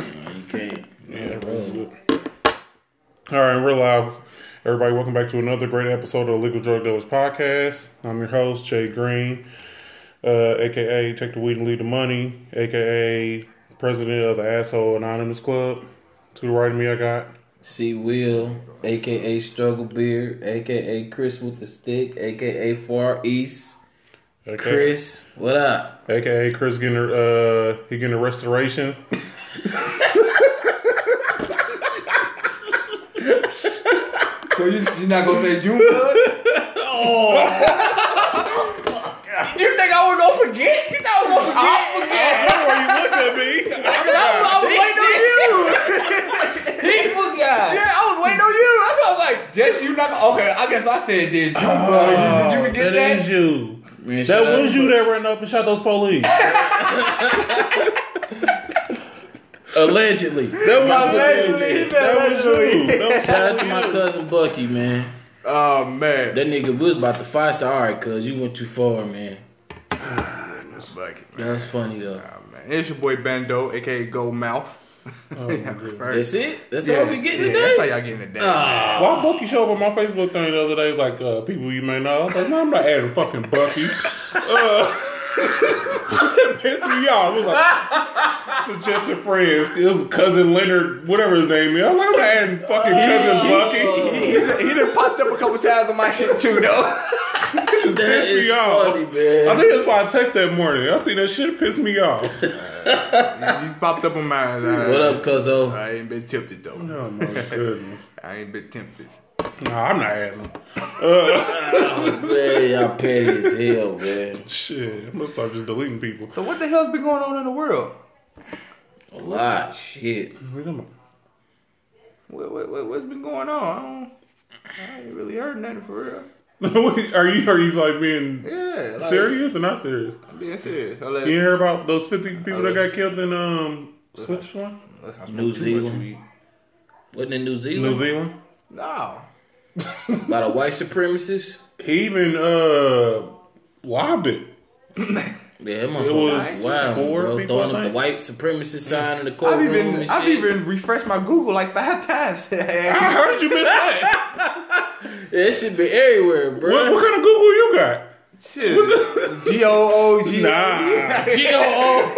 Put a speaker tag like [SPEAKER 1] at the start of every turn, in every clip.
[SPEAKER 1] Okay.
[SPEAKER 2] Yeah, that's good. All right, we're live. Everybody, welcome back to another great episode of the Legal Drug Dealers Podcast. I'm your host, Jay Green, uh, aka Take the Weed and Leave the Money, aka President of the Asshole Anonymous Club. To the right of me, I got.
[SPEAKER 1] C Will, aka Struggle Beard, aka Chris with the Stick, aka Far East.
[SPEAKER 2] aka-
[SPEAKER 1] Chris, what up?
[SPEAKER 2] AKA Chris getting a, uh he getting a restoration.
[SPEAKER 3] So you, you're not gonna say June Bud?
[SPEAKER 1] Oh. You think I was gonna forget? You thought I was gonna
[SPEAKER 3] I forget.
[SPEAKER 2] Why you look at me?
[SPEAKER 3] I was waiting on you.
[SPEAKER 1] He forgot.
[SPEAKER 3] Yeah, I was waiting on you. That's why I was like, yes, you not. Gonna, okay, I guess I said then June
[SPEAKER 1] Oh.
[SPEAKER 3] Bud. Did you
[SPEAKER 2] That
[SPEAKER 3] forget that?
[SPEAKER 2] is you.
[SPEAKER 1] Man, shut
[SPEAKER 2] That
[SPEAKER 1] up.
[SPEAKER 2] was you that ran up and shot those police. That
[SPEAKER 1] Allegedly.
[SPEAKER 2] was you.
[SPEAKER 3] Allegedly,
[SPEAKER 2] That was you. That was
[SPEAKER 1] Shout out to
[SPEAKER 2] you.
[SPEAKER 1] my cousin Bucky, man.
[SPEAKER 3] Oh man,
[SPEAKER 1] That nigga was about to fight. So, all right, cuz you went too far, man.
[SPEAKER 3] that's like it, man.
[SPEAKER 1] That's funny though.
[SPEAKER 3] Oh, man. It's your boy Bando, aka Gold Mouth.
[SPEAKER 1] Oh, That's it. That's all we getting
[SPEAKER 3] yeah, That's how
[SPEAKER 1] today.
[SPEAKER 3] y'all getting today.
[SPEAKER 1] Ah,
[SPEAKER 2] Why Bucky show up on my Facebook thing the other day? Like uh, people you may know. I was like, no, I'm not adding fucking Bucky. Uh, it pissed me off. It was like suggested friends. It was cousin Leonard, whatever his name is. I was like, I'm not adding fucking
[SPEAKER 1] Oh,
[SPEAKER 2] cousin Bucky.
[SPEAKER 3] He, he done popped up a couple times on my shit too, though.
[SPEAKER 2] It just
[SPEAKER 1] that
[SPEAKER 2] pissed
[SPEAKER 1] is
[SPEAKER 2] me off.
[SPEAKER 1] funny, man.
[SPEAKER 2] I think that's why I text that morning. I see that shit pissed me off.
[SPEAKER 3] He's popped up on mine. uh,
[SPEAKER 1] What up, cuzzo?
[SPEAKER 3] I ain't been tempted though.
[SPEAKER 2] Oh my goodness.
[SPEAKER 3] I ain't been tempted.
[SPEAKER 2] Nah, I'm not adding him.
[SPEAKER 1] Man, y'all petty as hell, man.
[SPEAKER 2] Shit, I'm gonna start just deleting people.
[SPEAKER 3] So what the hell's been going on in the world?
[SPEAKER 1] A lot, shit.
[SPEAKER 2] Wait a minute.
[SPEAKER 3] What, what, what, what's been going on? I, don't, I ain't really heard nothing for real.
[SPEAKER 2] Wait, are you are you like being
[SPEAKER 3] Yeah. Like,
[SPEAKER 2] serious or not serious?
[SPEAKER 3] I'm being serious. I let,
[SPEAKER 2] You hear about those fifty people
[SPEAKER 3] Oh,
[SPEAKER 2] that got killed in um Switzerland,
[SPEAKER 3] Let's not
[SPEAKER 1] New
[SPEAKER 3] smoke too much
[SPEAKER 1] Zealand.
[SPEAKER 3] weed.
[SPEAKER 1] Wasn't in New Zealand?
[SPEAKER 2] New Zealand?
[SPEAKER 3] No.
[SPEAKER 1] About a white supremacist?
[SPEAKER 2] He even uh lived it.
[SPEAKER 1] Yeah, that
[SPEAKER 2] It
[SPEAKER 1] motherfucker
[SPEAKER 2] was
[SPEAKER 1] was wild,
[SPEAKER 2] four
[SPEAKER 1] bro.
[SPEAKER 2] people,
[SPEAKER 1] Throwing
[SPEAKER 2] I
[SPEAKER 1] up the
[SPEAKER 2] think.
[SPEAKER 1] white supremacist sign in the
[SPEAKER 2] Oh,
[SPEAKER 3] I've
[SPEAKER 1] courtroom
[SPEAKER 3] even
[SPEAKER 1] and
[SPEAKER 3] I've
[SPEAKER 1] shit.
[SPEAKER 3] even refreshed my Google like five times.
[SPEAKER 2] I heard you missed that.
[SPEAKER 1] Yeah, it should be everywhere,
[SPEAKER 2] what,
[SPEAKER 1] bro.
[SPEAKER 2] what kind of Google you got?
[SPEAKER 3] Shit. G O O G.
[SPEAKER 2] Nah,
[SPEAKER 1] G-O-O.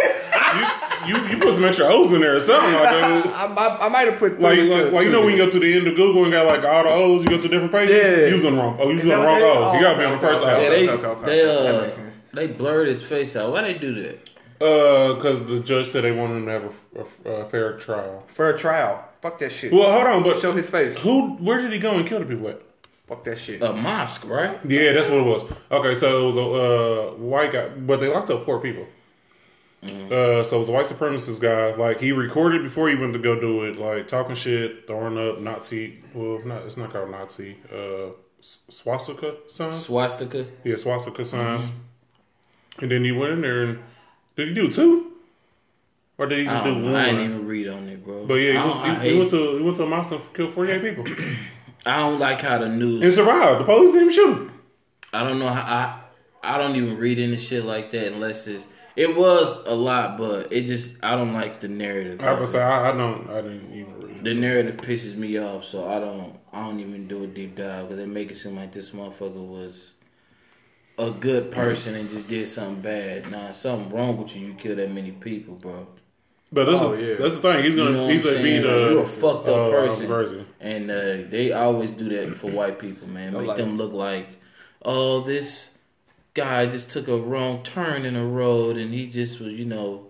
[SPEAKER 2] you, you you put some extra O's in there or something like that.
[SPEAKER 3] I, I, I might have put
[SPEAKER 2] Like,
[SPEAKER 3] three instead
[SPEAKER 2] like,
[SPEAKER 3] of
[SPEAKER 2] like you
[SPEAKER 3] two.
[SPEAKER 2] know when you go to the end of Google and got like all the O's, you go to different pages.
[SPEAKER 3] Yeah.
[SPEAKER 2] You was on the wrong. Oh, you was on the
[SPEAKER 3] No,
[SPEAKER 2] wrong
[SPEAKER 3] they-
[SPEAKER 2] O. You
[SPEAKER 3] oh,
[SPEAKER 2] gotta be on the
[SPEAKER 3] okay,
[SPEAKER 2] first
[SPEAKER 3] okay,
[SPEAKER 2] O.
[SPEAKER 1] Yeah, they,
[SPEAKER 3] okay, okay.
[SPEAKER 1] they,
[SPEAKER 3] That
[SPEAKER 1] uh,
[SPEAKER 3] makes sense.
[SPEAKER 1] they blurred his face out. Why they do that?
[SPEAKER 2] Uh, because the judge said they wanted him to have a, a, a fair trial.
[SPEAKER 3] for a trial. Fuck that shit.
[SPEAKER 2] Well, hold on, but
[SPEAKER 3] Show his face.
[SPEAKER 2] who? Where did he go and kill the people at?
[SPEAKER 3] Fuck that shit.
[SPEAKER 1] A mosque, right?
[SPEAKER 2] Yeah, that's what it was. Okay, so it was a uh, white guy, but they locked up four people.
[SPEAKER 1] Mm-hmm.
[SPEAKER 2] Uh, so it was a white supremacist guy. Like he recorded before he went to go do it, like talking shit, throwing up Nazi. Well, not it's not called Nazi. Uh, s- swastika signs.
[SPEAKER 1] Swastika.
[SPEAKER 2] yeah, swastika signs.
[SPEAKER 1] mm-hmm.
[SPEAKER 2] And then he went in there and did he do two, or did he
[SPEAKER 1] I,
[SPEAKER 2] just do
[SPEAKER 1] don't know.
[SPEAKER 2] one?
[SPEAKER 1] I didn't even read on it, bro.
[SPEAKER 2] but
[SPEAKER 1] I
[SPEAKER 2] yeah, he,
[SPEAKER 1] don't, I
[SPEAKER 2] went- he- he
[SPEAKER 1] hate-
[SPEAKER 2] went to he went to a mountain and killed forty eight people
[SPEAKER 1] I don't like how the news
[SPEAKER 2] and survived. The police didn't even shoot him.
[SPEAKER 1] I don't know how I I don't even read any shit like that unless it's it was a lot, but it just I don't like the narrative.
[SPEAKER 2] I was like, I, I don't, I didn't even read. it.
[SPEAKER 1] the narrative pisses me off, so I don't I don't even do a deep dive because they make it seem like this motherfucker was a good person and just did something bad. Nah, something wrong with you. You kill that many people, bro.
[SPEAKER 2] But that's,
[SPEAKER 3] Oh,
[SPEAKER 2] the-
[SPEAKER 3] yeah.
[SPEAKER 2] that's the thing. He's
[SPEAKER 1] You
[SPEAKER 2] gonna
[SPEAKER 1] know what I'm
[SPEAKER 2] he's gonna be
[SPEAKER 1] saying?
[SPEAKER 2] the
[SPEAKER 1] Like, you're a fucked up
[SPEAKER 2] uh,
[SPEAKER 1] person.
[SPEAKER 2] person.
[SPEAKER 1] And uh, they always do that for white people, man. Make
[SPEAKER 3] like-
[SPEAKER 1] them look like, oh, this guy just took a wrong turn in a road, and he just was, you know,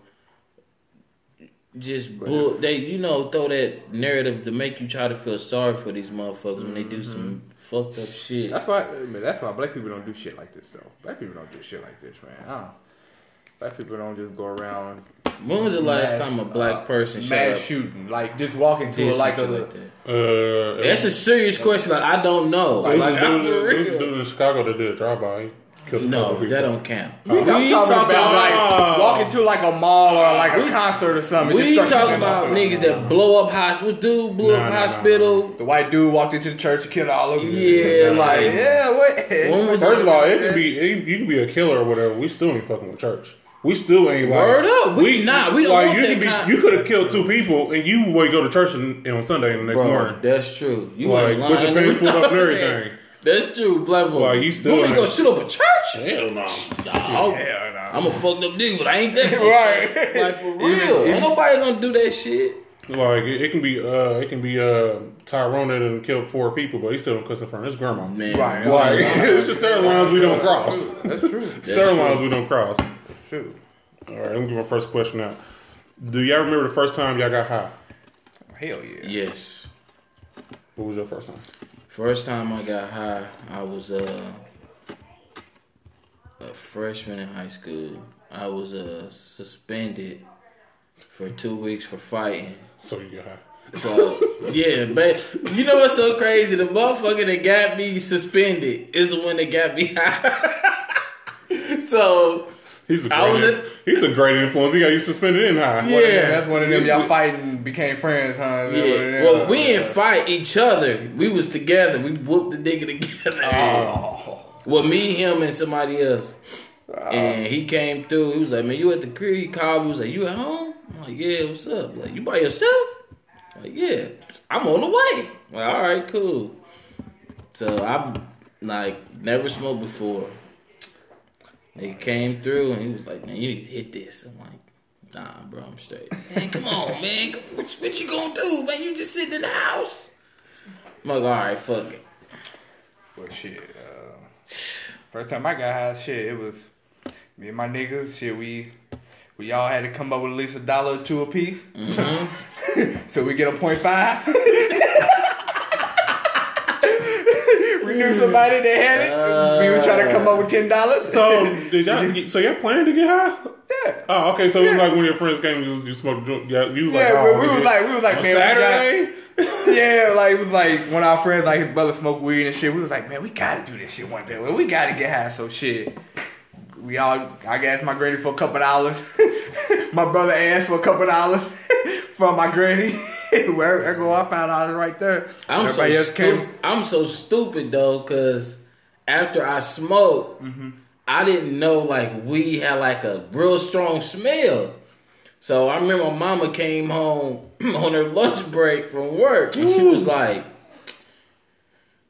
[SPEAKER 1] just bull. They, you know, throw that narrative to make you try to feel sorry for these motherfuckers when they do some fucked up shit.
[SPEAKER 3] Mm-hmm. That's why. I mean, that's why black people don't do shit like this though. Black people don't do shit like this, man. I don't. Black people don't just go around.
[SPEAKER 1] When was the last
[SPEAKER 3] mass,
[SPEAKER 1] time a black
[SPEAKER 3] uh,
[SPEAKER 1] person shot
[SPEAKER 3] mass
[SPEAKER 1] up?
[SPEAKER 3] shooting, like just walking to
[SPEAKER 1] did
[SPEAKER 3] a, like a.
[SPEAKER 1] something like that?
[SPEAKER 2] Uh,
[SPEAKER 1] That's a serious question. Like, I don't know.
[SPEAKER 2] there's
[SPEAKER 1] Like,
[SPEAKER 2] a
[SPEAKER 1] I'm
[SPEAKER 2] dude,
[SPEAKER 1] for
[SPEAKER 2] there's a
[SPEAKER 1] real.
[SPEAKER 2] dude in Chicago that did a drive by. He killed a couple
[SPEAKER 1] No,
[SPEAKER 2] people.
[SPEAKER 1] that don't count.
[SPEAKER 3] we talking about
[SPEAKER 2] about-
[SPEAKER 3] like walking to like a mall or like a
[SPEAKER 1] We-
[SPEAKER 3] concert or something.
[SPEAKER 1] we
[SPEAKER 3] just start
[SPEAKER 1] talking
[SPEAKER 3] shooting
[SPEAKER 1] about
[SPEAKER 3] them up.
[SPEAKER 1] niggas that blow up hospital. Dude blew
[SPEAKER 2] Nah,
[SPEAKER 1] up
[SPEAKER 2] nah, nah,
[SPEAKER 1] hospital.
[SPEAKER 3] The white dude walked into the church and killed all of them.
[SPEAKER 1] Yeah,
[SPEAKER 3] like
[SPEAKER 1] like-
[SPEAKER 3] yeah, what?
[SPEAKER 1] When was
[SPEAKER 2] First of all, it
[SPEAKER 3] Yeah.
[SPEAKER 2] could be it, you could be a killer or whatever. We still ain't fucking with church. We still ain't like
[SPEAKER 1] Word up. We not. We don't want
[SPEAKER 2] you
[SPEAKER 1] that
[SPEAKER 2] could be-
[SPEAKER 1] kind-
[SPEAKER 2] you could have killed two people and you would go to church on, on Sunday and the next
[SPEAKER 1] Bro,
[SPEAKER 2] morning.
[SPEAKER 1] that's true. You
[SPEAKER 2] Like,
[SPEAKER 1] ain't
[SPEAKER 2] with your
[SPEAKER 1] lying.
[SPEAKER 2] pants pulled up and
[SPEAKER 1] That.
[SPEAKER 2] everything.
[SPEAKER 1] That's true, Blackfoot.
[SPEAKER 2] Like, you still
[SPEAKER 1] You ain't
[SPEAKER 2] ain't-
[SPEAKER 1] gonna shoot up a church?
[SPEAKER 2] Hell no.
[SPEAKER 1] Nah,
[SPEAKER 2] Hell no.
[SPEAKER 1] I'm a fucked up nigga, but I ain't that.
[SPEAKER 2] Right.
[SPEAKER 1] Like for real, ain't nobody gonna do that shit.
[SPEAKER 2] Like it, it can be uh it can be uh Tyrone that done killed four people, but he still don't cuss in front of his grandma.
[SPEAKER 1] Man,
[SPEAKER 3] Right.
[SPEAKER 2] Like it's just certain lines we don't cross.
[SPEAKER 3] That's true. That's
[SPEAKER 2] Certain lines we don't cross.
[SPEAKER 3] true.
[SPEAKER 2] All right, let me get my first question out. Do y'all remember the first time y'all got high?
[SPEAKER 3] Hell yeah.
[SPEAKER 1] yes.
[SPEAKER 2] What was your first time?
[SPEAKER 1] First time I got high, I was uh, a freshman in high school. I was uh, suspended for two weeks for fighting.
[SPEAKER 2] So you got high.
[SPEAKER 1] So yeah, but you know what's so crazy? The motherfucker that got me suspended is the one that got me high. so
[SPEAKER 2] He's a great.
[SPEAKER 1] I was at-
[SPEAKER 2] he's a great influence. He got you suspended in high.
[SPEAKER 1] Yeah.
[SPEAKER 3] That's one of them y'all fighting became friends, huh? Is that what it
[SPEAKER 1] yeah,
[SPEAKER 3] is?
[SPEAKER 1] well we didn't fight each other. We was together. We whooped the nigga together.
[SPEAKER 3] Oh.
[SPEAKER 1] Well, me, him, and somebody else. And he came through. He was like, "Man, you at the crib?" He called me. He was like, "You at home?" I'm like, "Yeah, what's up?" Like, "You by yourself?" I'm like, "Yeah, I'm on the way." I'm like, all right, cool. So I like never smoked before. He came through and he was like, "Man, you need to hit this." I'm like, "Nah, bro, I'm straight." Man, come on, man. What, you- what you gonna do, man? You just sitting in the house. I'm like, "All right, fuck it."
[SPEAKER 3] Well, shit. Uh, first time I got high, shit, it was me and my niggas. Shit, we we all had to come up with at least a dollar or two a piece. so we get a point five. we knew somebody that had it. we was trying to come up with ten dollars.
[SPEAKER 2] So did y'all? Get, so y'all planned to get high?
[SPEAKER 3] yeah.
[SPEAKER 2] Oh, okay. So it was like when your friends came, you, you smoked. You, you was like,
[SPEAKER 3] Yeah,
[SPEAKER 2] oh,
[SPEAKER 3] we- we was
[SPEAKER 2] nigga,
[SPEAKER 3] like- we was like,
[SPEAKER 2] on
[SPEAKER 3] man, we got-
[SPEAKER 2] Saturday.
[SPEAKER 3] yeah, like it was like when our friends, like his brother smoked weed and shit. We was like, man, we gotta do this shit one day. Well, we gotta get high. So shit, we all I asked my granny for a couple dollars. my brother asked for a couple dollars from my granny. Where I go, I found out right there.
[SPEAKER 1] I'm so stu- I'm so stupid though, cause after I smoked,
[SPEAKER 2] Mm-hmm.
[SPEAKER 1] I didn't know like weed had like a real strong smell. So I remember Mama came home on her lunch break from work, and she was like,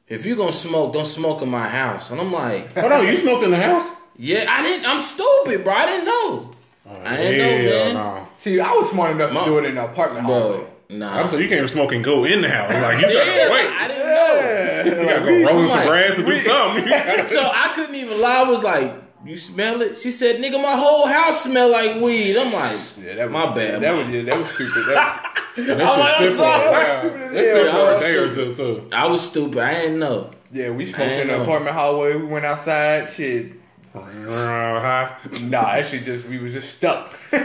[SPEAKER 1] "If you gonna smoke, don't smoke in my house." And I'm like,
[SPEAKER 2] Hold on, you smoked in the house?
[SPEAKER 1] "Yeah, I didn't. I'm stupid, bro. I didn't
[SPEAKER 2] Oh,
[SPEAKER 1] know. I didn't know, man,
[SPEAKER 2] nah.
[SPEAKER 3] See, I was smart enough
[SPEAKER 1] Mom-
[SPEAKER 3] to do it in the apartment hallway.
[SPEAKER 1] bro. Nah,
[SPEAKER 2] I'm saying you can't even smoke and go in the house. Like you
[SPEAKER 1] yeah, I
[SPEAKER 2] gotta wait.
[SPEAKER 1] didn't know."
[SPEAKER 2] You gotta go roll in some
[SPEAKER 1] like,
[SPEAKER 2] grass and do something. You gotta-
[SPEAKER 1] So I couldn't even lie. I was like, "You smell it?" She said, "Nigga, my whole house smell like weed." I'm like,
[SPEAKER 3] Yeah, that was,
[SPEAKER 1] My bad,
[SPEAKER 3] That
[SPEAKER 1] man.
[SPEAKER 3] was yeah, that was stupid. That
[SPEAKER 2] That
[SPEAKER 1] I'm like,
[SPEAKER 2] shit
[SPEAKER 1] I'm
[SPEAKER 2] sit for a
[SPEAKER 1] sorry.
[SPEAKER 2] while.
[SPEAKER 3] Stupid as
[SPEAKER 2] That
[SPEAKER 3] hell,
[SPEAKER 2] shit for
[SPEAKER 1] bro.
[SPEAKER 2] a day or two too.
[SPEAKER 1] "I was stupid. I didn't know."
[SPEAKER 3] was, yeah, we smoked
[SPEAKER 1] I ain't
[SPEAKER 3] in the
[SPEAKER 1] know.
[SPEAKER 3] apartment hallway. We went outside. Shit,
[SPEAKER 2] Hi.
[SPEAKER 3] Nah, actually, just we was just stuck. we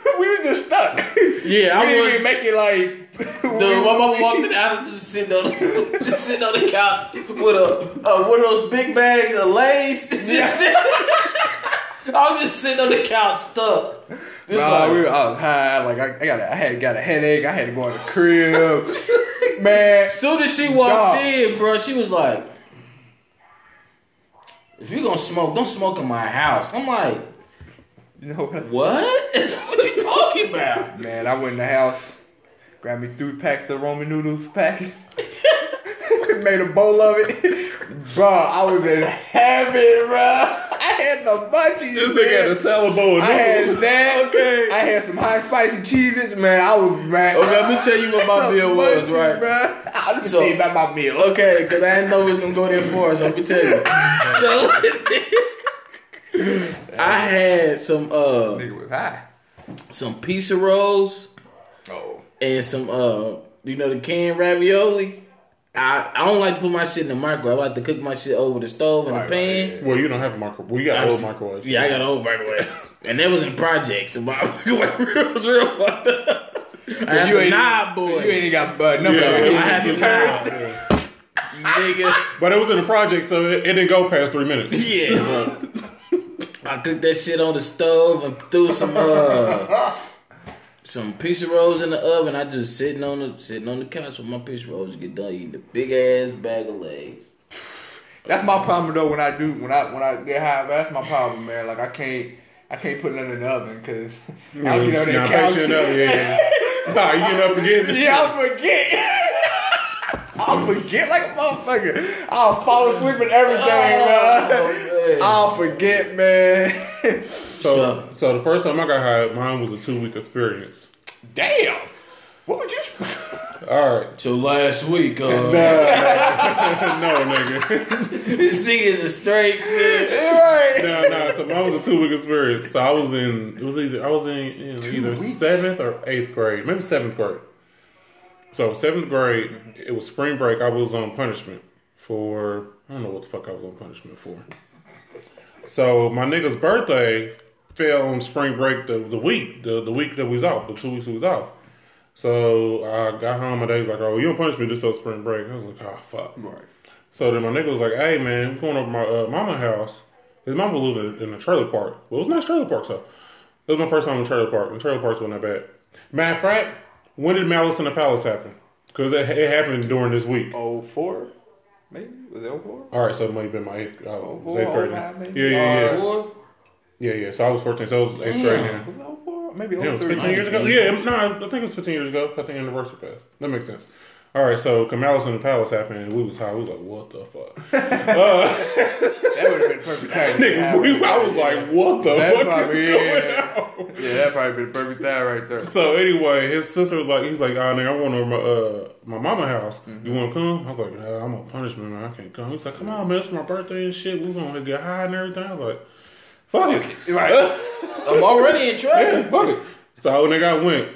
[SPEAKER 3] was just stuck.
[SPEAKER 1] Yeah,
[SPEAKER 3] we
[SPEAKER 1] I
[SPEAKER 3] didn't
[SPEAKER 1] was-
[SPEAKER 3] even make it like.
[SPEAKER 1] The my mama walked in the house and just sitting on, just sitting on the couch with a uh, one of those big bags of Lay's. Just sitting- I was just sitting on the couch stuck. Just
[SPEAKER 3] Nah,
[SPEAKER 1] like,
[SPEAKER 3] we were, I was high. Like I, I got, a, I had got a headache. I had to go in the crib. Man,
[SPEAKER 1] soon as she walked
[SPEAKER 3] Dog.
[SPEAKER 1] in, bro, she was like, "If you gonna smoke, don't smoke in my house." I'm like,
[SPEAKER 3] you know what?
[SPEAKER 1] "What? what you talking about?"
[SPEAKER 3] Man, I went in the house, grabbed me three packs of ramen noodles packets, made a bowl of it. Bro, I was in heaven, bro. I had the munchies.
[SPEAKER 2] This nigga had
[SPEAKER 3] man.
[SPEAKER 2] a salad bowl. of
[SPEAKER 3] I had
[SPEAKER 2] noodles.
[SPEAKER 3] that.
[SPEAKER 2] Okay.
[SPEAKER 3] I had some hot spicy cheeses, man. I was mad.
[SPEAKER 1] Okay, let me tell you what my bill was, right?
[SPEAKER 3] I'm just
[SPEAKER 1] So-
[SPEAKER 3] tell you about my meal.
[SPEAKER 1] Okay, because I didn't know it was gonna go there for us. Let me tell you. So listen, I had some uh
[SPEAKER 3] Nigga was high.
[SPEAKER 1] some pizza rolls
[SPEAKER 3] Oh.
[SPEAKER 1] and some uh you know the canned ravioli. I I don't like to put my shit in the microwave. I like to cook my shit over the stove in
[SPEAKER 3] Right,
[SPEAKER 1] the pan.
[SPEAKER 3] right,
[SPEAKER 2] Well, you don't have a microwave. Well, you got old
[SPEAKER 1] I-
[SPEAKER 2] microwaves.
[SPEAKER 1] Yeah, I got an old microwave, and that was in projects. So my microwave was real fucked up. I had
[SPEAKER 3] You
[SPEAKER 1] the
[SPEAKER 3] ain't,
[SPEAKER 1] knob
[SPEAKER 3] so
[SPEAKER 1] boy,
[SPEAKER 3] you ain't got uh, number.
[SPEAKER 2] Yeah,
[SPEAKER 3] Yeah,
[SPEAKER 1] I
[SPEAKER 2] it was
[SPEAKER 1] had
[SPEAKER 2] in
[SPEAKER 1] to
[SPEAKER 2] the-
[SPEAKER 1] nigga.
[SPEAKER 2] But it was in the project, so it, it didn't go past three minutes.
[SPEAKER 1] Yeah, bro. I cooked that shit on the stove and threw some uh, some pizza rolls in the oven. I just sitting on the sitting on the couch with my pizza rolls to get done eating the big ass bag of legs.
[SPEAKER 3] That's my problem though. When I do, when I when I get high, that's my problem, man. Like I can't. I can't put none in the oven because
[SPEAKER 2] Yeah,
[SPEAKER 3] I'll get on
[SPEAKER 2] nah,
[SPEAKER 3] that
[SPEAKER 2] face
[SPEAKER 3] couch.
[SPEAKER 2] shit up, yeah, yeah. Nah, you get up again.
[SPEAKER 3] Yeah, I'll forget. I'll forget like a motherfucker. I'll fall asleep and everything,
[SPEAKER 1] Oh,
[SPEAKER 3] man.
[SPEAKER 1] man.
[SPEAKER 3] I'll forget, man.
[SPEAKER 2] So, so the first time I got high, mine was a two week experience.
[SPEAKER 3] Damn. What would you?
[SPEAKER 2] All right,
[SPEAKER 1] So last week, uh,
[SPEAKER 2] no, nigga.
[SPEAKER 1] this nigga is a straight bitch.
[SPEAKER 3] right.
[SPEAKER 2] No, no. So mine was a two week experience. So I was in. It was either I was in, in either
[SPEAKER 3] weeks?
[SPEAKER 2] seventh or eighth grade, maybe seventh grade. So seventh grade,
[SPEAKER 3] Mm-hmm.
[SPEAKER 2] it was spring break. I was on punishment for I don't know what the fuck I was on punishment for. So my nigga's birthday fell on spring break the, the week the, the week that we was off the two weeks we was off. So I got home my dad's like, "Oh, you on punishment this whole spring break?" I was like, "Oh fuck."
[SPEAKER 3] Right.
[SPEAKER 2] So then my nigga was like, "Hey man, we going over to my uh, mama house. His mama lived in, in a trailer park. Well, it was a nice trailer park, so it was my first time in a trailer park. And trailer parks wasn't that bad. Matter of fact, when did Malice in the Palace happen? Because it, it happened during this week.
[SPEAKER 3] Oh four, maybe was it oh four?
[SPEAKER 2] All right, so it might have been my eighth, uh, it was
[SPEAKER 3] boy,
[SPEAKER 2] eighth grade.
[SPEAKER 3] oh,
[SPEAKER 2] now.
[SPEAKER 3] my, maybe.
[SPEAKER 2] yeah,
[SPEAKER 3] Oh
[SPEAKER 2] yeah, yeah,
[SPEAKER 1] Boy,
[SPEAKER 2] yeah, yeah. So I was fourteen, so it was eighth
[SPEAKER 1] Damn.
[SPEAKER 2] grade. Now.
[SPEAKER 3] Was it oh four? Maybe
[SPEAKER 2] Yeah, it
[SPEAKER 3] oh
[SPEAKER 2] was
[SPEAKER 3] three.
[SPEAKER 2] 15 years ago. Yeah, no, I think it was 15 years ago. I think anniversary passed. That makes sense. All right, so Kamala's in the palace happened, and we was high. We was like, "What the fuck?"
[SPEAKER 3] That would have been perfect time.
[SPEAKER 2] Nigga, we, I was like, "What the
[SPEAKER 3] That's
[SPEAKER 2] fuck
[SPEAKER 3] probably-
[SPEAKER 2] is
[SPEAKER 3] yeah.
[SPEAKER 2] going on?"
[SPEAKER 3] yeah, that probably been perfect time right there.
[SPEAKER 2] So anyway, his sister was like, "He's like, ah, nigga, I want to my uh, my mama house.
[SPEAKER 3] Mm-hmm.
[SPEAKER 2] You want to come?" I was like, nah, "I'm on punishment, man. I can't come." He's like, "Come on, man. It's my birthday and shit. We gonna get high and everything." I was like, "Fuck it."
[SPEAKER 3] Right.
[SPEAKER 1] I'm already in trouble.
[SPEAKER 2] Yeah, fuck it. So when nigga, I went.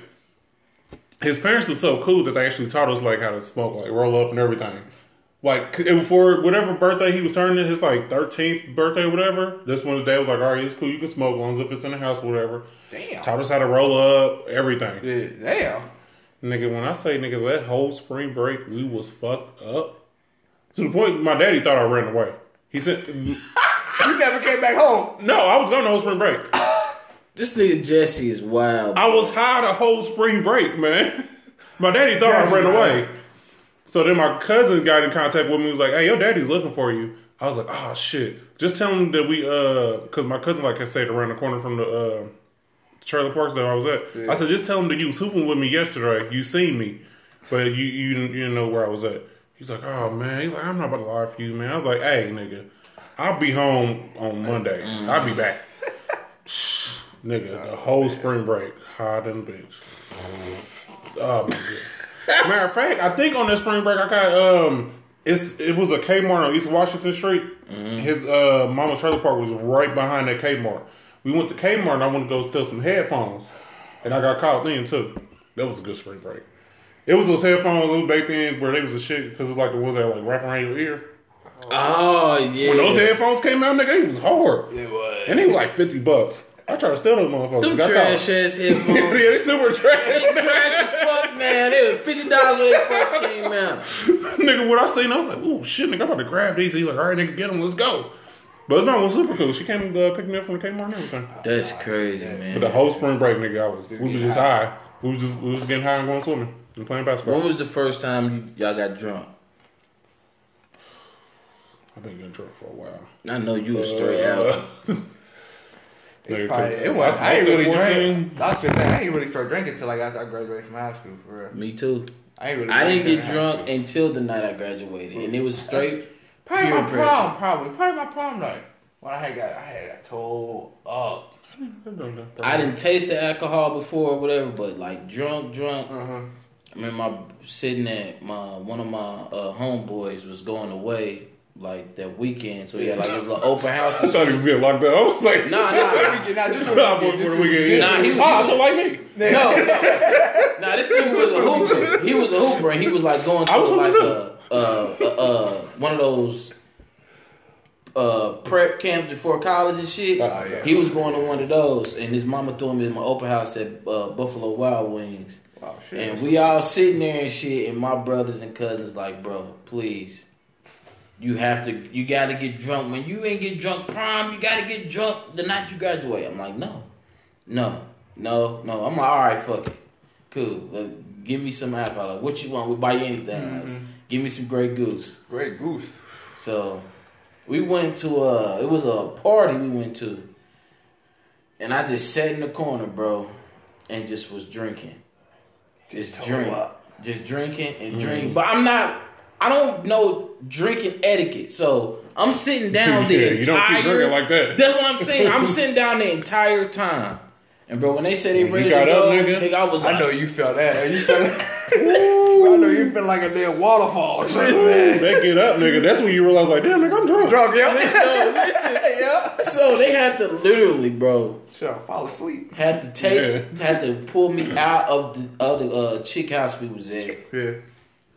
[SPEAKER 2] His parents were so cool that they actually taught us like how to smoke, like roll up and everything. Like c- and for whatever birthday he was turning, his like thirteenth birthday or whatever. This one his dad was like, "All right, it's cool. You can smoke as long as if it's in the house or whatever."
[SPEAKER 3] Damn.
[SPEAKER 2] Taught us how to roll up, everything.
[SPEAKER 3] Yeah, damn.
[SPEAKER 2] Nigga, when I say nigga, that whole spring break we was fucked up to the point my daddy thought I ran away. He said,
[SPEAKER 3] You never came back home.
[SPEAKER 2] "No, I was gone the whole spring break.
[SPEAKER 1] This nigga Jesse is wild.
[SPEAKER 2] I was high the whole spring break, man. My daddy thought I
[SPEAKER 3] Gotcha,
[SPEAKER 2] ran
[SPEAKER 3] man.
[SPEAKER 2] away. So then my cousin got in contact with me. He was like, "Hey, your daddy's looking for you." I was like, "Oh shit!" Just tell him that we, uh, because my cousin, like I said, around the corner from the uh, trailer parks that I was at. I said, "Just tell him that you was hooping with me yesterday. You seen me, but you you didn't, you didn't know where I was at." He's like, "Oh man," he's like, "I'm not about to lie for you, man." I was like, "Hey, nigga, I'll be home on Monday. I'll be back." Nigga, the whole spring break, hot and bitch. Oh my god. Matter of fact, I think on that spring break I got um it's it was a Kmart on East Washington Street.
[SPEAKER 1] Mm-hmm.
[SPEAKER 2] His uh mama's trailer park was right behind that Kmart. We went to Kmart and I went to go steal some headphones. And I got caught then too. That was a good spring break. It was those headphones, those back then where they was a shit because like the ones that like wrap around your ear.
[SPEAKER 1] Oh yeah.
[SPEAKER 2] When those headphones came out, nigga, it was hard.
[SPEAKER 3] It was.
[SPEAKER 2] And they was like fifty bucks. I tried to steal those motherfuckers.
[SPEAKER 1] Them
[SPEAKER 2] Got caught.
[SPEAKER 1] trash ass
[SPEAKER 2] yeah,
[SPEAKER 1] headphones.
[SPEAKER 2] they super trash.
[SPEAKER 1] Trash as fuck, man. They were fifty dollars when they first came out.
[SPEAKER 2] nigga, when I seen, I was like, ooh, shit, nigga, I'm about to grab these. He's like, all right, nigga, get them, let's go. But it's not was super cool. She came to uh, pick me up from the Kmart and everything.
[SPEAKER 1] That's crazy,
[SPEAKER 2] But the
[SPEAKER 1] man.
[SPEAKER 2] whole spring break, nigga, I was, we was just high. We was just, we was getting high and going swimming and playing basketball.
[SPEAKER 1] When was the first time you, y'all got drunk?
[SPEAKER 2] I've been getting drunk for a while.
[SPEAKER 1] I know you was straight out.
[SPEAKER 2] Nigga,
[SPEAKER 3] Probably, it
[SPEAKER 2] I
[SPEAKER 3] was.
[SPEAKER 2] smoked
[SPEAKER 3] I, ain't
[SPEAKER 2] at
[SPEAKER 3] really
[SPEAKER 2] 14.
[SPEAKER 3] drink. I was just saying, I ain't really start drinking until like after I graduated from high school, for real.
[SPEAKER 1] Me too.
[SPEAKER 3] I ain't really.
[SPEAKER 1] I didn't
[SPEAKER 3] drank
[SPEAKER 1] get
[SPEAKER 3] during high
[SPEAKER 1] drunk until the night I graduated, and it was straight.
[SPEAKER 3] school. Probably
[SPEAKER 1] peer
[SPEAKER 3] my
[SPEAKER 1] pressure.
[SPEAKER 3] prom. Probably probably my prom night when I had got I had got told up.
[SPEAKER 2] I've done that.
[SPEAKER 1] I didn't taste the alcohol before or whatever, but like drunk, drunk. I mean, my sitting at my one of my uh, homeboys was going away like that weekend, so he had like his little open house.
[SPEAKER 2] I
[SPEAKER 1] and
[SPEAKER 2] thought he was getting locked up. I was like,
[SPEAKER 1] Nah,
[SPEAKER 2] this
[SPEAKER 1] nah.
[SPEAKER 2] nigga-
[SPEAKER 3] Now this
[SPEAKER 2] Nah, boy, for the weekend. yeah.
[SPEAKER 1] Nah, he was-
[SPEAKER 2] oh, so like me.
[SPEAKER 1] No, no. Nah, this nigga was a hooper. He was a hooper, and he was like going
[SPEAKER 2] I
[SPEAKER 1] to
[SPEAKER 2] was
[SPEAKER 1] like
[SPEAKER 2] hooping
[SPEAKER 1] a, a, a, a one of those uh, prep camps before college and shit.
[SPEAKER 2] Oh, yeah.
[SPEAKER 1] He was going to one of those, and his mama threw him in my open house at uh, Buffalo Wild Wings.
[SPEAKER 3] Oh shit.
[SPEAKER 1] And we all sitting there and shit, and my brothers and cousins like, bro, please. You have to, you gotta get drunk. When you ain't get drunk prime, you gotta get drunk the night you graduate. I'm like, no, no, no, no. I'm like, all right, fuck it. Cool. Look, give me some alcohol. Like, what you want? We'll buy you anything. Like, give me some Grey Goose.
[SPEAKER 3] Great goose.
[SPEAKER 1] So we went to, uh, it was a party we went to. And I just sat in the corner, bro, and just was drinking. Just
[SPEAKER 3] toe
[SPEAKER 1] drink.
[SPEAKER 3] up.
[SPEAKER 1] Just drinking
[SPEAKER 2] Mm-hmm.
[SPEAKER 1] and drinking. But I'm not I don't know drinking etiquette. So I'm sitting down
[SPEAKER 2] Yeah,
[SPEAKER 1] there.
[SPEAKER 2] you don't keep drinking like that.
[SPEAKER 1] That's what I'm saying. I'm sitting down the entire time. And bro, when they said they ready to
[SPEAKER 2] got up,
[SPEAKER 1] go,
[SPEAKER 2] nigga?
[SPEAKER 1] I was like,
[SPEAKER 3] I know you felt that. You felt I know you feel like a damn waterfall. or something, man.
[SPEAKER 2] They get up, nigga. That's when you realize, like, damn, nigga, I'm drunk.
[SPEAKER 3] Drunk, yeah.
[SPEAKER 1] no, listen.
[SPEAKER 3] yeah.
[SPEAKER 1] So they had to literally, bro,
[SPEAKER 3] Sure, fall asleep.
[SPEAKER 1] had to take, had to pull me out of the of the uh, chick house we was at,
[SPEAKER 3] Yeah.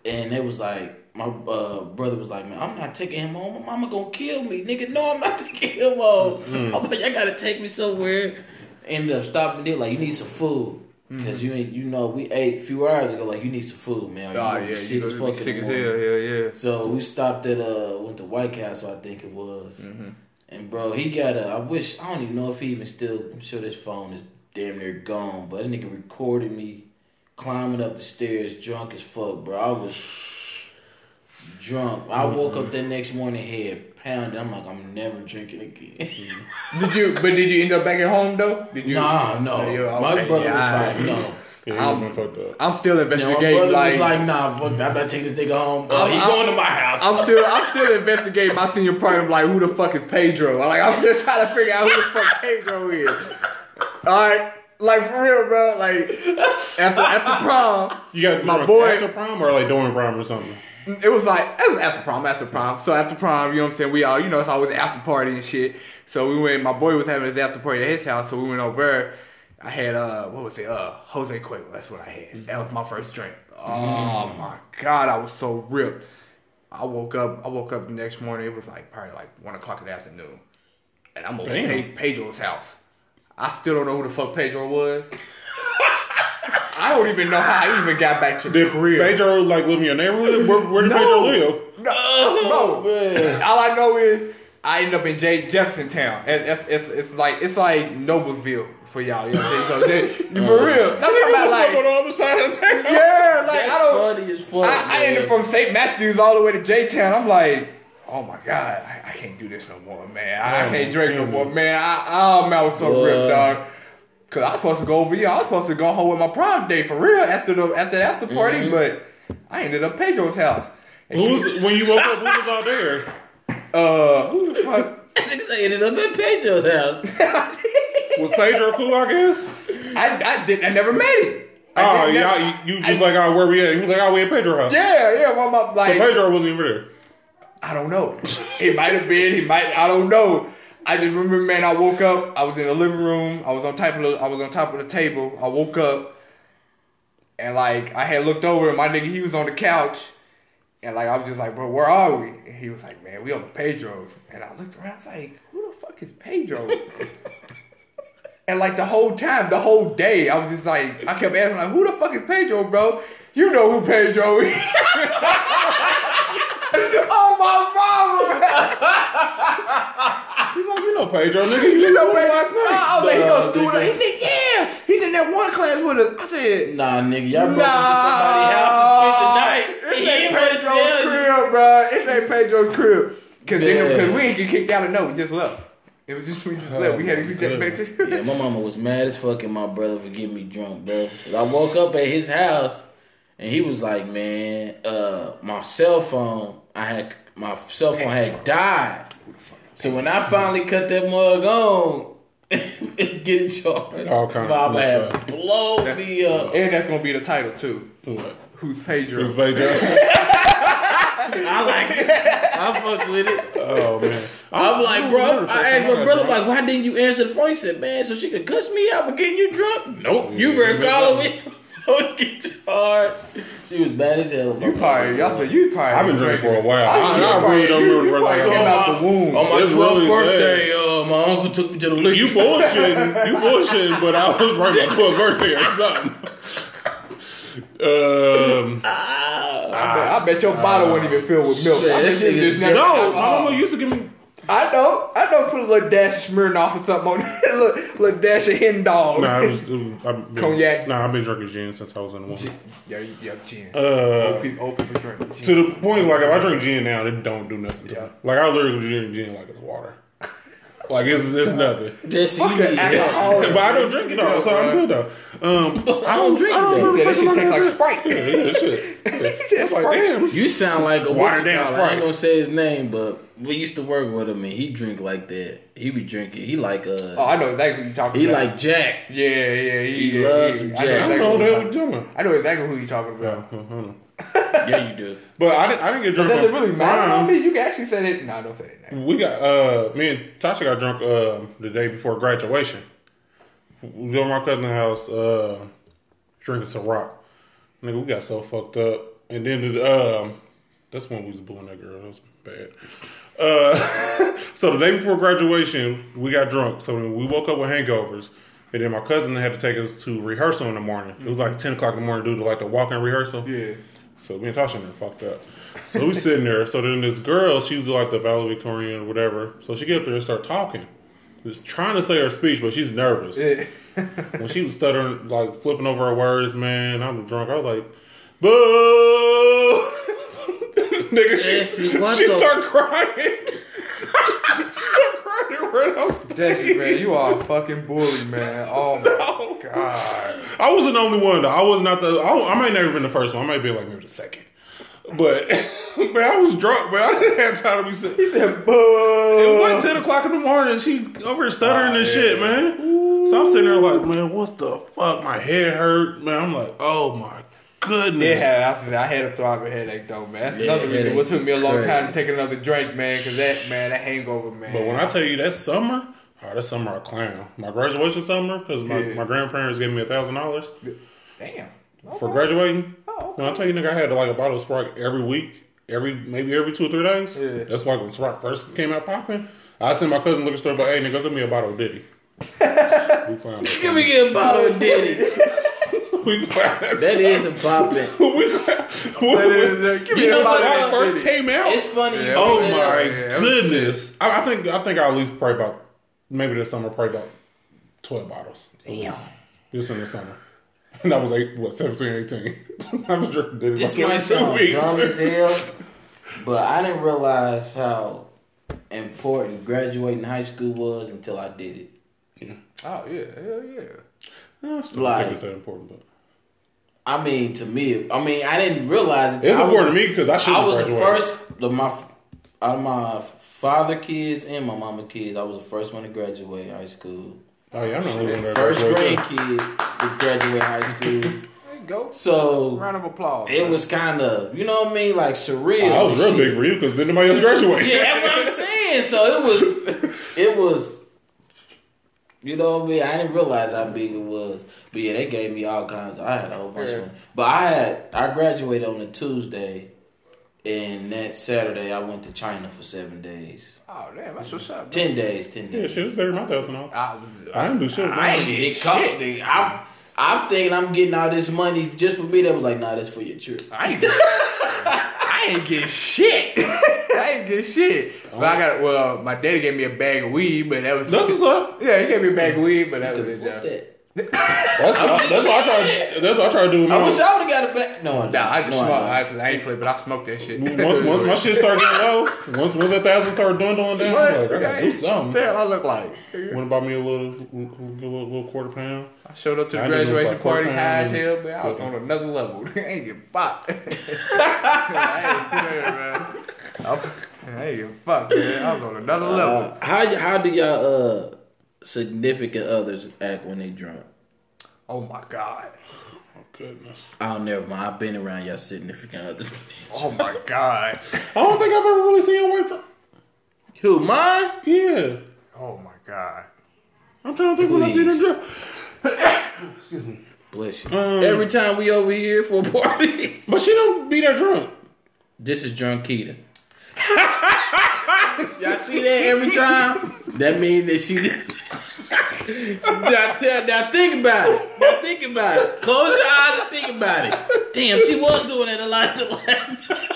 [SPEAKER 1] and it was like my uh, brother was like, "Man, I'm not taking him home. My mama gonna kill me, nigga. No, I'm not taking him home.
[SPEAKER 3] Mm-hmm.
[SPEAKER 1] I'm like, y'all gotta take me somewhere." Ended up stopping there, like, "You need some food."
[SPEAKER 3] Mm-hmm.
[SPEAKER 1] Cause you ain't, you know, we ate a few hours ago. Like you need some food, man.
[SPEAKER 3] Oh,
[SPEAKER 1] Or
[SPEAKER 3] yeah.
[SPEAKER 1] You
[SPEAKER 3] You
[SPEAKER 1] gonna be
[SPEAKER 3] know, you be sick as
[SPEAKER 1] morning."
[SPEAKER 3] hell. Yeah, yeah.
[SPEAKER 1] So we stopped at uh went to White Castle, I think it was.
[SPEAKER 3] Mm-hmm.
[SPEAKER 1] And bro, he got a. I wish I don't even know if he even still. I'm sure this phone is damn near gone. But that nigga recorded me climbing up the stairs, drunk as fuck, bro. I was drunk.
[SPEAKER 3] Mm-hmm.
[SPEAKER 1] I woke up the next morning, head pounded. I'm like, I'm never drinking again.
[SPEAKER 3] Did you? But did you end up back at home though? Did you?
[SPEAKER 1] nah, no.
[SPEAKER 3] Yeah, okay,
[SPEAKER 1] My brother
[SPEAKER 3] yeah.
[SPEAKER 1] was like, no.
[SPEAKER 2] Yeah, he
[SPEAKER 3] I'm-
[SPEAKER 2] was fucked up.
[SPEAKER 3] I'm still
[SPEAKER 1] Yeah, my
[SPEAKER 3] investigating.
[SPEAKER 1] brother
[SPEAKER 3] like,
[SPEAKER 1] was like, nah, fuck that. I better take this nigga home. Oh,
[SPEAKER 3] I'm-
[SPEAKER 1] he
[SPEAKER 3] I'm-
[SPEAKER 1] going to my house.
[SPEAKER 3] I'm still, I'm still investigating my senior program. Like, who the fuck is Pedro? Like, I'm still trying to figure out who the fuck Pedro is. All right, like for real, bro. Like after after prom,
[SPEAKER 2] You got
[SPEAKER 3] My
[SPEAKER 2] drunk
[SPEAKER 3] boy-
[SPEAKER 2] after prom or like during prom or something.
[SPEAKER 3] it was like it was after prom, after prom. So after prom, you know what I'm saying? We all, you know, it's always after party and shit. So we went. My boy was having his after party at his house, so we went over. there. I had uh, what was it? Uh, Jose Cuervo. That's what I had. That was my first drink. Oh my god, I was so ripped. I woke up. I woke up the next morning. It was like probably like one o'clock in the afternoon, and I'm over
[SPEAKER 2] Damn.
[SPEAKER 3] at Pedro's house. I still don't know who the fuck Pedro was. I don't even know how I even got back to the
[SPEAKER 2] Did
[SPEAKER 3] career.
[SPEAKER 2] Pedro like live in your neighborhood? Where, where did
[SPEAKER 3] No.
[SPEAKER 2] Pedro live?
[SPEAKER 3] No,
[SPEAKER 1] Oh,
[SPEAKER 3] bro.
[SPEAKER 1] man.
[SPEAKER 3] All I know is I end up in J Jefferson Town. And It's, it's, it's like it's like Noblesville for y'all. You know what I'm saying? So
[SPEAKER 1] Oh,
[SPEAKER 3] they, for real. I'm talking about
[SPEAKER 2] Like, on the
[SPEAKER 3] like
[SPEAKER 2] other side of town.
[SPEAKER 3] yeah, like I
[SPEAKER 1] That's
[SPEAKER 3] don't.
[SPEAKER 1] funny as fuck.
[SPEAKER 3] I, I
[SPEAKER 1] man.
[SPEAKER 3] ended from St. Matthews all the way to J Town. I'm like, oh my god, I, I can't do this no more, man. I, I
[SPEAKER 2] Oh,
[SPEAKER 3] can't drink no
[SPEAKER 2] goodness.
[SPEAKER 3] more, man. I, oh man, I was so
[SPEAKER 1] What?
[SPEAKER 3] ripped, dog. Cause I was supposed to go over here. I was supposed to go home with my prom day for real after the after the after party,
[SPEAKER 1] Mm-hmm.
[SPEAKER 3] but I ended up Pedro's house. And
[SPEAKER 2] Who was, when you woke up, who was out there?
[SPEAKER 3] Uh, who the fuck?
[SPEAKER 1] Niggas ended up at Pedro's house.
[SPEAKER 2] Was Pedro cool? I guess.
[SPEAKER 3] I, I did. I never met him. I
[SPEAKER 2] Oh
[SPEAKER 3] did never-
[SPEAKER 2] yeah, you, you just like oh, where we at? He was like, oh, we at Pedro house.
[SPEAKER 3] yeah, yeah. Well, my, like,
[SPEAKER 2] Pedro wasn't even there.
[SPEAKER 3] I don't know. It might have been. He might. I don't know. I just remember, man. I woke up. I was in the living room. I was on top of. The, I was on top of the table. I woke up, and like I had looked over, and my nigga, he was on the couch, and like I was just like, bro, where are we? And he was like, man, we on the Pedro's, and I looked around. I was like, who the fuck is Pedro? And like the whole time, the whole day, I was just like, I kept asking, like, who the fuck is Pedro, bro? You know who Pedro is. oh my mama!
[SPEAKER 2] He's like, you know Pedro, nigga. You,
[SPEAKER 3] You know
[SPEAKER 2] know
[SPEAKER 3] Pedro?
[SPEAKER 2] last night.
[SPEAKER 3] I was like, he
[SPEAKER 1] Nah,
[SPEAKER 3] go to school. with us.
[SPEAKER 1] nigga.
[SPEAKER 3] He said, yeah. He's in that one class with us. I said,
[SPEAKER 1] Nah, nigga, y'all broke into somebody's house to spend the night. He
[SPEAKER 3] nah. It's ain't
[SPEAKER 1] ain't gonna
[SPEAKER 3] Pedro's
[SPEAKER 1] tell you.
[SPEAKER 3] crib, bro. It ain't Pedro's crib. Cause, then,
[SPEAKER 1] Yeah.
[SPEAKER 3] cause we didn't get kicked out of no, we just left. It was just we just left. We had to get
[SPEAKER 2] Oh,
[SPEAKER 3] that back to.
[SPEAKER 1] Yeah, my mama was mad as fuck at my brother for getting me drunk, bro. 'Cause I woke up at his house and he was like, man, uh, my cell phone, I had my cell phone had died. So when I finally cut that mug on, get it charged.
[SPEAKER 2] All kind of
[SPEAKER 1] Mama
[SPEAKER 2] cool
[SPEAKER 1] had
[SPEAKER 2] stuff.
[SPEAKER 1] blown me up.
[SPEAKER 3] And that's gonna be the title too.
[SPEAKER 2] What?
[SPEAKER 3] Who's
[SPEAKER 2] It was
[SPEAKER 3] Pedro?
[SPEAKER 2] Pedro.
[SPEAKER 1] I like it. I fuck with it.
[SPEAKER 2] oh man.
[SPEAKER 1] I'm like, bro, I asked my brother,
[SPEAKER 2] like.
[SPEAKER 1] like, why didn't you answer the phone? He said, man, so she could cuss me out for getting you drunk? Nope, you better call her me. Fucking charged. She was bad as hell.
[SPEAKER 3] You probably y'all said you probably.
[SPEAKER 2] I've been drinking for a while.
[SPEAKER 3] Oh,
[SPEAKER 2] I, I
[SPEAKER 3] you probably-
[SPEAKER 2] really don't
[SPEAKER 3] you-
[SPEAKER 2] remember.
[SPEAKER 3] you
[SPEAKER 2] like,
[SPEAKER 1] on
[SPEAKER 3] probably
[SPEAKER 1] my,
[SPEAKER 3] came out the womb.
[SPEAKER 1] on my
[SPEAKER 2] It's
[SPEAKER 1] 12th
[SPEAKER 2] really
[SPEAKER 1] birthday, uh, my uncle took me to the liquor
[SPEAKER 2] You bullshitting. You bullshitting, but I was right my 12th birthday or something. Um,
[SPEAKER 3] I bet, I bet your bottle wouldn't even filled with milk.
[SPEAKER 1] shit,
[SPEAKER 3] I, bet
[SPEAKER 1] this
[SPEAKER 3] it
[SPEAKER 1] nigga
[SPEAKER 3] just
[SPEAKER 1] jerk.
[SPEAKER 3] never
[SPEAKER 2] Ah. no, my mama used to give me.
[SPEAKER 3] I know, I know. Put a little dash of Smirnoff or something on it. little, little dash of hen dog.
[SPEAKER 2] Nah, I was, it was, I've been,
[SPEAKER 3] Cognac.
[SPEAKER 2] Nah, I've been drinking gin since I was in the womb.
[SPEAKER 3] Yeah, you- yeah, gin.
[SPEAKER 2] Uh,
[SPEAKER 3] old people, old people drink. Gin.
[SPEAKER 2] to the point, like if I drink gin now, it don't do nothing. To
[SPEAKER 3] Yeah.
[SPEAKER 2] me. Like I literally drink gin like it's water. Like it's it's nothing.
[SPEAKER 1] Just see
[SPEAKER 3] Fucking alcohol.
[SPEAKER 2] but I don't drink it all, so I'm good though. Um, I don't drink
[SPEAKER 1] it, though.
[SPEAKER 3] He said that shit tastes like Sprite.
[SPEAKER 2] Yeah, yeah, shit.
[SPEAKER 3] He said
[SPEAKER 2] It's like damn.
[SPEAKER 1] You sound like a
[SPEAKER 2] Watered
[SPEAKER 1] water
[SPEAKER 2] down
[SPEAKER 1] down I
[SPEAKER 2] Sprite.
[SPEAKER 1] ain't gonna say his name, but we used to work with him and he drink like that. He be drinking. He like uh
[SPEAKER 3] Oh, I know exactly who you talking
[SPEAKER 1] he
[SPEAKER 3] about.
[SPEAKER 1] like Jack.
[SPEAKER 3] yeah, yeah, he,
[SPEAKER 1] He
[SPEAKER 3] yeah,
[SPEAKER 1] loves
[SPEAKER 3] yeah.
[SPEAKER 1] some
[SPEAKER 3] I know
[SPEAKER 1] Jack.
[SPEAKER 2] I don't know
[SPEAKER 3] exactly
[SPEAKER 2] what the
[SPEAKER 3] who you
[SPEAKER 2] hell
[SPEAKER 3] talking-
[SPEAKER 2] we're doing.
[SPEAKER 3] I know exactly who you talking about.
[SPEAKER 2] I don't know.
[SPEAKER 1] Yeah, you do.
[SPEAKER 2] But I didn't, I didn't get drunk.
[SPEAKER 3] Does it
[SPEAKER 2] on
[SPEAKER 3] really matter
[SPEAKER 2] Prime.
[SPEAKER 3] on me? You can actually say that. No, don't say that.
[SPEAKER 2] We got uh me and Tasha got drunk uh, the day before graduation. We go to my cousin's house, uh drinking Ciroc. Nigga, we got so fucked up. And then the um that's when we was booing that girl. That was bad. Uh so the day before graduation, we got drunk. So we woke up with hangovers. And then my cousin had to take us to rehearsal in the morning. It was like ten o'clock in the morning due to like the walk in rehearsal.
[SPEAKER 3] Yeah.
[SPEAKER 2] So me and Tasha and her fucked up. So we sitting there. So then this girl, she was like the valedictorian or whatever. So she get up there and start talking. Just trying to say her speech, but she's nervous.
[SPEAKER 3] Yeah.
[SPEAKER 2] When she was stuttering, like flipping over her words, man, I was drunk. I was like, boo! Nigga, she,
[SPEAKER 1] Jesse, what
[SPEAKER 2] she
[SPEAKER 1] the-
[SPEAKER 2] started crying. she started crying right outside.
[SPEAKER 3] Jesse, man, you are a fucking bully, man. Oh my god.
[SPEAKER 2] I wasn't the only one. Though. I was not the. I, I might never been the first one. I might be like maybe the second. But man, I was drunk. But I didn't have time to be. sit- It was like ten o'clock in the morning. She over here stuttering and shit, man. So I'm sitting there like, man, what the fuck? My head hurt, man. I'm like, oh my
[SPEAKER 3] It
[SPEAKER 2] goodness.
[SPEAKER 3] had, I, said, I had a throbbing headache though, man. That's
[SPEAKER 1] Yeah,
[SPEAKER 3] another reason.
[SPEAKER 1] headache
[SPEAKER 3] What took me a
[SPEAKER 1] is
[SPEAKER 3] long
[SPEAKER 1] crazy.
[SPEAKER 3] time to take another drink, man, because that man, that hangover, man.
[SPEAKER 2] But when I tell you that summer, oh, that summer I clown. My graduation summer because my,
[SPEAKER 3] Yeah.
[SPEAKER 2] my grandparents gave me a thousand dollars
[SPEAKER 3] damn,
[SPEAKER 2] for graduating.
[SPEAKER 3] Oh, okay.
[SPEAKER 2] When I tell you, nigga, I had like a bottle of Sprite every week, every maybe every two or three days.
[SPEAKER 3] Yeah.
[SPEAKER 2] That's why when Sprite first came out popping, I sent my cousin to the store, but hey, nigga, go get me a bottle of Diddy. we clown.
[SPEAKER 1] Give me get a bottle of Diddy.
[SPEAKER 2] We clown.
[SPEAKER 1] That is a popping.
[SPEAKER 2] we clown.
[SPEAKER 3] is- uh, give me
[SPEAKER 2] You
[SPEAKER 1] a
[SPEAKER 2] know,
[SPEAKER 1] bottle
[SPEAKER 2] when it
[SPEAKER 1] of
[SPEAKER 2] first
[SPEAKER 3] Diddy.
[SPEAKER 2] came out.
[SPEAKER 1] It's funny. you
[SPEAKER 3] Yeah.
[SPEAKER 2] oh
[SPEAKER 1] bring that
[SPEAKER 2] my
[SPEAKER 1] up.
[SPEAKER 3] Yeah, that was
[SPEAKER 2] goodness! I, I think I think I at least probably about maybe this summer probably about twelve bottles. Damn. This in the summer. And I was like, what, 17, 18. I was drinking Diddy
[SPEAKER 1] This
[SPEAKER 2] like every
[SPEAKER 1] might
[SPEAKER 2] two
[SPEAKER 1] sound dumb as
[SPEAKER 2] weeks.
[SPEAKER 1] hell, but I didn't realize how important graduating high school was until I did it.
[SPEAKER 3] oh yeah, hell yeah.
[SPEAKER 2] I still don't think
[SPEAKER 1] Like-
[SPEAKER 2] it's that important, but
[SPEAKER 1] I mean, to me, I mean, I didn't realize it. till
[SPEAKER 2] it's
[SPEAKER 1] I was-
[SPEAKER 2] important to me because I should
[SPEAKER 1] I
[SPEAKER 2] have
[SPEAKER 1] was the
[SPEAKER 2] graduated.
[SPEAKER 1] first of my out of my father kids and my mama kids. I was the first one to graduate high school.
[SPEAKER 2] Oh yeah, I know who won that
[SPEAKER 1] First
[SPEAKER 2] graduation.
[SPEAKER 1] grade kid to graduate high school.
[SPEAKER 3] There you go.
[SPEAKER 1] So
[SPEAKER 3] Round of applause.
[SPEAKER 1] it
[SPEAKER 3] man.
[SPEAKER 1] was kind of you know what I mean, like surreal.
[SPEAKER 2] I was real big for you because then nobody else graduated.
[SPEAKER 1] Yeah, that's what I'm saying. So it was, it was. You know what I mean? I didn't realize how big it was, but yeah, they gave me all kinds. I had a whole bunch
[SPEAKER 3] Yeah.
[SPEAKER 1] of them. But I had I graduated on a Tuesday, and that Saturday I went to China for seven days.
[SPEAKER 3] Oh damn, that's what's up. Man.
[SPEAKER 1] Ten days, ten
[SPEAKER 2] yeah,
[SPEAKER 1] days.
[SPEAKER 2] shit, it's better than my thousand dollars.
[SPEAKER 3] I was.
[SPEAKER 2] I didn't do shit. with mine.
[SPEAKER 1] Shit, it caught me. I'm, I'm thinking I'm getting all this money just for me. That was like, nah, that's for your trip.
[SPEAKER 3] I ain't, I ain't get shit. I ain't get shit. But I got well. My daddy gave me a bag of weed, but that was
[SPEAKER 2] That's what's up.
[SPEAKER 3] yeah. He gave me a bag of weed, but that
[SPEAKER 1] Could
[SPEAKER 3] was it.
[SPEAKER 1] flip
[SPEAKER 3] though.
[SPEAKER 1] that.
[SPEAKER 2] That's, that's, what I try. That's what I try to do. With
[SPEAKER 1] I wish
[SPEAKER 2] mine.
[SPEAKER 1] I would have got it back. No, I
[SPEAKER 3] Nah, I just
[SPEAKER 1] no,
[SPEAKER 3] smoked.
[SPEAKER 1] don't.
[SPEAKER 3] I, I ain't flip, but I smoked that shit.
[SPEAKER 2] Once, once my shit started getting low, once once that thousand started dwindling down,
[SPEAKER 3] What?
[SPEAKER 2] I'm like, I gotta do something.
[SPEAKER 3] Damn, I look like.
[SPEAKER 2] Went and bought me a little, little, little, little quarter pound.
[SPEAKER 3] I showed up to the
[SPEAKER 2] I didn't look
[SPEAKER 3] graduation
[SPEAKER 2] like
[SPEAKER 3] party
[SPEAKER 2] Portland.
[SPEAKER 3] high as hell, but I was on
[SPEAKER 2] Portland.
[SPEAKER 3] another level. I ain't getting fucked. I ain't playing, man. I'm- I ain't getting fucked, man. I was on another level.
[SPEAKER 1] Uh, how y- how do y'all uh significant others act when they drunk?
[SPEAKER 3] Oh my god.
[SPEAKER 2] Oh goodness.
[SPEAKER 1] Oh, never mind. I've been around y'all significant others.
[SPEAKER 3] Oh my god.
[SPEAKER 2] I don't think I've ever really seen a white. dr-
[SPEAKER 1] Who mine?
[SPEAKER 2] Yeah,
[SPEAKER 3] Oh my god.
[SPEAKER 2] I'm trying to think when I seen them.
[SPEAKER 1] Please.
[SPEAKER 2] dr-
[SPEAKER 1] Bless you. Every time we over here for a party,
[SPEAKER 2] But she don't be that drunk.
[SPEAKER 1] this is drunk Keita. y'all see that every time? That means that she. now, tell, now think about it. Now think about it. Close your eyes and think about it. Damn, she was doing it a lot the last time.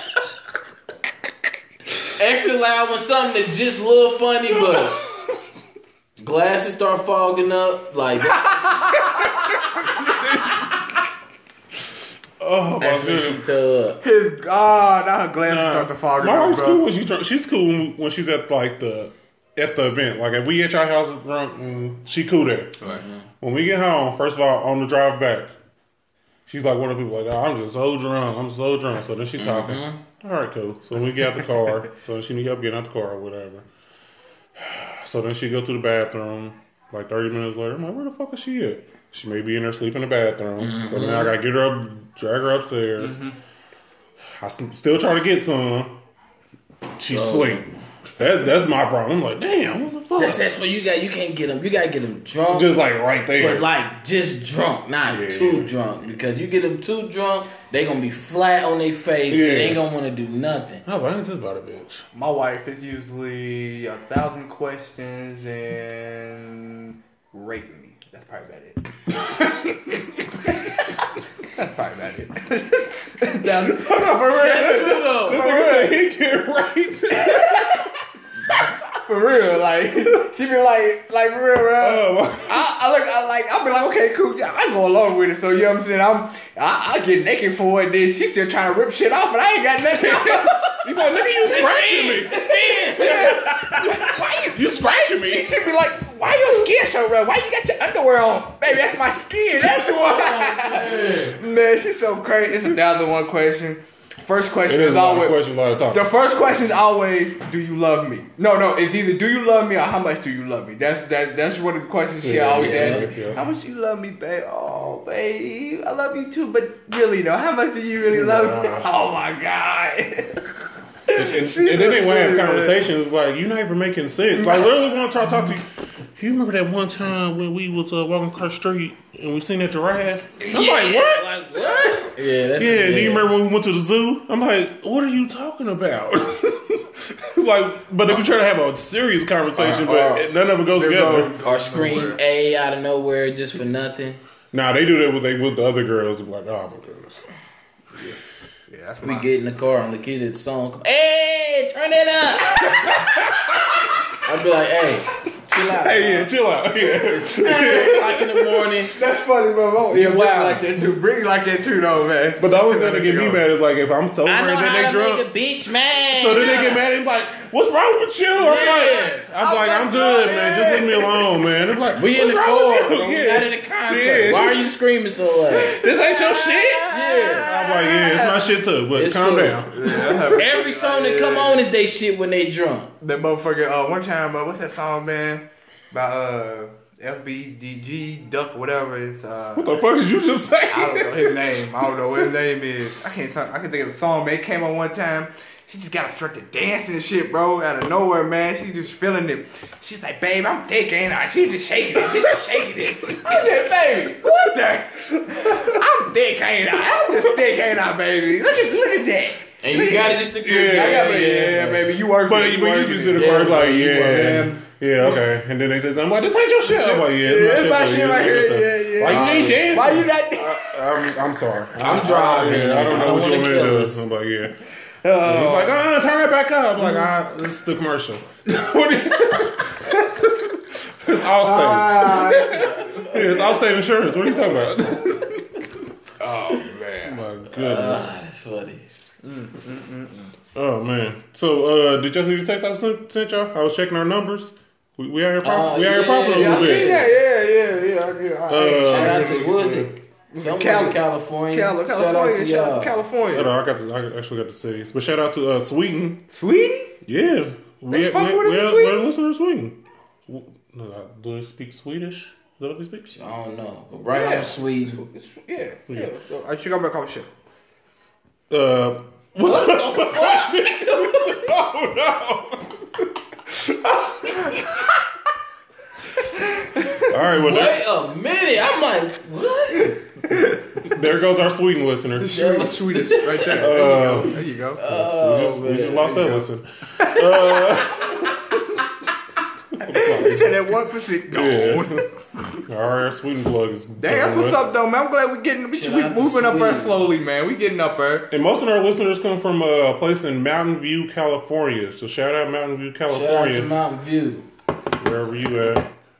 [SPEAKER 1] Extra loud when something is just a little funny, but glasses start fogging up. Like
[SPEAKER 2] Oh my
[SPEAKER 1] that's when
[SPEAKER 2] goodness.
[SPEAKER 1] she tore up.
[SPEAKER 3] His god, now her glasses start to fog
[SPEAKER 2] My
[SPEAKER 3] up,
[SPEAKER 2] wife's cool
[SPEAKER 3] bro.
[SPEAKER 2] when she's drunk. She's cool when, when she's at like the at the event. Like if we at your house drunk, mm, she cool there.
[SPEAKER 4] Right.
[SPEAKER 2] When we get home, first of all, on the drive back, she's like one of the people like, oh, I'm just so drunk. I'm so drunk. So then she's talking. All right, cool. So we get out the car. so she need help getting out the car or whatever. So then she go to the bathroom. Like 30 minutes later, I'm like, where the fuck is she at? She may be in her sleep in the bathroom. So now I gotta get her up, drag her upstairs.
[SPEAKER 1] Mm-hmm.
[SPEAKER 2] I s- still try to get some. She's asleep. That, that's my problem. I'm like, damn, what the fuck?
[SPEAKER 1] That's, that's what you got. You can't get them. You gotta get them drunk.
[SPEAKER 2] just like right there.
[SPEAKER 1] But like just drunk, not too drunk, because you get them too drunk, they gonna be flat on their face.
[SPEAKER 2] Yeah.
[SPEAKER 1] and They ain't gonna want to do nothing.
[SPEAKER 2] How about this about a bitch?
[SPEAKER 3] My wife is usually a thousand questions and rape me. That's probably about it. That's probably about it. Thousand-
[SPEAKER 1] That's true though.
[SPEAKER 2] Nigga said he get right.
[SPEAKER 3] for real, like she be like, like for real, bro.
[SPEAKER 2] Oh,
[SPEAKER 3] I, I look, I like, I be like, okay, cool. yeah, I go along with it. So you know what I'm saying? I'm, I, I get naked for it. Then she still trying to rip shit off, and I ain't got nothing.
[SPEAKER 2] you like, nigga, you scratching me.
[SPEAKER 3] Why you?
[SPEAKER 2] You scratching me.
[SPEAKER 3] She be like, why your skin so red? Why you got your underwear on? Baby, that's my skin. That's
[SPEAKER 2] Oh,
[SPEAKER 3] why. man, she's so crazy. It's a thousand one question. First question
[SPEAKER 2] It is
[SPEAKER 3] is
[SPEAKER 2] a lot of
[SPEAKER 3] always
[SPEAKER 2] questions, a lot of talk.
[SPEAKER 3] the first question is always, "Do you love me?" No, no, it's either "Do you love me?" or "How much do you love me?" That's that. That's one of the questions she
[SPEAKER 2] Yeah,
[SPEAKER 3] always
[SPEAKER 2] yeah,
[SPEAKER 3] asks. me.
[SPEAKER 2] yeah.
[SPEAKER 3] How much you love me, babe? Oh, babe, I love you too. But really, though, how much do you really love me?
[SPEAKER 2] Nah.
[SPEAKER 3] Oh my god.
[SPEAKER 2] And,
[SPEAKER 3] She's
[SPEAKER 2] and then they
[SPEAKER 3] so
[SPEAKER 2] want to have
[SPEAKER 3] sweet, man.
[SPEAKER 2] conversations like you not even making sense. Like literally want to try to talk to you. You remember that one time when we was uh, walking across the street and we seen that giraffe? I'm like, what?
[SPEAKER 1] Like what? Yeah, that's
[SPEAKER 2] yeah, do you remember when we went to the zoo? I'm like, what are you talking about? like, but they be trying to have a serious conversation,
[SPEAKER 1] Uh, uh,
[SPEAKER 2] but none of it goes together.
[SPEAKER 3] Go-
[SPEAKER 1] Or scream A out of nowhere just for nothing.
[SPEAKER 2] Nah, they do that with they with the other girls. I'm like, oh my goodness.
[SPEAKER 3] Yeah, that's
[SPEAKER 1] We
[SPEAKER 3] my-
[SPEAKER 1] get in the car and the kid at the song. come, Hey, turn it up. I'd be like, hey, chill out.
[SPEAKER 2] Hey, yeah, chill out. Yeah.
[SPEAKER 1] Two o'clock in the morning.
[SPEAKER 3] That's funny, bro. Yeah,
[SPEAKER 1] Brittany
[SPEAKER 3] wow.
[SPEAKER 1] like
[SPEAKER 3] like that too. Bring like that too, though, man.
[SPEAKER 2] But the only thing that get me mad is like if I'm sober
[SPEAKER 1] I
[SPEAKER 2] and
[SPEAKER 1] know
[SPEAKER 2] then
[SPEAKER 1] how
[SPEAKER 2] they
[SPEAKER 1] to
[SPEAKER 2] drunk.
[SPEAKER 1] make a bitch man.
[SPEAKER 2] so then they get mad and be like, "What's wrong with you?" I'm like,
[SPEAKER 1] Yeah.
[SPEAKER 2] I'm, like, I'm good, man. Just leave me alone, man. It's like
[SPEAKER 1] We in the
[SPEAKER 2] "What's wrong
[SPEAKER 1] car.
[SPEAKER 2] with you?"
[SPEAKER 1] We
[SPEAKER 2] Yeah.
[SPEAKER 1] not in a concert.
[SPEAKER 2] Yeah.
[SPEAKER 1] Why are you screaming so loud?
[SPEAKER 2] This ain't your shit. I'm like, yeah, it's my shit too. But
[SPEAKER 1] It's
[SPEAKER 2] calm
[SPEAKER 1] cool.
[SPEAKER 2] down.
[SPEAKER 1] Every song that come on is they shit when they drunk.
[SPEAKER 3] That motherfucker. Uh, one time, uh, what's that song, man? By uh, FBDG Duck, whatever. It's uh,
[SPEAKER 2] What the fuck did you just say?
[SPEAKER 3] I don't know his name. I don't know what his name is. I can't. song- I can think of the song. Man, it came on one time. She just got instructed dancing and shit, bro. Out of nowhere, man. She just feeling it. She's like, babe, I'm thick, ain't I? She was just shaking it, just shaking it. I said, baby, what the? I'm thick, ain't I? I'm just thick, ain't I, baby? Look at look at that.
[SPEAKER 1] And you
[SPEAKER 3] Look at
[SPEAKER 1] gotta
[SPEAKER 3] that.
[SPEAKER 1] just agree.
[SPEAKER 3] Yeah, yeah, yeah, baby, you working.
[SPEAKER 2] But you, but you just be sitting there
[SPEAKER 1] Yeah,
[SPEAKER 2] like,
[SPEAKER 1] bro, you
[SPEAKER 2] yeah,
[SPEAKER 1] working.
[SPEAKER 2] yeah, okay. And then they say something like, "This ain't your shit." I'm like, yeah, it's
[SPEAKER 3] Yeah,
[SPEAKER 2] my
[SPEAKER 3] it's
[SPEAKER 2] shit.
[SPEAKER 3] my
[SPEAKER 2] though.
[SPEAKER 3] shit right
[SPEAKER 2] it's my
[SPEAKER 3] here.
[SPEAKER 2] shit,
[SPEAKER 3] Yeah,
[SPEAKER 2] though."
[SPEAKER 3] yeah.
[SPEAKER 2] Why you ain't dancing?
[SPEAKER 3] Why you not?
[SPEAKER 2] I'm, I'm sorry.
[SPEAKER 1] I'm driving.
[SPEAKER 2] Yeah, I don't
[SPEAKER 1] I
[SPEAKER 2] know
[SPEAKER 1] don't
[SPEAKER 2] what you
[SPEAKER 1] wanna
[SPEAKER 2] want me
[SPEAKER 1] kill
[SPEAKER 2] to
[SPEAKER 1] us.
[SPEAKER 2] do. I'm like, yeah. He's like, uh, turn it back up. I'm like, ah, this is the commercial. What do you- it's Allstate. yeah, it's Allstate Insurance. What are you talking about? oh, man. My goodness.
[SPEAKER 1] Ah, that's funny.
[SPEAKER 2] oh, man. So, uh, did y'all see the text I sent, sent y'all? I was checking our numbers. We, we out here popping.
[SPEAKER 1] Oh,
[SPEAKER 2] we out here
[SPEAKER 1] yeah,
[SPEAKER 2] popping a
[SPEAKER 1] yeah,
[SPEAKER 2] little
[SPEAKER 1] I seen
[SPEAKER 2] bit.
[SPEAKER 3] Yeah, yeah, yeah, yeah. I get- I-
[SPEAKER 2] Uh,
[SPEAKER 1] Shout out to what was it? Someone
[SPEAKER 3] Cali.
[SPEAKER 1] in California.
[SPEAKER 3] Cali-
[SPEAKER 1] Shout out to
[SPEAKER 3] California, shout out
[SPEAKER 1] y'all.
[SPEAKER 3] to California.
[SPEAKER 2] Hold on, I got. The, I actually got the cities, but shout out to uh, Sweden.
[SPEAKER 3] Sweden?
[SPEAKER 2] Yeah, we we we
[SPEAKER 3] fuck with it in
[SPEAKER 2] we're,
[SPEAKER 3] Sweden?
[SPEAKER 2] we're listening to Sweden. W- no, uh, Do they speak Swedish? Is that what they speak?
[SPEAKER 1] I don't know. But right
[SPEAKER 3] Yeah.
[SPEAKER 1] on Sweden.
[SPEAKER 3] It's- Yeah, yeah. So, I should go back on shit.
[SPEAKER 2] Uh, what? oh no! All right, well
[SPEAKER 1] Wait a minute. I'm like, what?
[SPEAKER 2] There, there goes our Sweden listener. We just,
[SPEAKER 1] Sweden-
[SPEAKER 3] Swedish, right there. There you
[SPEAKER 2] Uh,
[SPEAKER 3] go. There you go.
[SPEAKER 2] we just lost that listener.
[SPEAKER 3] you said that one percent gone.
[SPEAKER 2] All right, our Sweden plug is
[SPEAKER 3] Dang, that's what's
[SPEAKER 2] done.
[SPEAKER 3] up though, man. I'm glad we're getting we,
[SPEAKER 1] Shout
[SPEAKER 3] we
[SPEAKER 1] out to
[SPEAKER 3] moving up
[SPEAKER 1] Sweden.
[SPEAKER 3] there slowly, man. We getting up there.
[SPEAKER 2] And most of our listeners come from uh, a place in Mountain View, California. So shout out Mountain View,
[SPEAKER 1] Shout out to
[SPEAKER 2] California,
[SPEAKER 1] Mountain View.
[SPEAKER 2] wherever you at.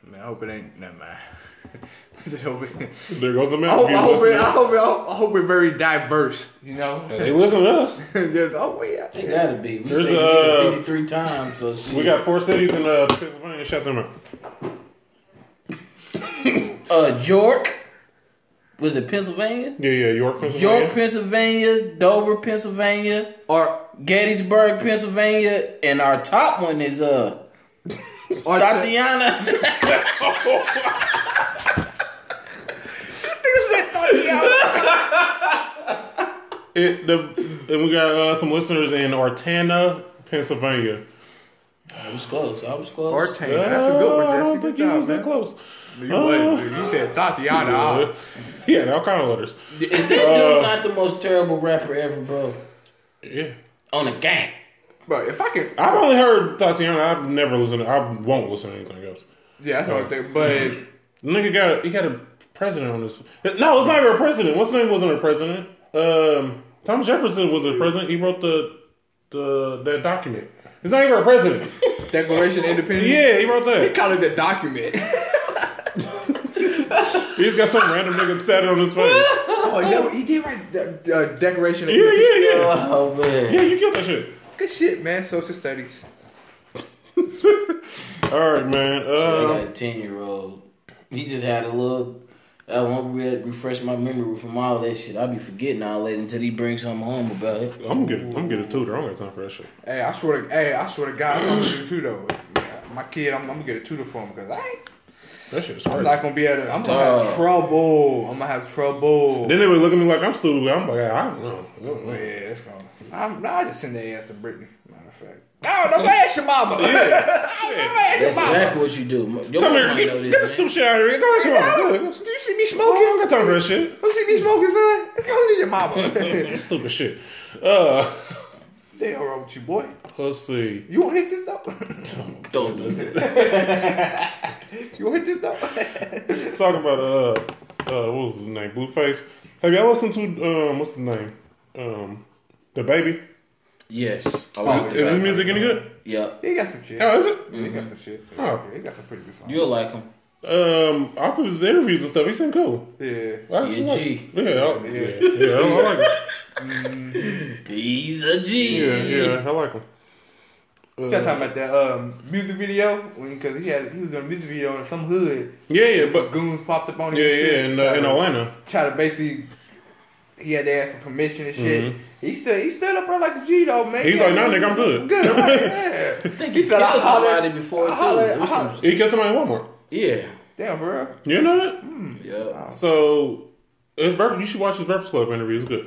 [SPEAKER 3] Man, I hope it ain't never mind. Just hope it-
[SPEAKER 2] There goes the
[SPEAKER 3] I
[SPEAKER 2] map.
[SPEAKER 3] hope,
[SPEAKER 2] You
[SPEAKER 3] I hope, it, I
[SPEAKER 2] listening.
[SPEAKER 3] hope, it, I hope we're very diverse, you know?
[SPEAKER 2] They listen to us.
[SPEAKER 3] Just, oh, yeah.
[SPEAKER 1] It gotta be. We
[SPEAKER 2] There's
[SPEAKER 1] said
[SPEAKER 2] a- uh,
[SPEAKER 1] it 53 times, so shit.
[SPEAKER 2] We got four cities in uh, Pennsylvania. Shut them up.
[SPEAKER 1] uh, York. Was it Pennsylvania?
[SPEAKER 2] Yeah, yeah, York, Pennsylvania.
[SPEAKER 1] York, Pennsylvania, Dover, Pennsylvania,
[SPEAKER 3] Or,
[SPEAKER 1] Gettysburg, Pennsylvania, and our top one is uh
[SPEAKER 3] or Niggas
[SPEAKER 1] Tatiana.
[SPEAKER 3] said Tatiana.
[SPEAKER 2] It, the, and we got uh, some listeners in Artana, Pennsylvania.
[SPEAKER 1] I was close. I was close.
[SPEAKER 3] Or Tatiana. That's a good one,
[SPEAKER 2] Uh, I
[SPEAKER 3] Jesse.
[SPEAKER 2] don't
[SPEAKER 3] Good
[SPEAKER 2] think you
[SPEAKER 3] job,
[SPEAKER 2] was that
[SPEAKER 3] man.
[SPEAKER 2] close.
[SPEAKER 3] You wasn't, dude. You said Tatiana.
[SPEAKER 2] Uh,
[SPEAKER 3] Oh,
[SPEAKER 2] he had all kind of letters.
[SPEAKER 1] is that dude not the most terrible rapper ever, bro?
[SPEAKER 2] Yeah.
[SPEAKER 1] On the gang.
[SPEAKER 3] Bro, if I could...
[SPEAKER 2] I've only heard Tatiana. I've never listened. To, I won't listen to anything else.
[SPEAKER 3] Yeah, that's what I think. But
[SPEAKER 2] Nigga got a, he got a president on this. No, it's not even a president. What's his name wasn't a president. Um, Thomas Jefferson was a president. He wrote the the that document. It's not even a president.
[SPEAKER 3] Declaration of Independence.
[SPEAKER 2] yeah, he wrote
[SPEAKER 3] They
[SPEAKER 2] that.
[SPEAKER 3] call it the document.
[SPEAKER 2] He just got some random nigga sat on his face. Yeah,
[SPEAKER 3] oh, yeah, he did write the uh, Declaration of Independence.
[SPEAKER 2] yeah, yeah.
[SPEAKER 1] Oh man.
[SPEAKER 2] Yeah, you killed that shit.
[SPEAKER 3] Good shit, man. Social studies.
[SPEAKER 2] All right, man.
[SPEAKER 1] I
[SPEAKER 2] Uh,
[SPEAKER 1] got a ten year old. He just had a little. I won't re- refresh my memory from all that shit. I'll be forgetting all that until he brings something home about it.
[SPEAKER 2] I'm gonna get I'm gonna get a tutor. I don't got time for that shit.
[SPEAKER 3] Hey, I swear to hey, I swear to God, I'm gonna do two though. If my kid, I'm, I'm gonna get a tutor for him because I ain't-
[SPEAKER 2] That shit is
[SPEAKER 3] I'm
[SPEAKER 2] crazy.
[SPEAKER 3] not gonna be able to. I'm gonna have
[SPEAKER 1] Dog.
[SPEAKER 3] trouble. I'm gonna have trouble.
[SPEAKER 2] Then they would look at me like I'm stupid. I'm like I don't know. I don't know.
[SPEAKER 3] yeah, that's gonna. I'm nah, I just send their ass to Brittany. Matter of fact. No, don't go ask your mama. Don't go ask your
[SPEAKER 1] That's
[SPEAKER 3] mama.
[SPEAKER 1] exactly what you do. Your
[SPEAKER 2] Come
[SPEAKER 1] mama
[SPEAKER 2] here,
[SPEAKER 1] know this,
[SPEAKER 2] get, get the
[SPEAKER 1] man.
[SPEAKER 2] stupid shit out of here. Go ahead, come on. Go ahead.
[SPEAKER 3] Do you see me
[SPEAKER 2] I
[SPEAKER 3] smoking?
[SPEAKER 2] don't got time for that shit.
[SPEAKER 3] Don't see me smoking, son. Go to your mama.
[SPEAKER 2] Stupid shit. Uh,
[SPEAKER 3] They all wrong with you, boy.
[SPEAKER 2] let's see.
[SPEAKER 3] You wanna hit this though?
[SPEAKER 1] Don't do it.
[SPEAKER 3] you wanna hit this though?
[SPEAKER 2] Talking about uh, uh, what was his name? Blueface. Have y'all listened to um, what's his name? Um, the baby.
[SPEAKER 1] Yes.
[SPEAKER 3] Oh,
[SPEAKER 2] Is his music any good?
[SPEAKER 1] Yep.
[SPEAKER 3] He got some shit.
[SPEAKER 2] Oh, is
[SPEAKER 3] Yeah, He got some shit.
[SPEAKER 2] Oh.
[SPEAKER 3] Yeah, he got some pretty good songs.
[SPEAKER 1] You'll like him.
[SPEAKER 2] it? Um, off of his interviews and stuff, he seemed cool.
[SPEAKER 3] Yeah.
[SPEAKER 2] I actually
[SPEAKER 1] Yeah,
[SPEAKER 2] like-
[SPEAKER 1] G.
[SPEAKER 2] Yeah, I, yeah, yeah. I, I like him.
[SPEAKER 1] He's a G.
[SPEAKER 2] Yeah, yeah, I like him.
[SPEAKER 3] Y'all talking about that um, music video when because he had he was doing a music video in some hood.
[SPEAKER 2] Yeah, yeah,
[SPEAKER 3] But
[SPEAKER 2] but
[SPEAKER 3] goons popped up on him.
[SPEAKER 2] yeah,
[SPEAKER 3] and shit,
[SPEAKER 2] yeah, in, uh, in
[SPEAKER 3] try to-
[SPEAKER 2] Atlanta.
[SPEAKER 3] Try to basically. He had to ask for permission and shit. He stood, he stood up there like a G though, man.
[SPEAKER 2] Mm-hmm. He's
[SPEAKER 3] Yeah,
[SPEAKER 2] like, "Nah, nigga, I'm good."
[SPEAKER 3] Good, right? Yeah.
[SPEAKER 1] I think
[SPEAKER 3] He
[SPEAKER 1] he
[SPEAKER 3] said,
[SPEAKER 1] killed
[SPEAKER 3] "I hollered-
[SPEAKER 1] somebody before
[SPEAKER 3] I
[SPEAKER 1] too.
[SPEAKER 3] hollered-
[SPEAKER 1] It was
[SPEAKER 3] I
[SPEAKER 1] some-
[SPEAKER 3] hollered."
[SPEAKER 2] He killed somebody at Walmart.
[SPEAKER 1] yeah.
[SPEAKER 3] Damn, bro.
[SPEAKER 2] You know that?
[SPEAKER 1] Yep.
[SPEAKER 2] So his breakfast. You should watch his Breakfast Club interview. It's good.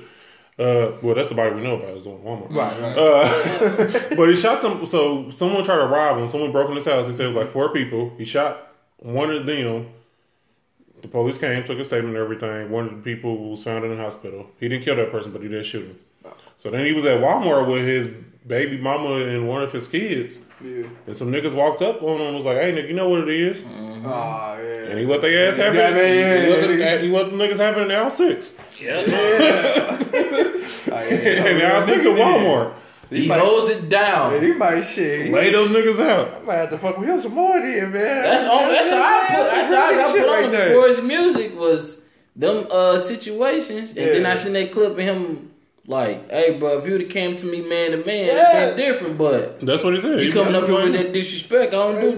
[SPEAKER 2] Uh, well, that's the body we know about. Is on Walmart.
[SPEAKER 3] Right, right.
[SPEAKER 2] Uh, but he shot some. So someone tried to rob him. Someone broke in his house. He said it was like four people. He shot one of them. The police came, took a statement and everything. One of the people was found in the hospital. He didn't kill that person, but he did shoot him. So then he was at Walmart with his baby mama and one of his kids.
[SPEAKER 3] Yeah.
[SPEAKER 2] And some niggas walked up on him and was like, hey, nigga, you know what it is?
[SPEAKER 3] Aw, Ah, yeah.
[SPEAKER 2] And he let their ass have it.
[SPEAKER 3] Yeah, yeah, yeah,
[SPEAKER 2] he, let the,
[SPEAKER 3] yeah.
[SPEAKER 2] he let the niggas have it in aisle six.
[SPEAKER 1] Yep.
[SPEAKER 3] Aw, Ah, Oh, yeah.
[SPEAKER 2] And aisle six at Walmart.
[SPEAKER 1] He holds it
[SPEAKER 3] Man,
[SPEAKER 1] down.
[SPEAKER 3] he might shit. He
[SPEAKER 2] Lay those niggas out.
[SPEAKER 3] might have to fuck with him some more then, man.
[SPEAKER 1] That's all. That's all I put. That's all I got
[SPEAKER 3] Shit
[SPEAKER 1] put
[SPEAKER 3] right
[SPEAKER 1] on
[SPEAKER 3] there.
[SPEAKER 1] for his music was them uh situations, and then
[SPEAKER 3] Yeah.
[SPEAKER 1] I seen that clip of him like, "Hey, bro, if you'd have came to me man to man,
[SPEAKER 3] Yeah.
[SPEAKER 1] it'd been different." But
[SPEAKER 2] That's what he said.
[SPEAKER 1] you
[SPEAKER 2] He
[SPEAKER 1] coming up
[SPEAKER 2] was
[SPEAKER 1] here with
[SPEAKER 2] like-
[SPEAKER 1] that disrespect? I don't do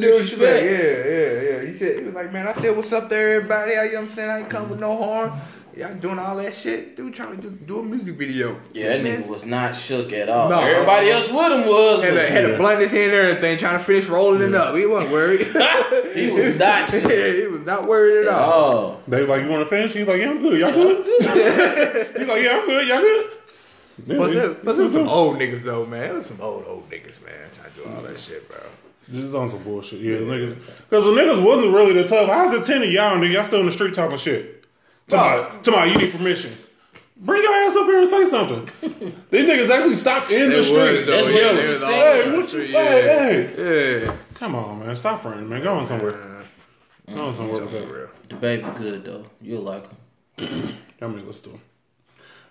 [SPEAKER 1] disrespect.
[SPEAKER 3] Disrespect. Yeah, yeah, yeah. He said he was like, man, I said what's up there, everybody. I, you know what I'm saying? I ain't come with no harm. Y'all doing all that shit, dude. Trying to do, do a music video.
[SPEAKER 1] Yeah, that nigga was not shook at all.
[SPEAKER 3] No.
[SPEAKER 1] Everybody else with him was,
[SPEAKER 3] Had a,
[SPEAKER 1] but
[SPEAKER 3] had a blunt in his hand and everything, trying to finish rolling it up. He wasn't worried.
[SPEAKER 1] he was not shook
[SPEAKER 3] yeah, he was not worried at all.
[SPEAKER 1] Oh,
[SPEAKER 2] They was like, you want to finish? He's like, yeah, I'm good. Y'all good? He's like, yeah, I'm good. Y'all good? Yeah,
[SPEAKER 3] But
[SPEAKER 2] he-
[SPEAKER 3] there, but there was
[SPEAKER 2] he
[SPEAKER 3] some
[SPEAKER 2] was
[SPEAKER 3] old niggas though, man. It was some old old niggas, man. Trying to do all that shit, bro.
[SPEAKER 2] Just on some bullshit. Yeah, niggas. Because the niggas wasn't really that tough. I was a 10 of y'all, nigga. Y'all still in the street talking shit. To my, to my, you need permission. Bring your ass up here and say something. These niggas actually stopped in the
[SPEAKER 3] They were,
[SPEAKER 2] street.
[SPEAKER 3] though.
[SPEAKER 1] That's
[SPEAKER 2] That's what
[SPEAKER 1] what
[SPEAKER 2] yelling.
[SPEAKER 1] they was all
[SPEAKER 2] Hey,
[SPEAKER 1] over
[SPEAKER 2] what you,
[SPEAKER 3] Yeah.
[SPEAKER 2] hey, hey.
[SPEAKER 3] Yeah,
[SPEAKER 2] Come on, man. Stop running, man. Go on somewhere. Go on somewhere with
[SPEAKER 3] for
[SPEAKER 2] that.
[SPEAKER 3] real.
[SPEAKER 1] the baby good though. You'll like him.
[SPEAKER 2] I mean, let's do.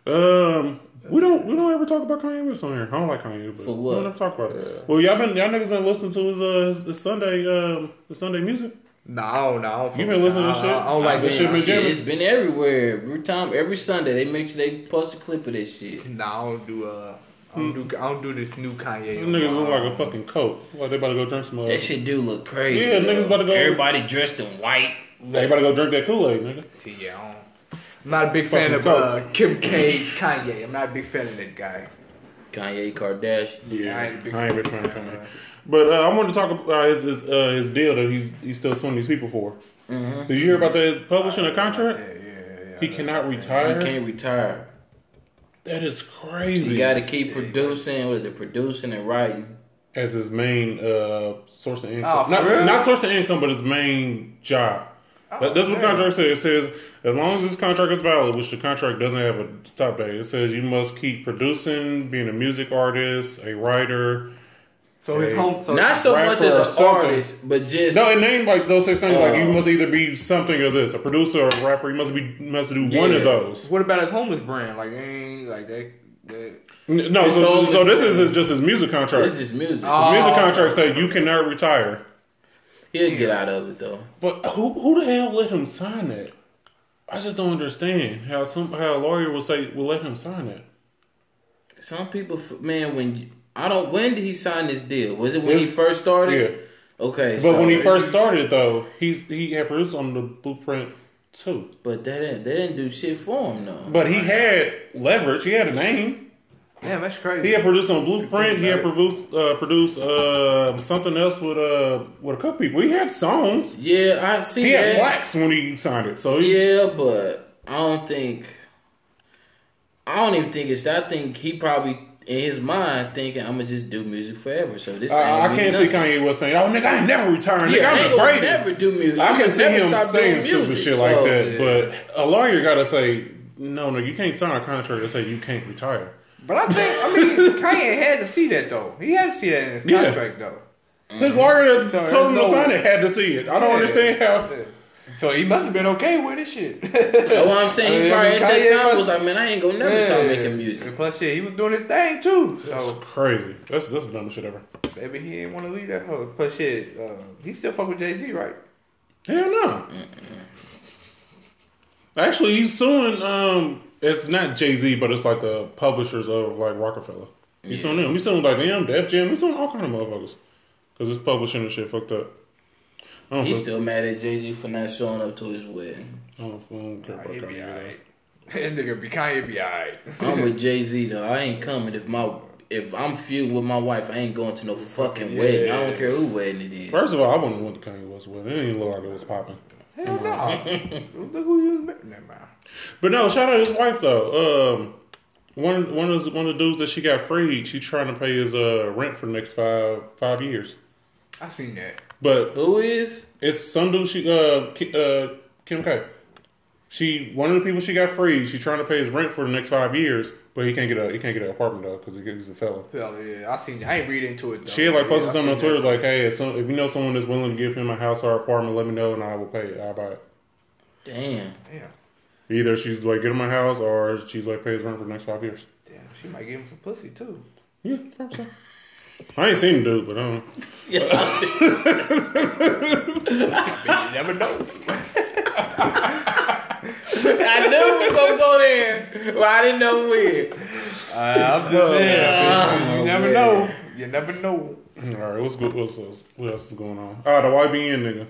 [SPEAKER 2] it. Um, we don't we don't ever talk about Kanye West on here. I don't like Kanye, but
[SPEAKER 1] For what?
[SPEAKER 2] we don't ever talk about it. Well, y'all been y'all niggas been listening to his uh his, his Sunday um his Sunday music.
[SPEAKER 3] No, I don't know. I don't
[SPEAKER 2] You
[SPEAKER 3] fuck
[SPEAKER 2] been
[SPEAKER 3] with-
[SPEAKER 2] listening to
[SPEAKER 3] I-
[SPEAKER 2] this
[SPEAKER 3] I-
[SPEAKER 2] shit?
[SPEAKER 3] I don't like
[SPEAKER 2] This shit
[SPEAKER 1] Shit,
[SPEAKER 2] been
[SPEAKER 3] this.
[SPEAKER 2] jamming?
[SPEAKER 1] it's been everywhere. Every time, every Sunday, they make sure they post a clip of this shit.
[SPEAKER 3] No, I don't do. Uh, I don't do. I don't do this new Kanye.
[SPEAKER 2] These niggas look like a fucking coat. Like they about to go drink some. Uh,
[SPEAKER 1] That shit do look crazy.
[SPEAKER 2] Yeah,
[SPEAKER 1] though.
[SPEAKER 2] niggas about to go-
[SPEAKER 1] Everybody dressed in white.
[SPEAKER 2] they about to go drink that Kool Aid, nigga.
[SPEAKER 3] See, yeah, I don't, I'm not a big fan
[SPEAKER 2] Fucking
[SPEAKER 3] of uh, Kim K. Kanye. I'm not a big fan of that guy.
[SPEAKER 1] Kanye Kardashian.
[SPEAKER 2] Yeah,
[SPEAKER 3] I ain't a big
[SPEAKER 2] I ain't
[SPEAKER 3] fan.
[SPEAKER 2] big fan of Kanye. But uh, I wanted to talk about his his, uh, his deal that he's he's still suing these people for.
[SPEAKER 3] Mm-hmm.
[SPEAKER 2] Did you hear about the publishing a
[SPEAKER 3] Yeah,
[SPEAKER 2] contract?
[SPEAKER 3] yeah, yeah.
[SPEAKER 2] He cannot
[SPEAKER 1] He
[SPEAKER 2] retire.
[SPEAKER 1] can't retire.
[SPEAKER 2] That is crazy.
[SPEAKER 1] You got to keep producing. What is it? Producing and writing.
[SPEAKER 2] as his main uh, source of income.
[SPEAKER 3] Oh, for
[SPEAKER 2] not,
[SPEAKER 3] real?
[SPEAKER 2] not source of income, but his main job. That- that's what the
[SPEAKER 3] man.
[SPEAKER 2] contract says. It says as long as this contract is valid, which the contract doesn't have a stop date. It says you must keep producing, being a music artist, a writer.
[SPEAKER 3] So his home. So
[SPEAKER 1] Not so much
[SPEAKER 2] rapper or
[SPEAKER 1] as an
[SPEAKER 2] something.
[SPEAKER 1] artist, but just
[SPEAKER 2] No, it named like those six things. like you
[SPEAKER 1] Uh,
[SPEAKER 2] must either be something or this, a producer or a rapper. You must be must do one of
[SPEAKER 1] Yeah.
[SPEAKER 2] those.
[SPEAKER 3] What about his homeless brand? Like, ain't like that. that
[SPEAKER 2] N- No,
[SPEAKER 1] It's
[SPEAKER 2] so,
[SPEAKER 1] all-
[SPEAKER 2] so this is his, just his music contract.
[SPEAKER 1] this is music.
[SPEAKER 3] Oh.
[SPEAKER 2] his music contract said you cannot retire.
[SPEAKER 1] He'll get out of it though.
[SPEAKER 2] But who who the hell let him sign that? I just don't understand how some how a lawyer will say will let him sign that.
[SPEAKER 1] Some people, f- man, when you, I don't. When did he sign this deal? Was it when he first started?
[SPEAKER 2] Yeah.
[SPEAKER 1] Okay,
[SPEAKER 2] But
[SPEAKER 1] so-
[SPEAKER 2] when he first started though, he's he had produced on the blueprint too.
[SPEAKER 1] but that didn't, they didn't do shit for him though.
[SPEAKER 2] But he had leverage. He had a name.
[SPEAKER 3] damn, that's
[SPEAKER 2] He
[SPEAKER 3] crazy.
[SPEAKER 2] had produced on Blueprint. He had
[SPEAKER 3] Think about
[SPEAKER 2] produced uh, produced uh, something else with uh with a couple people. He had songs.
[SPEAKER 1] yeah, I see
[SPEAKER 2] He
[SPEAKER 1] that.
[SPEAKER 2] had blacks when he signed it. So he,
[SPEAKER 1] Yeah, but I don't think. I don't even think it's. I think he probably in his mind thinking I'm gonna just do music forever. So this. ain't
[SPEAKER 2] I, I
[SPEAKER 1] really
[SPEAKER 2] can't see
[SPEAKER 1] nothing."
[SPEAKER 2] Kanye West saying, "Oh nigga, I ain't never retiring.
[SPEAKER 1] Yeah,
[SPEAKER 2] nigga,
[SPEAKER 1] I
[SPEAKER 2] I'm
[SPEAKER 1] ain't
[SPEAKER 2] the
[SPEAKER 1] gonna
[SPEAKER 2] greatest."
[SPEAKER 1] never do music.
[SPEAKER 2] I can
[SPEAKER 1] I'ma
[SPEAKER 2] see
[SPEAKER 1] never
[SPEAKER 2] him
[SPEAKER 1] stop
[SPEAKER 2] saying
[SPEAKER 1] doing
[SPEAKER 2] stupid
[SPEAKER 1] music.
[SPEAKER 2] shit like
[SPEAKER 3] Oh,
[SPEAKER 1] So,
[SPEAKER 2] that,
[SPEAKER 1] yeah.
[SPEAKER 2] but a lawyer gotta say, no, no, you can't sign a contract to say you can't retire.
[SPEAKER 3] But I think I mean Kanye had to see that though. He had to see that in his
[SPEAKER 2] Yeah.
[SPEAKER 3] contract though.
[SPEAKER 2] His lawyer that
[SPEAKER 3] Mm-hmm. So
[SPEAKER 2] told him to
[SPEAKER 3] there's no-
[SPEAKER 2] sign it had to see it. I don't
[SPEAKER 3] Yeah.
[SPEAKER 2] understand how.
[SPEAKER 3] Yeah. So he must have been okay with this shit.
[SPEAKER 1] That's what I'm saying. He
[SPEAKER 3] I
[SPEAKER 1] probably
[SPEAKER 3] mean,
[SPEAKER 1] at
[SPEAKER 3] Kanye
[SPEAKER 1] that time
[SPEAKER 3] must-
[SPEAKER 1] was like, man, I ain't gonna never stop making music.
[SPEAKER 3] And plus, shit, he was doing his thing too.
[SPEAKER 2] That's
[SPEAKER 3] So
[SPEAKER 2] crazy. That's that's the dumbest shit ever.
[SPEAKER 3] maybe he didn't want to leave that hoe. Plus, shit, uh, he still fuck with Jay Z, right?
[SPEAKER 2] Hell no. Actually, he's suing. Um, it's not Jay Z, but it's like the publishers of like Rockefeller. He's suing them. He's suing like them, Def Jam. He's suing all kind of motherfuckers because it's publishing and shit fucked up. I don't,
[SPEAKER 1] He's
[SPEAKER 2] feel,
[SPEAKER 1] still mad at Jay Z for not showing up to his wedding.
[SPEAKER 2] I don't, I don't care about
[SPEAKER 3] He'd be
[SPEAKER 2] Kanye. though.
[SPEAKER 3] alright. That nigga be Kanye be alright.
[SPEAKER 1] I'm with Jay Z though. I ain't coming if my if I'm feuding with my wife. I ain't going to no fucking wedding. I don't care who wedding it is.
[SPEAKER 2] First of all, I wouldn't have went to Kanye West wedding. It didn't look like it was popping.
[SPEAKER 3] Hell no. Look who you was married. Never mind.
[SPEAKER 2] But no, shout out his wife though. Um, one one of the, one of the dudes that she got freed, she trying to pay his uh, rent for the next five five years.
[SPEAKER 3] I seen that.
[SPEAKER 2] But
[SPEAKER 1] Who is?
[SPEAKER 2] it's some dude she uh, Ki- uh Kim K. She one of the people she got freed. She trying to pay his rent for the next five years, but he can't get a he can't get an apartment though because he's a felon.
[SPEAKER 3] Hell yeah, I seen that. I ain't read into it though.
[SPEAKER 2] She had like posted
[SPEAKER 3] Yeah, I
[SPEAKER 2] something on
[SPEAKER 3] seen
[SPEAKER 2] Twitter like, "Hey, if, some, if you know someone that's willing to give him a house or apartment, let me know and I will pay it. I'll buy it."
[SPEAKER 1] Damn.
[SPEAKER 3] that. Damn.
[SPEAKER 2] Either she's like, get him a house, or she's like, pay his rent for the next five years.
[SPEAKER 3] Damn, she might give him some pussy too.
[SPEAKER 2] Yeah, probably so. I ain't seen the dude, but um, I don't.
[SPEAKER 3] you never know.
[SPEAKER 1] I knew we was gonna go there, but I didn't know when.
[SPEAKER 3] Uh, I'm just saying.
[SPEAKER 1] Oh,
[SPEAKER 3] you never
[SPEAKER 1] man.
[SPEAKER 3] know. You never know.
[SPEAKER 2] All right, what's good? What's else? What else is going on? Ah, the YBN nigga.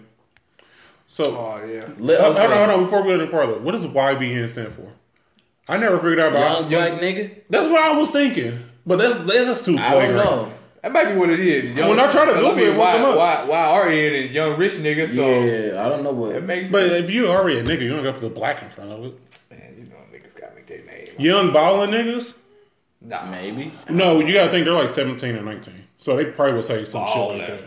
[SPEAKER 2] So
[SPEAKER 3] Oh yeah.
[SPEAKER 1] Let,
[SPEAKER 2] hold
[SPEAKER 1] okay.
[SPEAKER 2] on, hold on. Before we go any farther, what does YBN stand for? I never figured out. About,
[SPEAKER 1] Young black nigga.
[SPEAKER 2] that's what I was thinking, but that's that's too
[SPEAKER 1] I don't
[SPEAKER 2] flagrant.
[SPEAKER 1] know.
[SPEAKER 3] That might be what it is. Young,
[SPEAKER 2] When I try to
[SPEAKER 3] I
[SPEAKER 2] Google
[SPEAKER 3] mean,
[SPEAKER 2] it, it won't
[SPEAKER 3] why,
[SPEAKER 2] come up.
[SPEAKER 3] why, why are you in a young rich nigga? So
[SPEAKER 1] Yeah, I don't know
[SPEAKER 3] it
[SPEAKER 1] what.
[SPEAKER 3] makes
[SPEAKER 2] But if you already a nigga, you don't got to put black in front of it.
[SPEAKER 3] man, you know niggas gotta make their name.
[SPEAKER 2] Young balling niggas.
[SPEAKER 3] Nah,
[SPEAKER 1] Maybe.
[SPEAKER 2] No, you gotta think they're like seventeen or nineteen, so they probably would say some
[SPEAKER 3] Ball
[SPEAKER 2] shit like
[SPEAKER 3] that.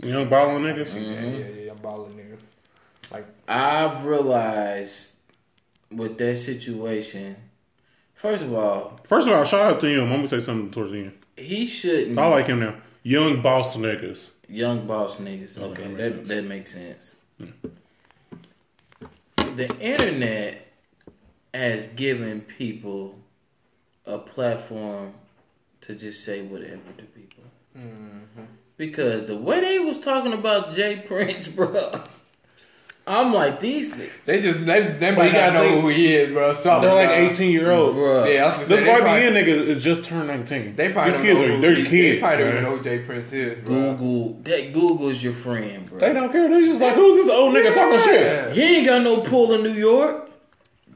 [SPEAKER 2] that. Young balling niggas.
[SPEAKER 3] Yeah, yeah, yeah, I'm balling niggas. Like
[SPEAKER 1] I've realized with that situation. First of all,
[SPEAKER 2] First of all, shout out to him. I'm gonna say something towards the end.
[SPEAKER 1] he shouldn't.
[SPEAKER 2] I like him now. Young boss niggas.
[SPEAKER 1] Young boss niggas. Okay,
[SPEAKER 2] that
[SPEAKER 1] that
[SPEAKER 2] makes
[SPEAKER 1] that makes
[SPEAKER 2] sense.
[SPEAKER 1] sense. Hmm. The internet has given people a platform to just say whatever to people. Because the way they was talking about Jay Prince, bro, I'm like these. niggas.
[SPEAKER 3] They just they, they
[SPEAKER 2] Like,
[SPEAKER 3] might not
[SPEAKER 2] I
[SPEAKER 3] know
[SPEAKER 2] think-
[SPEAKER 3] who he is, bro. Something.
[SPEAKER 2] They're like
[SPEAKER 3] dog.
[SPEAKER 2] 18 year old.
[SPEAKER 1] Bruh.
[SPEAKER 3] Yeah, I was gonna
[SPEAKER 2] This
[SPEAKER 3] say, they probably-
[SPEAKER 2] YBN nigga is just turned 19.
[SPEAKER 3] They probably
[SPEAKER 2] These
[SPEAKER 3] don't
[SPEAKER 2] kids
[SPEAKER 3] know
[SPEAKER 2] are
[SPEAKER 3] who
[SPEAKER 2] they're
[SPEAKER 3] he-
[SPEAKER 2] kids.
[SPEAKER 3] They probably don't
[SPEAKER 2] man.
[SPEAKER 3] even know who Jay Prince is, bro.
[SPEAKER 1] Google that Google's your friend, bro.
[SPEAKER 2] They don't care. They just like, who's this old nigga talking shit?
[SPEAKER 1] You ain't got no pull in New York,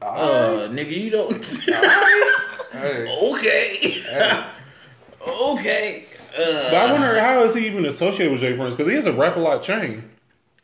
[SPEAKER 3] Alright.
[SPEAKER 1] uh, nigga. You don't.
[SPEAKER 3] Hey.
[SPEAKER 1] okay, okay. Uh,
[SPEAKER 2] But I wonder how is he even associated with Jay Prince because he has a rap a lot chain.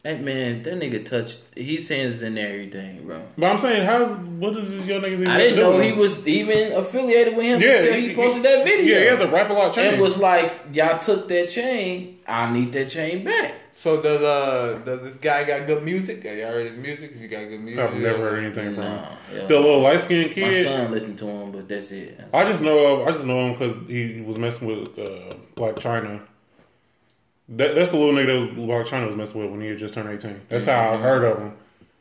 [SPEAKER 1] that man, that nigga touched. His hands in everything, bro.
[SPEAKER 2] But I'm saying, how's what is this young nigga? even
[SPEAKER 1] I didn't
[SPEAKER 2] doing?
[SPEAKER 1] know he was even affiliated with him until he, posted that video.
[SPEAKER 2] Yeah, he has a rap a lot chain.
[SPEAKER 1] and was like, "Y'all took that chain. I need that chain back."
[SPEAKER 3] So does uh does this guy got good music? Have y'all heard his music? If you got good music,
[SPEAKER 2] I've never heard anything from him.
[SPEAKER 1] Nah, yeah.
[SPEAKER 2] The little light skinned
[SPEAKER 1] My
[SPEAKER 2] kid.
[SPEAKER 1] son listened to him, but that's it.
[SPEAKER 2] I just know of, I just know him because he was messing with uh, Black China. That, that's the little nigga that was, Black China was messing with when he had just turned eighteen. That's how I heard of him.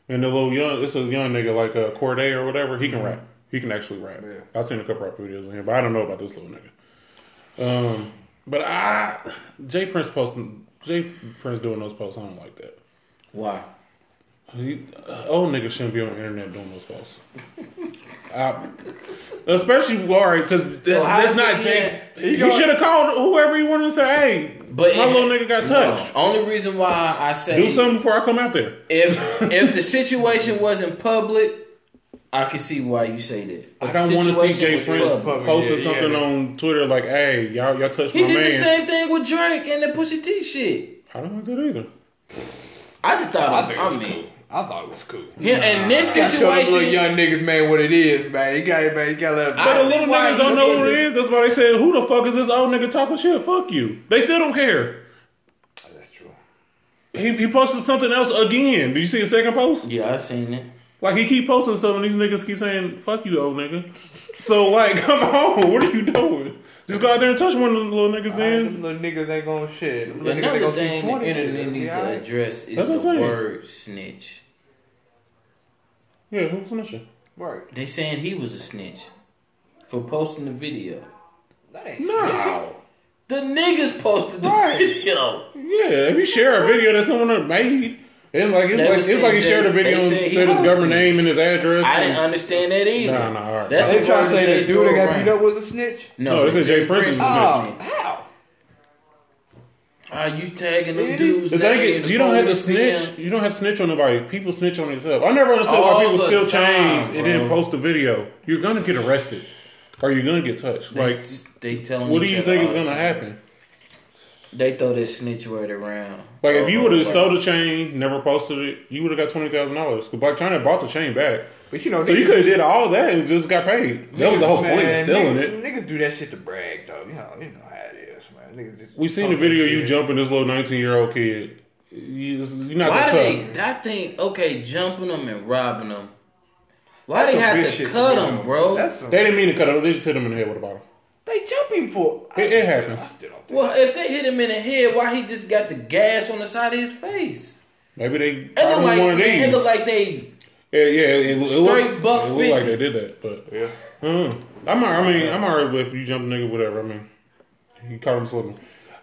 [SPEAKER 2] And the little young, it's a young nigga like uh, Corday or whatever. He can rap. He can actually rap.
[SPEAKER 3] Yeah.
[SPEAKER 2] I've seen a couple rap videos of him, but I don't know about this little nigga. Um, but I Jay Prince posting Jay Prince doing those posts. I don't like that.
[SPEAKER 1] Why?
[SPEAKER 2] He, uh, old niggas shouldn't be on the internet doing those posts. I, especially Warren, because that's,
[SPEAKER 1] how
[SPEAKER 2] that's
[SPEAKER 1] is
[SPEAKER 2] not
[SPEAKER 1] it-
[SPEAKER 2] Jay.
[SPEAKER 1] yeah,
[SPEAKER 2] He, should have called whoever he wanted and said, "Hey,
[SPEAKER 1] But
[SPEAKER 2] my
[SPEAKER 1] it-
[SPEAKER 2] little nigga got touched.
[SPEAKER 1] No, only reason why I say
[SPEAKER 2] Do something before I come out there."
[SPEAKER 1] if if the situation wasn't public, I can see why you say that. But
[SPEAKER 2] Like
[SPEAKER 1] the
[SPEAKER 2] I want to see
[SPEAKER 1] situation
[SPEAKER 2] Jay
[SPEAKER 1] was
[SPEAKER 2] Prince
[SPEAKER 1] public.
[SPEAKER 2] posting
[SPEAKER 3] yeah, yeah.
[SPEAKER 2] something on Twitter like, "Hey, y'all, y'all touched
[SPEAKER 1] He
[SPEAKER 2] my
[SPEAKER 1] did the
[SPEAKER 2] man."
[SPEAKER 1] same thing with Drake and the Pusha T shit.
[SPEAKER 2] I don't like that either.
[SPEAKER 1] I just thought
[SPEAKER 3] I
[SPEAKER 1] I,
[SPEAKER 3] think
[SPEAKER 1] I
[SPEAKER 3] it's
[SPEAKER 1] mean,
[SPEAKER 3] cool. I thought it was cool.
[SPEAKER 1] him, in this
[SPEAKER 3] Gotta show them little
[SPEAKER 1] situation,
[SPEAKER 3] young niggas, man, what it is, man. You got, man, you got to.
[SPEAKER 1] I
[SPEAKER 2] But the
[SPEAKER 1] see
[SPEAKER 2] little
[SPEAKER 1] why
[SPEAKER 2] niggas
[SPEAKER 1] he
[SPEAKER 2] don't know
[SPEAKER 1] did
[SPEAKER 2] who it
[SPEAKER 1] it.
[SPEAKER 2] is. That's why they said, "Who the fuck is this old nigga talking shit? Fuck you." They still don't care.
[SPEAKER 3] That's true.
[SPEAKER 2] He, he posted something else again. Did you see the second post?
[SPEAKER 1] yeah, I seen it.
[SPEAKER 2] Like he keep posting stuff and these niggas keep saying, fuck you, old nigga. So like, come on, what are you doing? Just go out there and touch one of them little niggas then.
[SPEAKER 3] Them little niggas ain't gonna shit. Them little niggas ain't
[SPEAKER 1] Another
[SPEAKER 3] gonna
[SPEAKER 1] thing
[SPEAKER 3] see
[SPEAKER 1] the
[SPEAKER 3] twenty shit.
[SPEAKER 1] internet
[SPEAKER 3] They
[SPEAKER 1] need
[SPEAKER 3] be
[SPEAKER 1] to
[SPEAKER 3] alright.
[SPEAKER 1] address is
[SPEAKER 2] That's what I'm
[SPEAKER 1] the
[SPEAKER 2] saying.
[SPEAKER 1] word snitch.
[SPEAKER 2] Yeah, who's snitching?
[SPEAKER 3] Work.
[SPEAKER 1] They saying he was a snitch for posting the video.
[SPEAKER 3] That ain't snitching.
[SPEAKER 2] No.
[SPEAKER 1] The niggas posted the
[SPEAKER 2] Right.
[SPEAKER 1] video.
[SPEAKER 2] Yeah, if you share a video that someone made, it's like it's
[SPEAKER 1] They
[SPEAKER 2] like
[SPEAKER 1] was
[SPEAKER 2] it's like he
[SPEAKER 1] saying
[SPEAKER 2] shared a
[SPEAKER 1] they-
[SPEAKER 2] video
[SPEAKER 1] they
[SPEAKER 2] and
[SPEAKER 1] said he
[SPEAKER 2] said his
[SPEAKER 1] was
[SPEAKER 2] government
[SPEAKER 1] snitch.
[SPEAKER 2] name and his address.
[SPEAKER 1] I
[SPEAKER 2] and-
[SPEAKER 1] didn't understand that either.
[SPEAKER 2] Nah, nah, all right.
[SPEAKER 1] That's
[SPEAKER 3] They
[SPEAKER 1] the
[SPEAKER 3] trying to
[SPEAKER 1] word
[SPEAKER 3] say
[SPEAKER 1] they
[SPEAKER 3] the dude
[SPEAKER 1] throw
[SPEAKER 3] that got
[SPEAKER 1] around.
[SPEAKER 3] beat up was a snitch.
[SPEAKER 1] No,
[SPEAKER 2] this
[SPEAKER 1] they
[SPEAKER 2] is Jay
[SPEAKER 1] Jay
[SPEAKER 2] Prince
[SPEAKER 1] Prince.
[SPEAKER 2] was
[SPEAKER 1] was
[SPEAKER 3] Oh,
[SPEAKER 1] a snitch.
[SPEAKER 3] how?
[SPEAKER 1] Are you tagging them
[SPEAKER 3] Really?
[SPEAKER 1] dudes?
[SPEAKER 2] The thing is, you don't have to
[SPEAKER 1] snitch.
[SPEAKER 2] snitch. You don't have to snitch on nobody. People snitch on themselves. I never understood
[SPEAKER 1] All
[SPEAKER 2] why people
[SPEAKER 1] the
[SPEAKER 2] steal
[SPEAKER 1] time,
[SPEAKER 2] chains and then
[SPEAKER 1] bro.
[SPEAKER 2] post a video. You're gonna get arrested, or you're gonna get touched. Like,
[SPEAKER 1] they, they telling.
[SPEAKER 2] what do
[SPEAKER 1] each
[SPEAKER 2] you
[SPEAKER 1] other
[SPEAKER 2] think is
[SPEAKER 1] all the
[SPEAKER 2] gonna
[SPEAKER 1] time.
[SPEAKER 2] happen?
[SPEAKER 1] They throw that snitch word around.
[SPEAKER 2] Like if you
[SPEAKER 1] Oh,
[SPEAKER 2] would have
[SPEAKER 1] right.
[SPEAKER 2] stole the chain, never posted it, you would have got twenty thousand dollars. Because Black China bought the chain back,
[SPEAKER 3] But you oh, know,
[SPEAKER 2] so you
[SPEAKER 3] niggas-
[SPEAKER 2] could have did all that and just got paid. That was the whole point of
[SPEAKER 3] Man,
[SPEAKER 2] stealing
[SPEAKER 3] niggas,
[SPEAKER 2] it.
[SPEAKER 3] Niggas do that shit to brag, though. You know, you know how it is, man. Niggas just
[SPEAKER 2] We seen the
[SPEAKER 3] post
[SPEAKER 2] video
[SPEAKER 3] that
[SPEAKER 2] you
[SPEAKER 3] Oh, shit.
[SPEAKER 2] jumping this little nineteen year old kid. You- You're not
[SPEAKER 1] Why
[SPEAKER 2] that
[SPEAKER 1] do
[SPEAKER 2] tough.
[SPEAKER 1] they? I think okay, jumping them and robbing them. Why
[SPEAKER 3] That's
[SPEAKER 1] they
[SPEAKER 3] some bitch
[SPEAKER 1] have to
[SPEAKER 3] shit
[SPEAKER 1] cut
[SPEAKER 3] do,
[SPEAKER 1] them, bro?
[SPEAKER 3] That's some,
[SPEAKER 2] They didn't mean to cut him. They just hit him in the head with a bottle.
[SPEAKER 3] they jumping for. I
[SPEAKER 2] It- it
[SPEAKER 3] still-
[SPEAKER 2] happens.
[SPEAKER 3] I still don't think-
[SPEAKER 1] well, if they hit him in the head, why he just got the gas on the side of his face?
[SPEAKER 2] Maybe they
[SPEAKER 1] It look
[SPEAKER 2] probably
[SPEAKER 1] like
[SPEAKER 2] one of these.
[SPEAKER 1] it look like they
[SPEAKER 2] yeah, yeah, it, it
[SPEAKER 1] Straight
[SPEAKER 2] look,
[SPEAKER 1] buck
[SPEAKER 2] it look like
[SPEAKER 1] 50.
[SPEAKER 2] they did that, but
[SPEAKER 3] Yeah.
[SPEAKER 2] Mm. I'm. all- I mean, I'm alright with you jump nigga, whatever. I mean, he caught him slipping.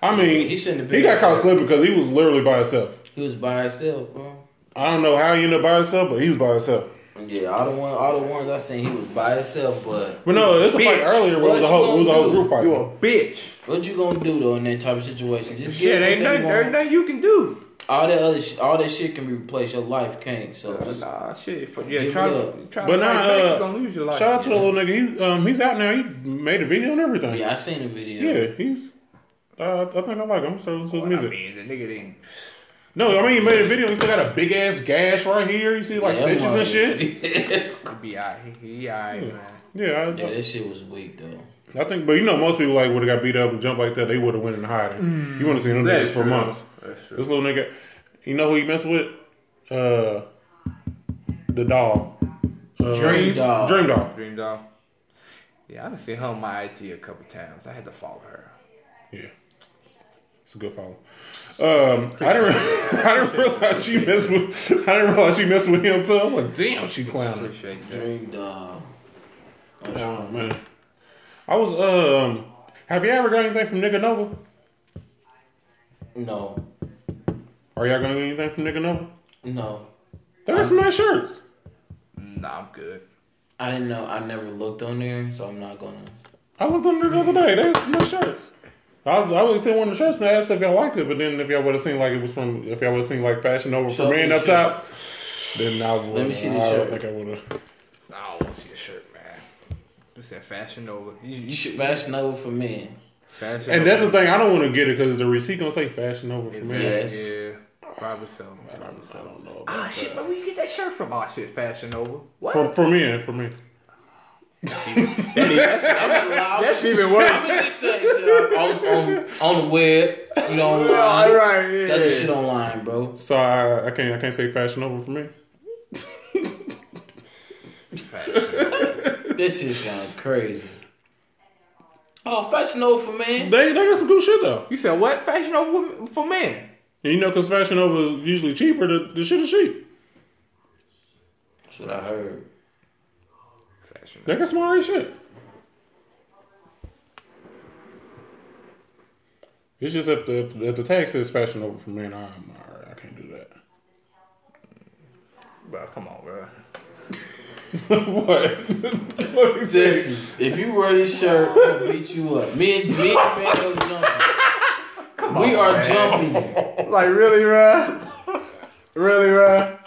[SPEAKER 2] I mean,
[SPEAKER 1] He shouldn't have
[SPEAKER 2] He
[SPEAKER 1] been
[SPEAKER 2] got
[SPEAKER 1] out
[SPEAKER 2] caught
[SPEAKER 1] there.
[SPEAKER 2] slipping because he was literally by himself.
[SPEAKER 1] he was by himself, bro.
[SPEAKER 2] I don't know how he ended up by himself, but he was by himself.
[SPEAKER 1] Yeah, all the one, all the ones I seen, he was by himself. But
[SPEAKER 2] But no, it's a fight
[SPEAKER 3] Bitch,
[SPEAKER 2] earlier where it
[SPEAKER 1] what
[SPEAKER 2] was a
[SPEAKER 1] you
[SPEAKER 2] whole, it was a
[SPEAKER 1] gonna
[SPEAKER 2] whole
[SPEAKER 1] do?
[SPEAKER 2] group fight.
[SPEAKER 3] You a bitch.
[SPEAKER 1] what you gonna do though in that type of situation? Just
[SPEAKER 3] Shit,
[SPEAKER 1] get
[SPEAKER 3] ain't nothing, ain't nothing you can do.
[SPEAKER 1] All that other, sh- all that shit can be replaced. Your life can't. So just
[SPEAKER 3] Nah, shit. For, yeah,
[SPEAKER 1] Give
[SPEAKER 3] try
[SPEAKER 1] it
[SPEAKER 3] to
[SPEAKER 1] up.
[SPEAKER 3] try
[SPEAKER 2] But
[SPEAKER 3] to fight
[SPEAKER 2] nah,
[SPEAKER 3] back.
[SPEAKER 2] uh,
[SPEAKER 3] you gonna lose your life.
[SPEAKER 2] Shout out to the little nigga. He's um, he's out now. He made a video and everything. Yeah,
[SPEAKER 1] yeah, I seen the video.
[SPEAKER 2] he's. Uh, I think I like him. So so
[SPEAKER 3] Well, I
[SPEAKER 2] music.
[SPEAKER 3] mean, the nigga didn't.
[SPEAKER 2] no, I mean he made a video. He still got a big ass gash right here. You see like
[SPEAKER 1] Yeah,
[SPEAKER 2] stitches
[SPEAKER 1] that
[SPEAKER 2] and
[SPEAKER 1] was-
[SPEAKER 2] shit.
[SPEAKER 3] He be alright. He, he alright,
[SPEAKER 2] Hmm.
[SPEAKER 3] man.
[SPEAKER 2] Yeah, I,
[SPEAKER 1] yeah, that shit was weak though.
[SPEAKER 2] I think. But you know, most people like would have got beat up and jumped like that. They would have went in hiding.
[SPEAKER 1] Mm-hmm.
[SPEAKER 2] you want to see them
[SPEAKER 3] That
[SPEAKER 2] niggas
[SPEAKER 3] is
[SPEAKER 2] for
[SPEAKER 3] true.
[SPEAKER 2] months.
[SPEAKER 3] That's true.
[SPEAKER 2] This little nigga, you know who he messed with? Uh, the dog. Uh,
[SPEAKER 1] Dream Dog.
[SPEAKER 2] Dream dog.
[SPEAKER 3] Dream doll. Yeah, I done seen her on my IG a couple times. I had to follow her.
[SPEAKER 2] Yeah, it's a good follow. Um, I didn't, I didn't realize she messed with, I didn't realize she messed with him too. I'm like, damn, she clowning.
[SPEAKER 3] Appreciate that.
[SPEAKER 1] Dream dog.
[SPEAKER 2] Oh man, I was um, have you ever got anything from Nigga Nova?
[SPEAKER 1] No,
[SPEAKER 2] Are y'all gonna get anything from Nigga Nova?
[SPEAKER 1] no.
[SPEAKER 2] The rest of my shirts.
[SPEAKER 3] Nah, I'm good.
[SPEAKER 1] I didn't know. I never looked on there, so I'm not gonna.
[SPEAKER 2] I looked on there the other day. That's my shirts. I was I always seen one of the shirts and I asked if y'all liked it, but then if y'all would have seen like it was from if y'all would have seen like fashion over
[SPEAKER 1] So
[SPEAKER 2] for
[SPEAKER 1] let
[SPEAKER 2] men
[SPEAKER 1] me
[SPEAKER 2] up
[SPEAKER 1] see.
[SPEAKER 2] top, then I would.
[SPEAKER 1] me see the
[SPEAKER 2] I
[SPEAKER 1] shirt.
[SPEAKER 2] don't think I would have.
[SPEAKER 3] I don't want to see a shirt, man. It's that Fashion Nova. You, you should
[SPEAKER 1] Fashion over for men.
[SPEAKER 3] Fashion
[SPEAKER 2] And
[SPEAKER 3] Nova.
[SPEAKER 2] that's the thing. I don't want to get it because the receipt gonna say fashion over for men.
[SPEAKER 1] Yeah. Yes.
[SPEAKER 3] Yeah, probably so. Probably
[SPEAKER 2] I
[SPEAKER 3] so.
[SPEAKER 2] don't know.
[SPEAKER 3] Ah, shit, but where you get that shirt from? Ah, shit, Fashion Nova. What?
[SPEAKER 2] For for men, for me.
[SPEAKER 1] That's
[SPEAKER 3] That's even worse.
[SPEAKER 1] I'm just saying, shit, on, on, on the web, you know, online.
[SPEAKER 3] All right, yeah.
[SPEAKER 1] That's the shit online, bro.
[SPEAKER 2] So I, I can't I can't say fashion over for me.
[SPEAKER 1] This shit sound crazy. Oh, fashion over for men.
[SPEAKER 2] They they got some good shit though.
[SPEAKER 3] You said what? Fashion over women- for men.
[SPEAKER 2] And you know, because fashion over is usually cheaper. The, the shit is cheap.
[SPEAKER 1] That's what I heard.
[SPEAKER 3] Fashion.
[SPEAKER 2] They got some alright shit. It's just if the if the tag says fashion over for men, I'm alright. I can't do that.
[SPEAKER 3] Bro, come on, bro.
[SPEAKER 2] what? Let me see.
[SPEAKER 1] Jesse, if you wear this shirt, I'm gonna beat you up. Me and me and man are jumping. we are jumping you.
[SPEAKER 3] Like really, bro. Really, bro.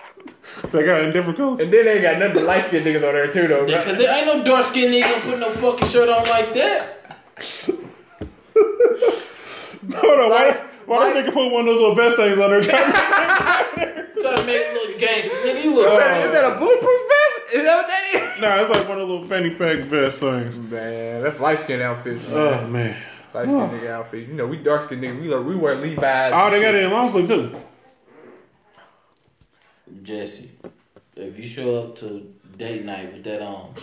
[SPEAKER 2] They got in different colors.
[SPEAKER 3] And then they ain't got nothing but light skinned niggas on there too, though. Bro.
[SPEAKER 1] Cause there ain't no dark skinned nigga gonna put no fucking shirt on like that.
[SPEAKER 2] Hold on, why why they can put one of those little vest things on there?
[SPEAKER 1] Try to make a little gangster. Nigga, you look
[SPEAKER 3] Is that a bulletproof vest? Is that what that is?
[SPEAKER 2] nah, it's like one of the little fanny pack vest things.
[SPEAKER 3] Man, that's light skinned outfits, man.
[SPEAKER 2] Oh man.
[SPEAKER 3] light skinned nigga outfits. You know, we dark skinned niggas. We, like, we wear Levi's.
[SPEAKER 2] Oh, they got it in long sleeve too.
[SPEAKER 1] Jesse, if you show up to date night with that on,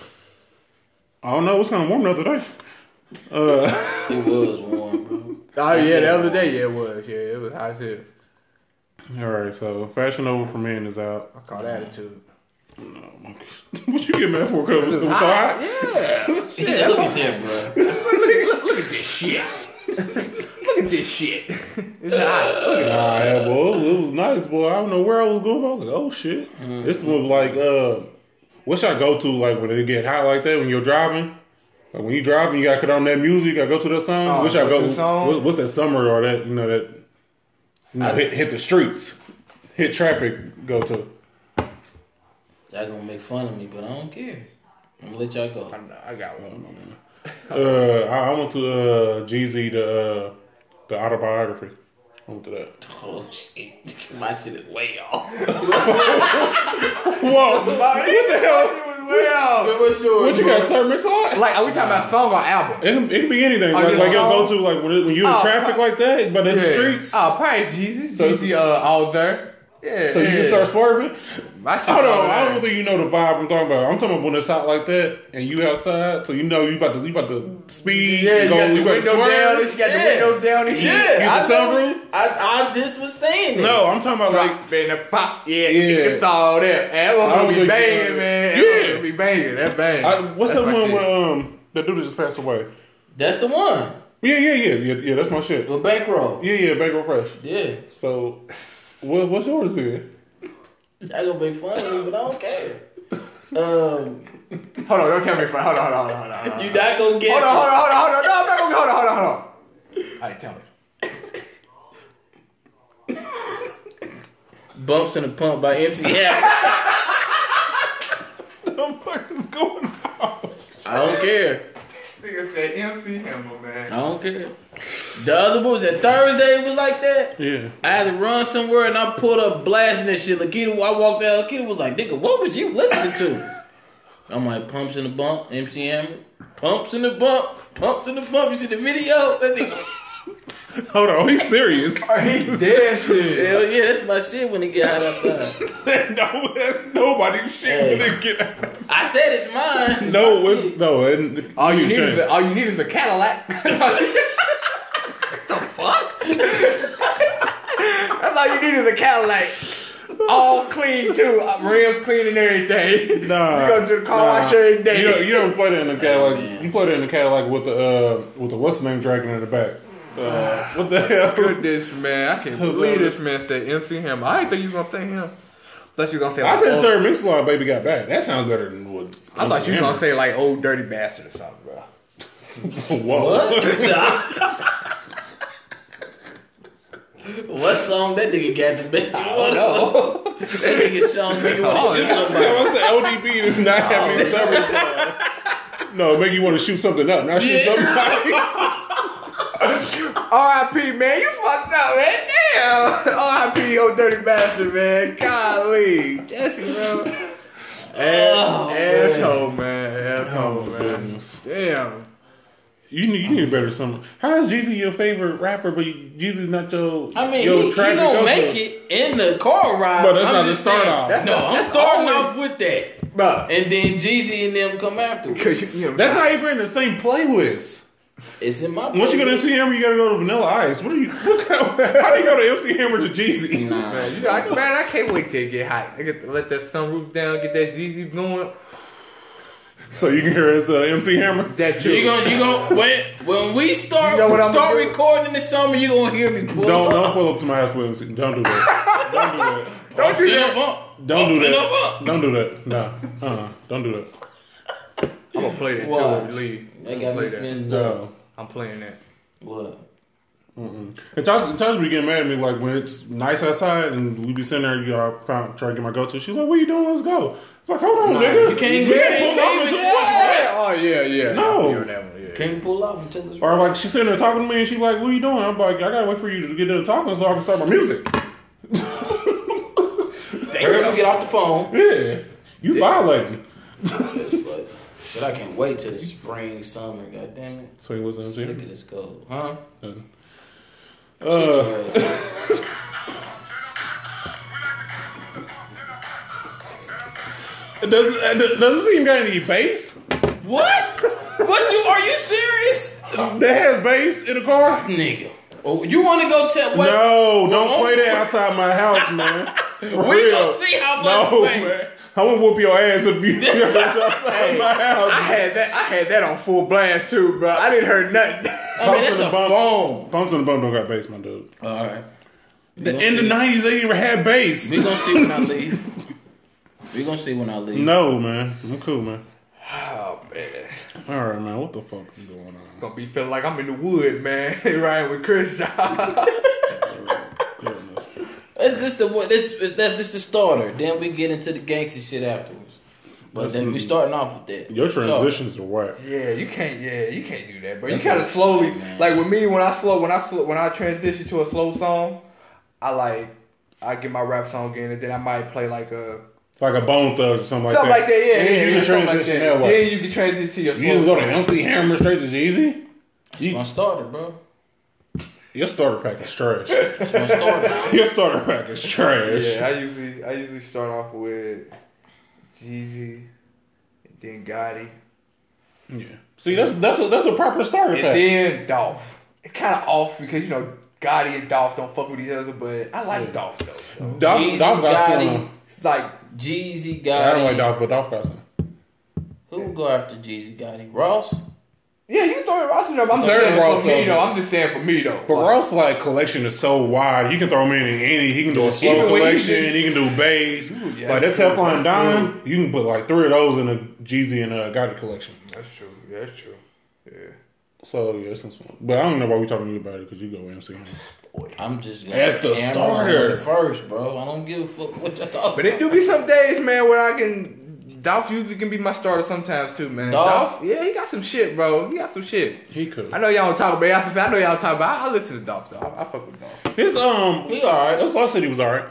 [SPEAKER 2] I don't know. It's kind of warm the other day. Uh,
[SPEAKER 1] it was warm, bro.
[SPEAKER 3] Oh yeah, the other day, yeah, it was. Yeah, it was hot shit.
[SPEAKER 2] all right, so fashion over for men is out.
[SPEAKER 3] I call that attitude.
[SPEAKER 2] what you get mad for? Cause it was so hot.
[SPEAKER 3] Yeah.
[SPEAKER 1] Yeah, look at that, bro.
[SPEAKER 3] look, look at this shit. look at this shit. It's hot. Look at this.
[SPEAKER 2] Nah, yeah, well, it was nice, boy. I don't know where I was going. But I was like, oh shit.
[SPEAKER 3] Mm-hmm.
[SPEAKER 2] This was like, uh, what should I go to? Like when it get hot like that, when you're driving, like when you driving, you gotta put on that music. You gotta go to that song.
[SPEAKER 3] Oh,
[SPEAKER 2] what should I
[SPEAKER 3] go to
[SPEAKER 2] go?
[SPEAKER 3] the song?
[SPEAKER 2] what- what's that summer or that you know that you know, hit hit the streets, hit traffic. Go to.
[SPEAKER 1] Y'all gonna make fun of me, but I don't care. I'm gonna let y'all go.
[SPEAKER 3] I got one.
[SPEAKER 2] Uh, I, I went to uh Jeezy the uh, the autobiography. I went to that.
[SPEAKER 1] Oh shit, my shit is way off.
[SPEAKER 2] Whoa,
[SPEAKER 3] Oh,
[SPEAKER 2] what the hell?
[SPEAKER 3] Well,
[SPEAKER 1] What's yours,
[SPEAKER 2] What you
[SPEAKER 1] bro?
[SPEAKER 2] got, sir? Mix hot?
[SPEAKER 3] like, are we talking about song or album?
[SPEAKER 2] It can, it can be anything. Like,
[SPEAKER 3] just
[SPEAKER 2] like you'll go to
[SPEAKER 3] home?
[SPEAKER 2] like when, it, when you in
[SPEAKER 3] Oh,
[SPEAKER 2] traffic like that, but in the streets.
[SPEAKER 3] Oh, probably Jesus.
[SPEAKER 2] So-
[SPEAKER 3] Jeezy, uh, all there. Yeah.
[SPEAKER 2] So you
[SPEAKER 3] yeah. Oh,
[SPEAKER 2] can start swerving.
[SPEAKER 3] My shit's
[SPEAKER 2] Hold
[SPEAKER 3] all
[SPEAKER 2] on, I
[SPEAKER 3] there.
[SPEAKER 2] don't think you know the vibe I'm talking about. I'm talking about when it's hot like that and you outside, so you know you about to you about to speed.
[SPEAKER 3] Yeah, you
[SPEAKER 2] and go,
[SPEAKER 3] got the
[SPEAKER 2] you about to
[SPEAKER 3] window
[SPEAKER 2] swerve.
[SPEAKER 3] down. and She got
[SPEAKER 1] Yeah.
[SPEAKER 3] the windows down and shit.
[SPEAKER 1] Yeah,
[SPEAKER 2] You
[SPEAKER 1] I
[SPEAKER 2] the
[SPEAKER 1] know
[SPEAKER 2] sunroof?
[SPEAKER 1] what- I, I just was saying this.
[SPEAKER 2] No, I'm talking about like
[SPEAKER 3] Drop in the pop, yeah,
[SPEAKER 2] Yeah.
[SPEAKER 3] it's all there. That
[SPEAKER 2] I don't
[SPEAKER 3] one be
[SPEAKER 2] think-
[SPEAKER 3] banging, man.
[SPEAKER 2] Yeah.
[SPEAKER 3] That one be banging. That bang.
[SPEAKER 2] I, what's
[SPEAKER 3] That's
[SPEAKER 2] that
[SPEAKER 3] my
[SPEAKER 2] one
[SPEAKER 3] shit.
[SPEAKER 2] when um that dude that just passed away?
[SPEAKER 1] that's the one
[SPEAKER 2] Yeah, yeah, yeah, yeah, yeah. That's my shit.
[SPEAKER 1] with bankroll.
[SPEAKER 2] Yeah, yeah, bagel fresh.
[SPEAKER 1] Yeah,
[SPEAKER 2] So, what, what's yours then?
[SPEAKER 1] y'all gonna make fun of me, but I don't care. Um,
[SPEAKER 3] Hold on, don't tell me. for- Hold on, hold on, hold on, hold on.
[SPEAKER 1] you not gonna guess.
[SPEAKER 3] Hold on,
[SPEAKER 1] it.
[SPEAKER 3] hold on, hold on, hold on. No, I'm not gonna. Hold on, hold on, hold on. All right, tell me.
[SPEAKER 1] Bumps in the pump by MC Hammer.
[SPEAKER 2] What the fuck is going on?
[SPEAKER 1] I don't care.
[SPEAKER 3] This nigga said MC Hammer,
[SPEAKER 1] I
[SPEAKER 3] man.
[SPEAKER 1] don't care. The other one was that Thursday was like that.
[SPEAKER 2] Yeah.
[SPEAKER 1] I had to run somewhere and I pulled up blasting this shit. Lakita, I walked out. Lakita was like, "Nigga, what was you listening to?" I'm like, "Pumps in the bump, MC Hammer, pumps in the bump, pumps in the bump." You see the video? That nigga,
[SPEAKER 2] Hold on, he's serious.
[SPEAKER 3] He dead shit.
[SPEAKER 1] hell yeah, that's my shit when it get hot outside.
[SPEAKER 2] no, that's nobody's shit
[SPEAKER 1] Hey.
[SPEAKER 2] when it get out.
[SPEAKER 1] I said it's mine. It's
[SPEAKER 2] No,
[SPEAKER 1] my
[SPEAKER 2] it's
[SPEAKER 1] shit.
[SPEAKER 2] no. And
[SPEAKER 3] All you need is
[SPEAKER 2] change.
[SPEAKER 3] a, all you need is a Cadillac. what the fuck? That's all you need is a Cadillac. All clean too, Uh, rims clean and everything.
[SPEAKER 2] Nah,
[SPEAKER 3] you go to the car
[SPEAKER 2] nah.
[SPEAKER 3] wash every day.
[SPEAKER 2] You don't, you don't play that in the Cadillac.
[SPEAKER 1] man.
[SPEAKER 2] you play that in the Cadillac with the uh, with the what's the name dragging in the back. Uh, what the hell?
[SPEAKER 3] Look at this man. I can't believe this man said MC Hammer. I didn't think you was gonna say him. thought you were gonna say.
[SPEAKER 2] I
[SPEAKER 3] Like,
[SPEAKER 2] said
[SPEAKER 3] old-
[SPEAKER 2] Sir Mix-a-Lot Baby got back. That sounds better than what.
[SPEAKER 3] I thought you were gonna say like old dirty bastard or something, bro.
[SPEAKER 2] Whoa.
[SPEAKER 1] What song that nigga got to make?
[SPEAKER 3] No,
[SPEAKER 1] That nigga song make you want to shoot
[SPEAKER 2] Yeah,
[SPEAKER 1] somebody.
[SPEAKER 2] I said ODB does not have any service. uh, No, make you want to shoot something up, not shoot somebody.
[SPEAKER 3] R.I.P. Man, you fucked up, man. Damn, R.I.P. Old dirty bastard, man. Golly, Jesse, bro.
[SPEAKER 1] Oh, man.
[SPEAKER 3] asshole, man.
[SPEAKER 2] Oh,
[SPEAKER 3] Asshole, man. Damn.
[SPEAKER 2] You need, you need a better summer. How is Jeezy your favorite rapper, but Jeezy's not your
[SPEAKER 1] I mean,
[SPEAKER 2] your
[SPEAKER 1] you, you
[SPEAKER 2] tragic
[SPEAKER 1] gonna
[SPEAKER 2] uncle?
[SPEAKER 1] make it in the car ride.
[SPEAKER 2] But that's
[SPEAKER 1] I'm
[SPEAKER 2] not the
[SPEAKER 1] just
[SPEAKER 2] start
[SPEAKER 1] saying-
[SPEAKER 2] off. That's
[SPEAKER 1] no,
[SPEAKER 3] not-
[SPEAKER 1] I'm
[SPEAKER 3] that's
[SPEAKER 1] starting
[SPEAKER 3] always-
[SPEAKER 1] off with that,
[SPEAKER 3] Bro.
[SPEAKER 1] and then Jeezy and them come after.
[SPEAKER 3] Cause you, you know,
[SPEAKER 2] That's not even in the same playlist.
[SPEAKER 1] It's in my.
[SPEAKER 2] Once you go to MC Hammer, you gotta go to Vanilla Ice. What are you? How do you go to MC Hammer to Jeezy?
[SPEAKER 3] Man, you- I, man, I can't wait till it get hot. I get to let that sunroof down, get that Jeezy going.
[SPEAKER 2] So you can hear us uh, MC Hammer.
[SPEAKER 3] That
[SPEAKER 1] You gonna you gonna when when we start
[SPEAKER 3] You know what I'ma
[SPEAKER 1] start
[SPEAKER 3] do?
[SPEAKER 1] recording in the summer, you gonna hear me pull
[SPEAKER 2] Don't
[SPEAKER 1] up.
[SPEAKER 2] don't pull up to my house with MC. Don't do that. Don't do that.
[SPEAKER 3] Don't do
[SPEAKER 1] Sit
[SPEAKER 3] that.
[SPEAKER 1] up, up.
[SPEAKER 2] Don't do
[SPEAKER 1] Sit
[SPEAKER 2] that.
[SPEAKER 1] up, up.
[SPEAKER 2] Don't do that. Nah. Uh. uh Don't do that.
[SPEAKER 3] I'm gonna play that
[SPEAKER 1] Watch.
[SPEAKER 3] too. Leave.
[SPEAKER 1] They got
[SPEAKER 3] I'm
[SPEAKER 1] me
[SPEAKER 3] gonna play that.
[SPEAKER 1] pissed off.
[SPEAKER 2] No.
[SPEAKER 3] I'm playing that.
[SPEAKER 1] What?
[SPEAKER 2] And Tasha, Tasha be getting mad at me like when it's nice outside and we be sitting there. You know, I found, try to get my go to. She's like, "What you doing? Let's go." I'm like, hold on, nigga.
[SPEAKER 1] you can't-
[SPEAKER 2] We
[SPEAKER 1] you
[SPEAKER 2] can
[SPEAKER 1] can't
[SPEAKER 2] pull over
[SPEAKER 1] leave
[SPEAKER 2] to
[SPEAKER 1] it.
[SPEAKER 2] the spot, right?
[SPEAKER 3] Oh yeah, yeah.
[SPEAKER 2] Uh, No.
[SPEAKER 3] I feel that one, yeah.
[SPEAKER 1] Can't pull off until it's
[SPEAKER 2] Or like she's sitting there talking to me and she's like, "What you doing?" I'm like, "I gotta wait for you to get done talking so I can start my music."
[SPEAKER 1] Hurry up, get off the phone.
[SPEAKER 2] Yeah, you violating.
[SPEAKER 1] But I can't wait till the spring, summer. God damn it.
[SPEAKER 2] So you listen
[SPEAKER 1] Sick
[SPEAKER 2] to
[SPEAKER 1] of this cold, huh?
[SPEAKER 2] him.
[SPEAKER 1] Uh,
[SPEAKER 2] Does uh, does does this even got any bass?
[SPEAKER 1] what? What you? Are you serious,
[SPEAKER 2] That has bass in the car?
[SPEAKER 1] nigga? Oh, you want to go tell what?
[SPEAKER 2] No, don't
[SPEAKER 1] Well,
[SPEAKER 2] play that outside my house, man. For
[SPEAKER 1] We
[SPEAKER 2] real.
[SPEAKER 1] gonna see how much.
[SPEAKER 2] No,
[SPEAKER 1] bass.
[SPEAKER 2] man. I'm gonna whoop your ass if you play that outside my
[SPEAKER 3] I
[SPEAKER 2] house.
[SPEAKER 3] had that. I had that on full blast too, bro. I didn't hear nothing.
[SPEAKER 1] I mean, it's
[SPEAKER 2] Bumps in
[SPEAKER 1] a
[SPEAKER 2] the bump.
[SPEAKER 1] phone. Oh,
[SPEAKER 2] Bumps in the bump don't got bass, my dude.
[SPEAKER 1] All right.
[SPEAKER 2] In the '90s, they didn't even have bass.
[SPEAKER 1] We gonna see when I leave. We gonna see when I leave.
[SPEAKER 2] No, man. I'm cool, man.
[SPEAKER 3] oh man,
[SPEAKER 2] All right, man. What the fuck is going on?
[SPEAKER 3] gonna be feeling like I'm in the wood, man. Riding with Chris.
[SPEAKER 2] Goodness.
[SPEAKER 1] That's just the one- this. That's just the starter. Then we get into the gangster shit afterwards. But then we starting off with that.
[SPEAKER 2] Your transitions are whack.
[SPEAKER 3] Yeah, you can't. Yeah, you can't do that, bro. You gotta slowly, like with me, when I slow, when I slow, when I transition to a slow song, I like, I get my rap song in, and then I might play like a
[SPEAKER 2] Like a bone thug or something like
[SPEAKER 3] something
[SPEAKER 2] that.
[SPEAKER 3] like that. Yeah,
[SPEAKER 2] Then
[SPEAKER 3] yeah,
[SPEAKER 2] you
[SPEAKER 3] yeah,
[SPEAKER 2] can
[SPEAKER 3] something like
[SPEAKER 2] transition
[SPEAKER 3] that.
[SPEAKER 2] that way.
[SPEAKER 3] Then you can transition to your.
[SPEAKER 2] you
[SPEAKER 3] slow
[SPEAKER 2] just go to
[SPEAKER 3] song.
[SPEAKER 2] MC Hammer straight to Jeezy?
[SPEAKER 1] That's my starter, bro.
[SPEAKER 2] Your starter pack is trash.
[SPEAKER 1] That's my starter.
[SPEAKER 2] Your starter pack is trash.
[SPEAKER 3] Yeah, I usually I usually start off with Jeezy, and then Gotti,
[SPEAKER 2] Yeah. See, that's that's a, that's a proper starter
[SPEAKER 3] and
[SPEAKER 2] pack.
[SPEAKER 3] then Dolph. It's kind of off because you know Gotti and Dolph don't fuck with each other, but I like Dolph though. So.
[SPEAKER 2] Dolph,
[SPEAKER 1] Jeezy,
[SPEAKER 2] Dolph got
[SPEAKER 1] Gotti.
[SPEAKER 2] some.
[SPEAKER 3] It's like
[SPEAKER 1] Jeezy
[SPEAKER 2] I don't like
[SPEAKER 1] Gotti.
[SPEAKER 2] Dolph, but Dolph got some.
[SPEAKER 1] Who would go after Jeezy Gotti? Ross.
[SPEAKER 3] yeah, you throw Ross in there. but I'm just
[SPEAKER 2] Sir
[SPEAKER 3] saying
[SPEAKER 2] Ross
[SPEAKER 3] for me
[SPEAKER 2] though.
[SPEAKER 3] though. I'm just saying for me though.
[SPEAKER 2] But
[SPEAKER 3] Like,
[SPEAKER 2] Ross like collection is so wide. You can throw him in in any. He can do a slow
[SPEAKER 3] Even when he
[SPEAKER 2] collection.
[SPEAKER 3] did-
[SPEAKER 2] He can do bass.
[SPEAKER 3] yeah,
[SPEAKER 2] like that
[SPEAKER 3] that's true.
[SPEAKER 2] Teflon
[SPEAKER 3] That's
[SPEAKER 2] Don, you can put like three of those in a Jeezy and a Gotti collection.
[SPEAKER 3] that's true. Yeah, that's true. Yeah.
[SPEAKER 2] So yeah, it's some But I don't know why we talking to you about it because you go MC. Hammer.
[SPEAKER 1] I'm just
[SPEAKER 2] That's the
[SPEAKER 1] Hammer
[SPEAKER 2] starter.
[SPEAKER 1] went first, bro. I don't give a fuck what y'all talking.
[SPEAKER 3] But it do be some days, man, where I can. Dolph usually can be my starter sometimes too, man.
[SPEAKER 1] Dolph?
[SPEAKER 3] yeah, he got some shit, bro. He got some shit.
[SPEAKER 2] He could.
[SPEAKER 3] I know y'all don't talk about. Y'all I know y'all talk about. I, I listen to Dolph though. I, I fuck with Dolph.
[SPEAKER 2] His um,
[SPEAKER 1] He all right.
[SPEAKER 2] that's last city was alright.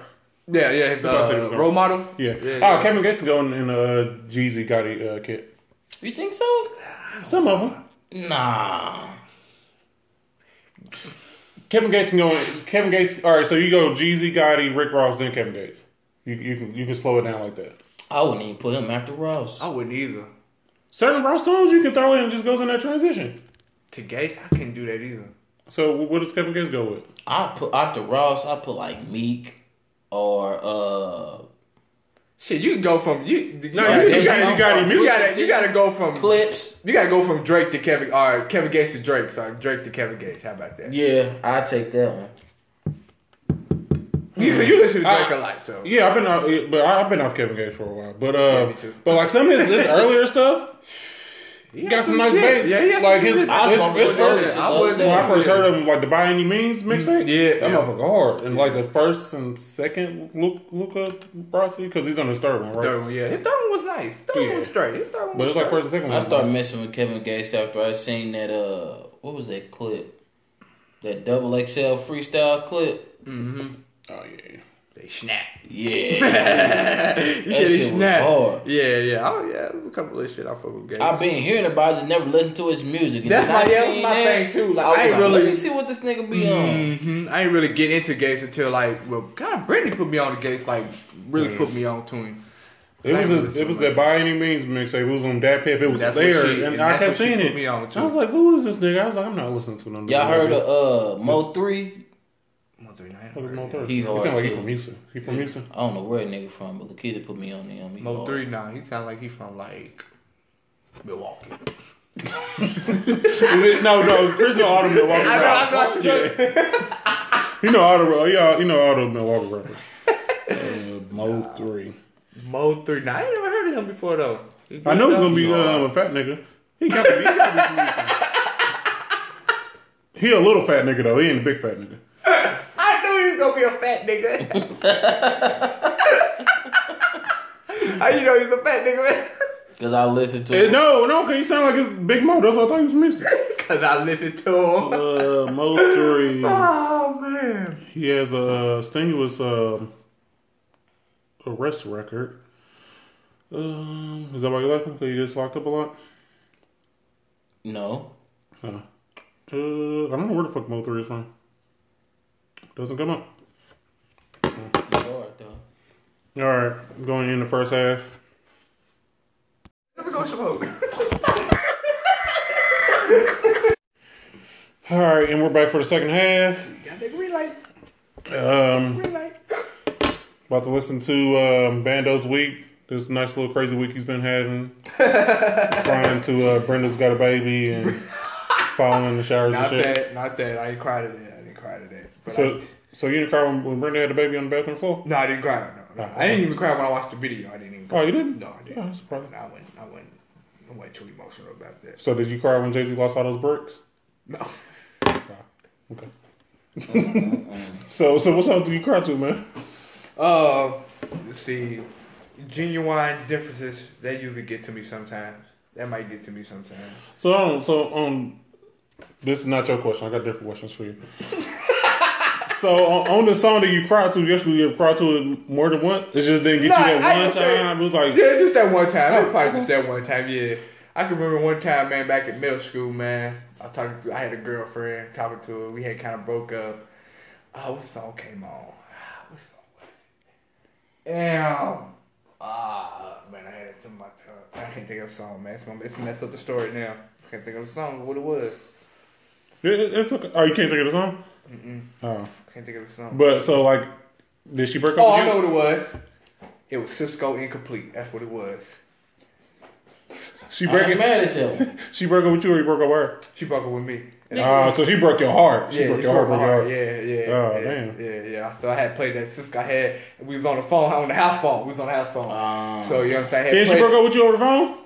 [SPEAKER 3] Yeah, yeah. His,
[SPEAKER 2] I said it
[SPEAKER 3] uh,
[SPEAKER 2] was on.
[SPEAKER 3] role model.
[SPEAKER 2] Yeah.
[SPEAKER 3] yeah,
[SPEAKER 2] oh, Kevin Gates going in a Jeezy Gotti uh, kit.
[SPEAKER 1] You think so?
[SPEAKER 2] Some of them.
[SPEAKER 1] Nah.
[SPEAKER 2] Kevin Gates can go. In, Kevin Gates. All right, so you go Jeezy Gotti, Rick Ross, then Kevin Gates. You, you can you can slow it down like that.
[SPEAKER 1] I wouldn't even put him after Ross.
[SPEAKER 3] I wouldn't either.
[SPEAKER 2] Certain Ross songs you can throw in and just goes in that transition.
[SPEAKER 3] To Gates, I couldn't do that either.
[SPEAKER 2] So wh- what does Kevin Gates go with?
[SPEAKER 1] I put after Ross. I put like Meek or uh
[SPEAKER 3] Shit, you can go from you. you
[SPEAKER 2] No,
[SPEAKER 3] gotta-
[SPEAKER 2] you, you,
[SPEAKER 1] Gates
[SPEAKER 2] got,
[SPEAKER 1] song.
[SPEAKER 2] you got him.
[SPEAKER 3] you
[SPEAKER 2] You
[SPEAKER 3] gotta, you gotta go from
[SPEAKER 1] Clips.
[SPEAKER 3] you gotta go from Drake to Kevin. All right, Kevin Gates to Drake. Sorry, Drake to Kevin Gates. How about that?
[SPEAKER 1] Yeah, I take that one.
[SPEAKER 3] You, you listen to Drake
[SPEAKER 2] I-
[SPEAKER 3] a lot, so.
[SPEAKER 2] Yeah, I've been off, yeah, but I- I've been off Kevin Gates for a while. But uh,
[SPEAKER 3] me too.
[SPEAKER 2] but like some of his, his earlier stuff,
[SPEAKER 3] He
[SPEAKER 2] got some nice bass.
[SPEAKER 3] Yeah, he got
[SPEAKER 2] like
[SPEAKER 3] some
[SPEAKER 2] his, his,
[SPEAKER 3] good- I
[SPEAKER 1] was gonna
[SPEAKER 2] his
[SPEAKER 1] put
[SPEAKER 2] first.
[SPEAKER 1] that in.
[SPEAKER 3] I wouldn't-
[SPEAKER 1] Yeah.
[SPEAKER 2] When I first
[SPEAKER 3] Yeah.
[SPEAKER 2] heard him, like the By Any Means mixtape,
[SPEAKER 3] Mm-hmm. Yeah.
[SPEAKER 2] that
[SPEAKER 3] Yeah.
[SPEAKER 2] motherfucker hard. And like the first and second Luke Luca Brasi, because he's on his third one, right?
[SPEAKER 3] Third one, yeah. His third one was nice. His third
[SPEAKER 2] Yeah.
[SPEAKER 3] one was straight. His third
[SPEAKER 2] But
[SPEAKER 3] one was
[SPEAKER 2] it's like
[SPEAKER 3] straight.
[SPEAKER 2] first and second one.
[SPEAKER 1] I started
[SPEAKER 2] was-
[SPEAKER 1] messing with Kevin Gates after I seen that uh what was that clip? That double XL freestyle clip.
[SPEAKER 2] Oh yeah.
[SPEAKER 3] They snap.
[SPEAKER 1] Yeah.
[SPEAKER 3] You
[SPEAKER 1] That
[SPEAKER 3] said he
[SPEAKER 1] shit was
[SPEAKER 3] snapped.
[SPEAKER 1] hard.
[SPEAKER 3] Yeah, yeah. Oh, yeah. There's a couple of shit I fuck with Gates.
[SPEAKER 1] I've been hearing about it, just never listened to his music. And
[SPEAKER 3] That's
[SPEAKER 1] when I
[SPEAKER 3] my- yeah, that's
[SPEAKER 1] seen
[SPEAKER 3] my
[SPEAKER 1] that,
[SPEAKER 3] thing, too. Like, I
[SPEAKER 1] was
[SPEAKER 3] ain't
[SPEAKER 1] Let
[SPEAKER 3] really-
[SPEAKER 1] me see what this nigga be on.
[SPEAKER 3] hmm I ain't really get into Gates until like, well, God, Brittany put me on to Gates. Like, really put me on to him.
[SPEAKER 2] It was
[SPEAKER 3] Like,
[SPEAKER 2] a, it was that by any means mixtape. It was on that Piff. It was
[SPEAKER 3] That's what
[SPEAKER 2] there,
[SPEAKER 3] she-
[SPEAKER 2] and
[SPEAKER 3] and
[SPEAKER 2] I
[SPEAKER 3] that's
[SPEAKER 2] kept
[SPEAKER 3] what she
[SPEAKER 2] seeing
[SPEAKER 3] put
[SPEAKER 2] it.
[SPEAKER 3] me on to.
[SPEAKER 2] I was like, "Who is this nigga?" I was like, "I'm not listening to none of
[SPEAKER 1] Y'all
[SPEAKER 2] this
[SPEAKER 1] heard
[SPEAKER 2] niggas."
[SPEAKER 1] of uh Mo three?
[SPEAKER 3] One, three, nine,
[SPEAKER 2] What is Mo
[SPEAKER 3] yeah.
[SPEAKER 2] Third?
[SPEAKER 1] He hard,
[SPEAKER 2] sound like he
[SPEAKER 1] too.
[SPEAKER 2] from Houston. He from Houston.
[SPEAKER 1] I don't know where a nigga from, but Lakita put me on the on me.
[SPEAKER 3] Mo
[SPEAKER 1] hard.
[SPEAKER 3] three now. He sound like he from like Milwaukee.
[SPEAKER 2] no, no, Chris know all the Milwaukee.
[SPEAKER 3] I know, I know, I
[SPEAKER 2] rappers.
[SPEAKER 3] know.
[SPEAKER 2] Yeah. you know all the oh, yeah, you know all the Milwaukee rappers. Uh, Mo three.
[SPEAKER 3] Mo three now. I ain't never heard of him before though.
[SPEAKER 2] I know it's gonna be um, a fat nigga. He got to be. He, gotta be from Houston. he a little fat nigga though. He ain't a big fat nigga.
[SPEAKER 3] I knew he was gonna be a fat nigga. How you know he's a fat nigga?
[SPEAKER 1] Cause I listened to
[SPEAKER 2] Eh,
[SPEAKER 1] it.
[SPEAKER 2] No, no, cause he sound like it's Big Mo. That's what I thought he was Mister.
[SPEAKER 3] Cause I listened to him.
[SPEAKER 2] Uh, Mo three.
[SPEAKER 3] Oh man.
[SPEAKER 2] He has a uh, strenuous um, arrest record. Um, is that why you like him? Cause he gets locked up a lot.
[SPEAKER 1] No.
[SPEAKER 2] Uh, uh, I don't know where the fuck Mo three is from. Doesn't come up.
[SPEAKER 1] You hard though.
[SPEAKER 2] All right, going in the first half.
[SPEAKER 3] Let me go smoke.
[SPEAKER 2] All right, and we're back for the second half.
[SPEAKER 3] Got that green light.
[SPEAKER 2] Um,
[SPEAKER 3] Green light.
[SPEAKER 2] About to listen to um, Bando's Week. This nice little crazy week he's been having. Crying to uh, Brenda's Got a Baby and falling in the showers
[SPEAKER 3] Not
[SPEAKER 2] and shit.
[SPEAKER 3] that. Not that. I didn't cry to that. I didn't cry to that. But
[SPEAKER 2] So,
[SPEAKER 3] I,
[SPEAKER 2] so you didn't cry when, when Brenda had a baby on the bathroom floor?
[SPEAKER 3] no, I didn't cry. No, no. I didn't even cry when I watched the video. I didn't even. Cry.
[SPEAKER 2] Oh, you didn't?
[SPEAKER 3] No, I didn't.
[SPEAKER 2] Oh, that's a problem.
[SPEAKER 3] No, I wasn't. I wasn't. I wasn't too emotional about that.
[SPEAKER 2] So did you cry when Jay Z lost all those bricks?
[SPEAKER 3] No.
[SPEAKER 2] Okay. so, so what song do you cry to, man?
[SPEAKER 3] Uh, let's see. Genuine differences that usually get to me sometimes. That might get to me sometimes.
[SPEAKER 2] So, um, so um, this is not your question. I got different questions for you. so, on, on the song that you cried to yesterday, you cried to it more than once. It just didn't get
[SPEAKER 3] Nah,
[SPEAKER 2] you
[SPEAKER 3] I
[SPEAKER 2] that one
[SPEAKER 3] just said-
[SPEAKER 2] time. It was like,
[SPEAKER 3] Yeah, just that one time. It was probably just that one time. Yeah, I can remember one time, man, back in middle school, man. I was talking to, I had a girlfriend, talking to her. We had kind of broke up. Oh, what song came on? Ah, What song was it? Damn. Ah, man, I had it to my tongue. I can't think of the song, man. It's, gonna- it's messed up the story now. I can't think of the song. What it was?
[SPEAKER 2] it- it- it's okay. Oh, you can't think of the song. Oh,
[SPEAKER 3] Can't think of the song.
[SPEAKER 2] but so like, did she break up?
[SPEAKER 3] Oh,
[SPEAKER 2] with
[SPEAKER 3] I
[SPEAKER 2] you?
[SPEAKER 3] know what it was. It was Cisco incomplete. That's what it was.
[SPEAKER 2] She
[SPEAKER 1] I ain't
[SPEAKER 2] break
[SPEAKER 1] mad at you.
[SPEAKER 2] She broke up with you, or you broke up with her?
[SPEAKER 3] She broke up with me. And I-
[SPEAKER 2] Ah, so she broke your heart. She
[SPEAKER 3] yeah,
[SPEAKER 2] broke
[SPEAKER 3] she
[SPEAKER 2] your heart.
[SPEAKER 3] broke my
[SPEAKER 2] Broke your heart.
[SPEAKER 3] heart. Yeah, yeah.
[SPEAKER 2] Oh,
[SPEAKER 3] yeah,
[SPEAKER 2] damn.
[SPEAKER 3] Yeah, yeah. So I had played that Cisco. I had we was on the phone on the house phone. We was on the house phone.
[SPEAKER 1] Ah.
[SPEAKER 3] so you know what I'm saying? I had
[SPEAKER 2] Oh. Then she
[SPEAKER 3] played-
[SPEAKER 2] broke up with you over the phone.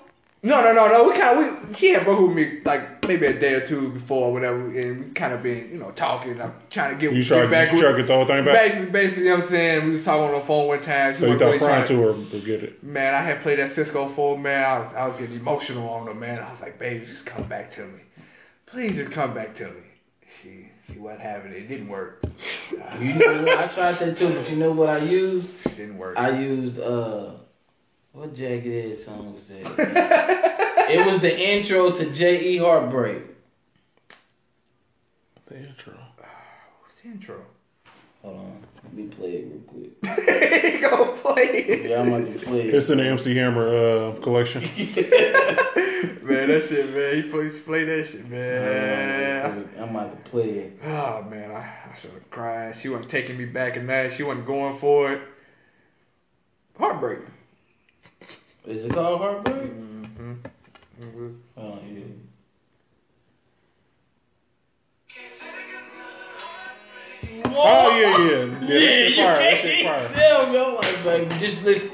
[SPEAKER 3] No, no, no, no. We kind of we she had broke up with me like maybe a day or two before or whatever, and we kind of been you know talking. I'm trying to get
[SPEAKER 2] You tried,
[SPEAKER 3] get back
[SPEAKER 2] you
[SPEAKER 3] with.
[SPEAKER 2] tried to get the whole thing back.
[SPEAKER 3] Basically, basically, you know what I'm saying? We was talking on the phone one time. She
[SPEAKER 2] So you
[SPEAKER 3] wasn't
[SPEAKER 2] thought
[SPEAKER 3] really
[SPEAKER 2] crying
[SPEAKER 3] trying-
[SPEAKER 2] to her to get it.
[SPEAKER 3] Man, I had played that Cisco for man. I was, I was getting emotional on her, man. I was like, baby, just come back to me. Please just come back to me. She she wasn't having it. It didn't work.
[SPEAKER 1] You know what? I tried that too, but you know what I used?
[SPEAKER 3] It didn't work.
[SPEAKER 1] I used uh what Jagged Edge song was that? it was the intro to J E Heartbreak.
[SPEAKER 2] The intro.
[SPEAKER 3] What's the intro?
[SPEAKER 1] Hold on. Let me play it real quick.
[SPEAKER 3] he gonna play it.
[SPEAKER 1] Yeah, I'm about to play it.
[SPEAKER 2] It's in the MC Hammer uh, collection.
[SPEAKER 3] Man, that shit, man. He plays play that shit, man.
[SPEAKER 1] I'm about to play it.
[SPEAKER 3] Oh man, I, I should have cried. She wasn't taking me back and that. She wasn't going for it. Heartbreaking.
[SPEAKER 1] Is it called Heartbreak? Mm-hmm.
[SPEAKER 3] Mhm.
[SPEAKER 1] Oh yeah.
[SPEAKER 4] Can't take another heartbreak.
[SPEAKER 2] Oh yeah, yeah, yeah. That
[SPEAKER 1] you
[SPEAKER 2] shit fire. That shit
[SPEAKER 1] can't
[SPEAKER 2] fire.
[SPEAKER 1] tell me. I'm like, baby, just listen.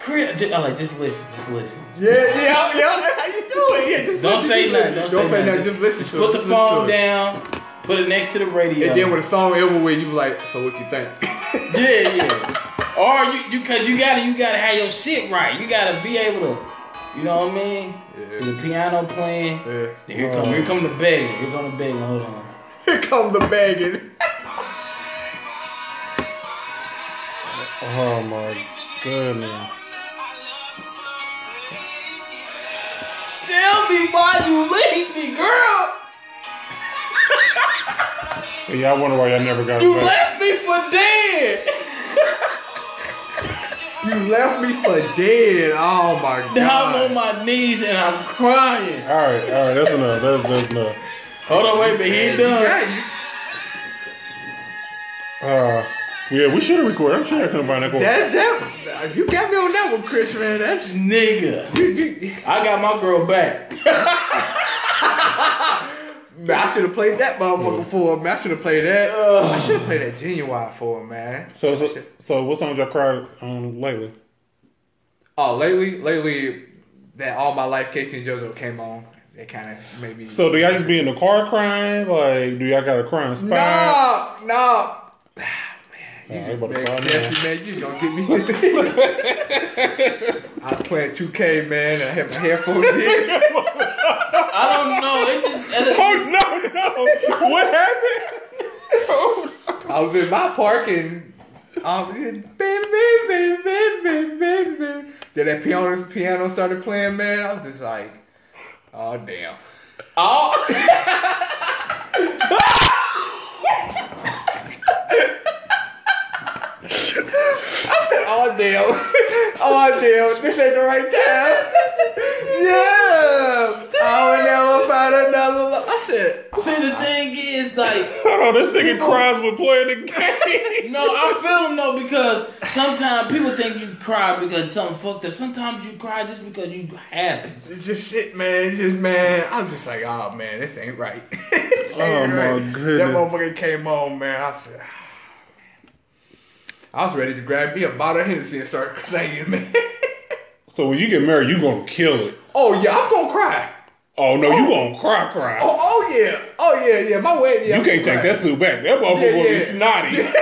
[SPEAKER 1] Cre- just, I'm like, just listen, just listen.
[SPEAKER 3] Yeah, yeah, yeah. How you doing? Yeah, just
[SPEAKER 1] Don't
[SPEAKER 3] listen
[SPEAKER 1] say
[SPEAKER 3] to it.
[SPEAKER 1] nothing. Don't, say nothing.
[SPEAKER 3] Just listen. to it.
[SPEAKER 1] put the
[SPEAKER 3] Listen to
[SPEAKER 1] phone
[SPEAKER 3] it.
[SPEAKER 1] down. Put it next to the radio.
[SPEAKER 3] And then when the song ever with, you be like, so what you think?
[SPEAKER 1] yeah, yeah. Or you, you, cause you gotta, you gotta have your shit right. You gotta be able to, you know what I mean?
[SPEAKER 3] Yeah.
[SPEAKER 1] The piano playing.
[SPEAKER 3] Yeah.
[SPEAKER 1] Then Here come, here come the begging. Here come the begging. Hold on.
[SPEAKER 3] Here comes the begging.
[SPEAKER 2] Oh my goodness.
[SPEAKER 1] Tell me why you leave me, girl.
[SPEAKER 2] And y'all wonder why y'all never got
[SPEAKER 1] You
[SPEAKER 2] back.
[SPEAKER 1] left me for dead.
[SPEAKER 3] You left me for dead. Oh my god.
[SPEAKER 1] Now I'm on my knees and I'm crying.
[SPEAKER 2] All right, all right. That's enough. That's, that's enough.
[SPEAKER 1] Hold on, wait, but he ain't done.
[SPEAKER 2] Uh, yeah, we should have recorded. I'm sure I couldn't find that quote.
[SPEAKER 3] That's that. You got me on that one, Chris, man. That's.
[SPEAKER 1] Nigga,
[SPEAKER 3] You, you,
[SPEAKER 1] I got my girl back.
[SPEAKER 3] man, I should have played that motherfucker for him. man. I should have played that. I should have played that genuine for him, man.
[SPEAKER 2] So, so, so what songs y'all cried on lately?
[SPEAKER 3] Oh, lately, lately, that all my life Casey and JoJo came on. That kind of maybe.
[SPEAKER 2] So do y'all just be in the car crying? Like, do y'all got a crying spot?
[SPEAKER 3] no, no.
[SPEAKER 2] Nah, I was about to cry
[SPEAKER 3] Man,
[SPEAKER 2] now.
[SPEAKER 3] Jesse, man, you just gonna get me. I was playing 2K, man, and I had my headphones in.
[SPEAKER 1] I don't know. It just. It
[SPEAKER 2] Oh no, no! What happened?
[SPEAKER 3] I was in my park and um, baby, baby, baby, baby, baby. Then that piano, piano started playing, man. I was just like, oh damn.
[SPEAKER 1] oh,
[SPEAKER 3] Oh damn. Oh damn. This ain't the right time. yeah. I will never find another love. I said,
[SPEAKER 1] see, the thing is, like,
[SPEAKER 2] Hold on, this nigga cries when playing the game.
[SPEAKER 1] no, I feel him though because sometimes people think you cry because something fucked up. Sometimes you cry just because you happy.
[SPEAKER 3] it's just shit, man. It's just, man. I'm just like, oh man, this ain't right.
[SPEAKER 2] Oh, my
[SPEAKER 3] That
[SPEAKER 2] goodness.
[SPEAKER 3] motherfucker came on, man. I said, "Ah, I was ready to grab me a bottle of Hennessy and start singing, man.
[SPEAKER 2] So when you get married, you gonna kill it.
[SPEAKER 3] oh yeah, I'm gonna cry.
[SPEAKER 2] Oh no, you gonna cry, cry.
[SPEAKER 3] Oh, oh yeah, oh yeah, yeah. My wedding. Yeah,
[SPEAKER 2] you can't take that suit back. That motherfucker
[SPEAKER 3] Yeah,
[SPEAKER 2] gonna be
[SPEAKER 3] yeah.
[SPEAKER 2] snotty.
[SPEAKER 3] that.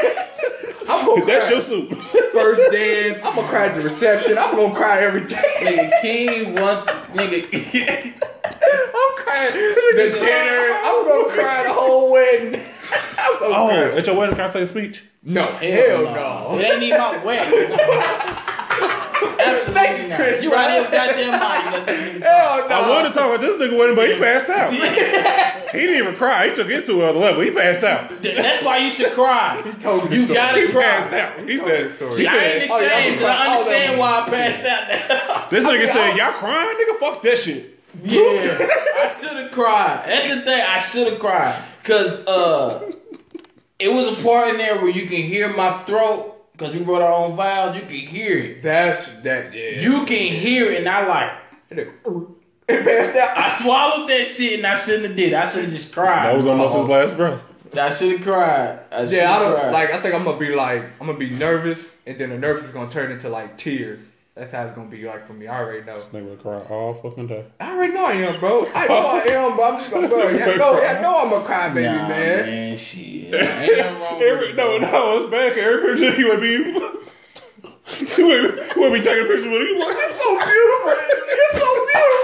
[SPEAKER 3] I'm gonna cry.
[SPEAKER 2] That's your suit.
[SPEAKER 3] first dance. I'm gonna cry at the reception. I'm gonna cry every day.
[SPEAKER 1] Nigga, King want nigga.
[SPEAKER 3] I'm crying the dinner. I'm gonna cry the whole wedding. I'm gonna
[SPEAKER 2] Oh,
[SPEAKER 3] cry.
[SPEAKER 2] at your wedding, can I say a speech?
[SPEAKER 3] no, hell
[SPEAKER 1] It
[SPEAKER 3] no.
[SPEAKER 1] ain't even my way. Absolutely not.
[SPEAKER 3] Chris
[SPEAKER 1] you out of your goddamn mind. You let that nigga talk.
[SPEAKER 3] Hell no.
[SPEAKER 2] I wanted to talk about this nigga wedding, but he passed out. he didn't even cry. He took it to another level. He passed out.
[SPEAKER 1] Th- That's why you should cry.
[SPEAKER 3] told me
[SPEAKER 1] you
[SPEAKER 3] the story.
[SPEAKER 1] gotta
[SPEAKER 2] He passed
[SPEAKER 1] cry.
[SPEAKER 2] out. He
[SPEAKER 3] told
[SPEAKER 2] said,
[SPEAKER 3] the story.
[SPEAKER 2] she
[SPEAKER 1] I ain't
[SPEAKER 2] said,
[SPEAKER 3] Oh, yeah, I'm
[SPEAKER 1] ashamed, but I
[SPEAKER 3] gonna cry.
[SPEAKER 1] understand
[SPEAKER 3] Oh,
[SPEAKER 1] why I passed out.
[SPEAKER 2] this nigga
[SPEAKER 3] mean,
[SPEAKER 2] said,
[SPEAKER 3] I-
[SPEAKER 2] y'all crying? Nigga, fuck that shit.
[SPEAKER 1] Yeah, I should have cried. That's the thing. I should have cried because uh, it was a part in there where you can hear my throat because we wrote our own vowels. You can hear it.
[SPEAKER 3] That's that. Yeah.
[SPEAKER 1] You can hear it, and I like.
[SPEAKER 3] It passed out.
[SPEAKER 1] I swallowed that shit, and I shouldn't have did. it. I should have just cried.
[SPEAKER 2] That was almost
[SPEAKER 3] Oh.
[SPEAKER 2] his last breath.
[SPEAKER 1] I should have cried. I should
[SPEAKER 3] Yeah, I
[SPEAKER 1] have
[SPEAKER 3] don't
[SPEAKER 1] cried.
[SPEAKER 3] like. I think I'm gonna be like, I'm gonna be nervous, and then the nervous is gonna turn into like tears. That's how it's gonna be like for me. I already know.
[SPEAKER 2] Nigga would cry all fucking day.
[SPEAKER 3] I already know I am, bro. I know I am, bro. I'm just gonna, bro. Yeah, I know, yeah, I know I'm a crybaby,
[SPEAKER 1] Nah,
[SPEAKER 3] man.
[SPEAKER 1] man, shit. Ain't nothing wrong with
[SPEAKER 2] Every,
[SPEAKER 1] it,
[SPEAKER 2] no,
[SPEAKER 1] bro.
[SPEAKER 2] no, it's bad. Every picture he would be, he would, he would be taking pictures with him.
[SPEAKER 3] It's so beautiful. It's so beautiful.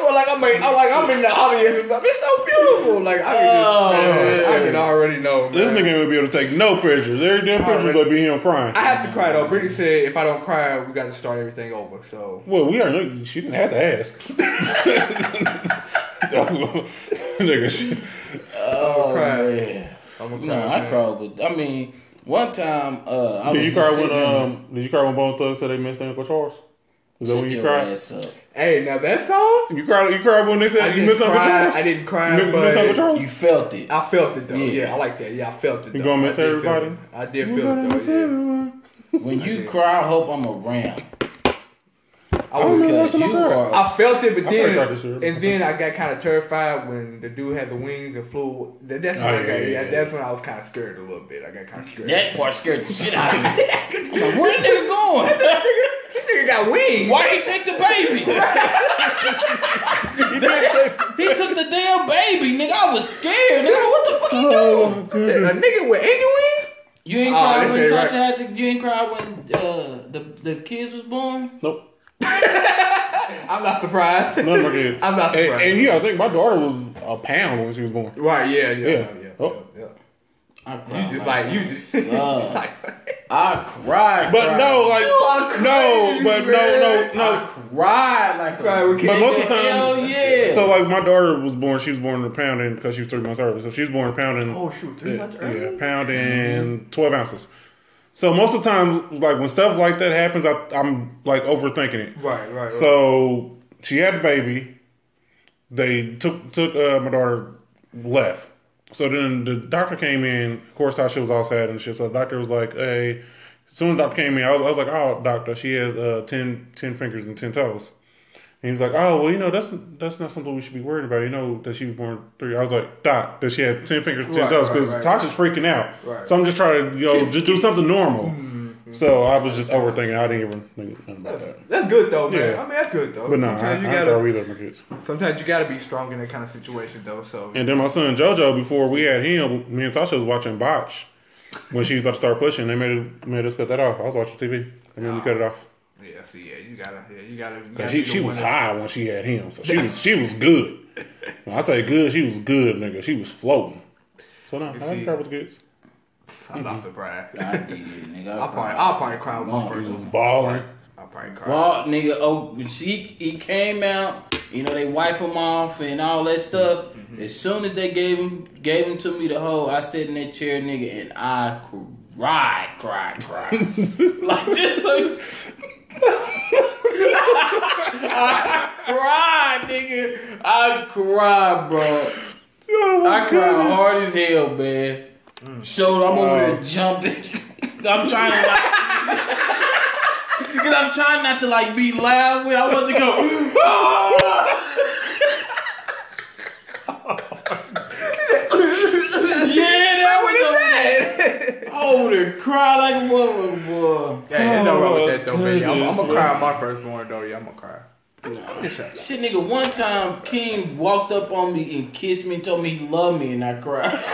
[SPEAKER 3] Like I'm, in, I'm like I'm in the audience. and stuff. It's so beautiful. Like I can, just,
[SPEAKER 1] Oh,
[SPEAKER 3] man, I
[SPEAKER 1] man.
[SPEAKER 3] can already know.
[SPEAKER 2] This
[SPEAKER 3] man.
[SPEAKER 2] nigga would be able to take no pictures. Every damn picture would be him crying.
[SPEAKER 3] I have to cry though. Brittany said if I don't cry, we got to start everything over. So
[SPEAKER 2] Well, we already know she didn't have to ask. Nigga, she,
[SPEAKER 1] Oh,
[SPEAKER 3] cry.
[SPEAKER 1] man.
[SPEAKER 3] I'm gonna cry.
[SPEAKER 1] No, I
[SPEAKER 3] man.
[SPEAKER 1] cried with. I mean, one time uh, I was
[SPEAKER 2] did you
[SPEAKER 1] just
[SPEAKER 2] cry when
[SPEAKER 1] sitting there-
[SPEAKER 2] um? Did you cry when Bone Thugs said they missed Uncle Charles? Is that
[SPEAKER 1] Shut
[SPEAKER 2] when you
[SPEAKER 1] your
[SPEAKER 2] cried?
[SPEAKER 1] ass up.
[SPEAKER 3] Hey, now that song,
[SPEAKER 2] You cried. You cried when they
[SPEAKER 3] I
[SPEAKER 2] said you
[SPEAKER 3] didn't
[SPEAKER 2] missed Uncle
[SPEAKER 3] cry.
[SPEAKER 2] Charles.
[SPEAKER 3] I didn't cry,
[SPEAKER 2] You miss
[SPEAKER 3] but
[SPEAKER 2] Uncle Charles.
[SPEAKER 1] You felt it.
[SPEAKER 3] I felt it though.
[SPEAKER 1] Yeah.
[SPEAKER 3] Yeah. I like that. Yeah, I felt it. Though.
[SPEAKER 2] gonna miss
[SPEAKER 3] I did feel
[SPEAKER 2] everybody?
[SPEAKER 3] it. I did
[SPEAKER 2] You gotta
[SPEAKER 3] feel it
[SPEAKER 2] miss
[SPEAKER 3] though. Yeah.
[SPEAKER 2] everyone.
[SPEAKER 1] When you cry, I hope I'm around.
[SPEAKER 3] I
[SPEAKER 2] don't
[SPEAKER 3] was
[SPEAKER 2] know.
[SPEAKER 1] Because
[SPEAKER 2] that's my
[SPEAKER 1] you
[SPEAKER 2] girl.
[SPEAKER 1] are.
[SPEAKER 3] I felt it,
[SPEAKER 2] I
[SPEAKER 3] but
[SPEAKER 2] probably got
[SPEAKER 3] then
[SPEAKER 2] this year.
[SPEAKER 3] and then I got kind of terrified when the dude had the wings and flew. That- That's when
[SPEAKER 2] Oh,
[SPEAKER 3] I
[SPEAKER 2] yeah,
[SPEAKER 3] got,
[SPEAKER 2] yeah,
[SPEAKER 3] yeah,
[SPEAKER 2] yeah.
[SPEAKER 3] that's when I was kind of scared a little bit. I got kind of scared.
[SPEAKER 1] that part scared the shit out of me. I'm like, where the nigga going?
[SPEAKER 3] this nigga got wings.
[SPEAKER 1] Why he take the baby? he took the damn baby, nigga. I was scared. Nigga, what the fuck he doing?
[SPEAKER 2] Oh,
[SPEAKER 3] A
[SPEAKER 2] goodness.
[SPEAKER 3] nigga with angel wings?
[SPEAKER 1] You ain't
[SPEAKER 2] Ah,
[SPEAKER 3] Oh,
[SPEAKER 1] cried
[SPEAKER 3] this
[SPEAKER 1] when
[SPEAKER 3] ain't
[SPEAKER 1] Tasha
[SPEAKER 3] right.
[SPEAKER 1] had to, you ain't cried when uh, the the kids was born.
[SPEAKER 2] Nope.
[SPEAKER 3] I'm not surprised.
[SPEAKER 2] None of my kids.
[SPEAKER 3] I'm not
[SPEAKER 2] And,
[SPEAKER 3] surprised.
[SPEAKER 2] and you know, I think my daughter was a pound when she was born.
[SPEAKER 3] Right? Yeah.
[SPEAKER 2] Yeah.
[SPEAKER 3] Yeah. Yeah. yeah,
[SPEAKER 2] Oh.
[SPEAKER 3] yeah,
[SPEAKER 1] I
[SPEAKER 3] yeah.
[SPEAKER 1] cried.
[SPEAKER 3] You just like you just, you just like.
[SPEAKER 1] I cried.
[SPEAKER 2] But no, like
[SPEAKER 3] are
[SPEAKER 2] no,
[SPEAKER 3] crazy,
[SPEAKER 2] but no, no,
[SPEAKER 3] man.
[SPEAKER 1] I
[SPEAKER 2] no.
[SPEAKER 1] cried like a
[SPEAKER 3] Cried with
[SPEAKER 2] But
[SPEAKER 3] kids.
[SPEAKER 2] most of the time,
[SPEAKER 1] hell yeah.
[SPEAKER 2] So like my daughter was born, she was born in a pound in because she was three months early. So she was born in a pound in
[SPEAKER 3] Oh shoot! Three months
[SPEAKER 2] yeah,
[SPEAKER 3] early.
[SPEAKER 2] pound in twelve ounces. So most of the time, like when stuff like that happens, I, I'm like overthinking it.
[SPEAKER 3] Right. Right. right.
[SPEAKER 2] So she had the baby. They took took uh, my daughter left. So then the doctor came in. Of course, Tasha was all sad and shit. So the doctor was like, "Hey." As soon as the doctor came in, I was, I was like, "Oh, doctor, she has uh, 10, 10 fingers and ten toes." And he was like, "Oh, well, you know, that's that's not something we should be worried about. You know that she was born three. I was like, "Doc, that she had ten fingers, and ten
[SPEAKER 3] Right,
[SPEAKER 2] toes."
[SPEAKER 3] right,
[SPEAKER 2] Because
[SPEAKER 3] right.
[SPEAKER 2] Tasha's freaking out.
[SPEAKER 3] Right. Mm-hmm.
[SPEAKER 2] So I'm just trying to, you know, just do something normal. So I was just overthinking. I didn't even think nothing about that.
[SPEAKER 3] That's good though, man.
[SPEAKER 2] Yeah.
[SPEAKER 3] I mean, that's good though.
[SPEAKER 2] But no, I,
[SPEAKER 3] sometimes you
[SPEAKER 2] I
[SPEAKER 3] gotta,
[SPEAKER 2] gotta read up my kids.
[SPEAKER 3] sometimes you gotta be strong in that kind of situation though. So
[SPEAKER 2] And then my son JoJo, before we had him, me and Tasha was watching Botch when she was about to start pushing. They made it, made us cut that off. I was watching TV, and then we cut it off.
[SPEAKER 3] yeah, see, yeah, you gotta, yeah, you gotta. You
[SPEAKER 2] And
[SPEAKER 3] gotta
[SPEAKER 2] She
[SPEAKER 3] be the
[SPEAKER 2] she was
[SPEAKER 3] one that-
[SPEAKER 2] high when she had him, so she was she was good. When I say good, she was good, nigga. She was floating. So no, I didn't
[SPEAKER 3] see-
[SPEAKER 2] care with the kids.
[SPEAKER 3] I'm not surprised.
[SPEAKER 1] I did, nigga. I
[SPEAKER 3] I'll probably,
[SPEAKER 1] cried.
[SPEAKER 3] I'll probably cry with my
[SPEAKER 1] Mom,
[SPEAKER 3] first
[SPEAKER 2] She was
[SPEAKER 3] one.
[SPEAKER 2] balling.
[SPEAKER 3] I'll probably cry.
[SPEAKER 1] Bald nigga, oh, when she he came out, you know they wipe him off and all that stuff. As soon as they gave him gave him to me the whole, I sat in that chair, nigga, and I cried, cried, cried, like just like. I cried, nigga. I cried, bro.
[SPEAKER 2] Oh, my
[SPEAKER 1] I cried
[SPEAKER 2] goodness.
[SPEAKER 1] hard as hell, man. So I'm over
[SPEAKER 2] Wow.
[SPEAKER 1] there jumping. I'm trying to like, cause I'm trying not to like be loud. When I want to go, yeah, that
[SPEAKER 3] What
[SPEAKER 1] was
[SPEAKER 3] is
[SPEAKER 1] over there.
[SPEAKER 3] that?
[SPEAKER 1] Over there, cry like a woman, boy.
[SPEAKER 3] Hey, ain't no wrong with that though, man. I'm,
[SPEAKER 2] Goodness,
[SPEAKER 3] I'm gonna
[SPEAKER 2] man.
[SPEAKER 3] cry with my firstborn though. Yeah, I'm gonna cry. It's a-
[SPEAKER 1] Shit, nigga. One time, King walked up on me and kissed me and told me he loved me, and I cried.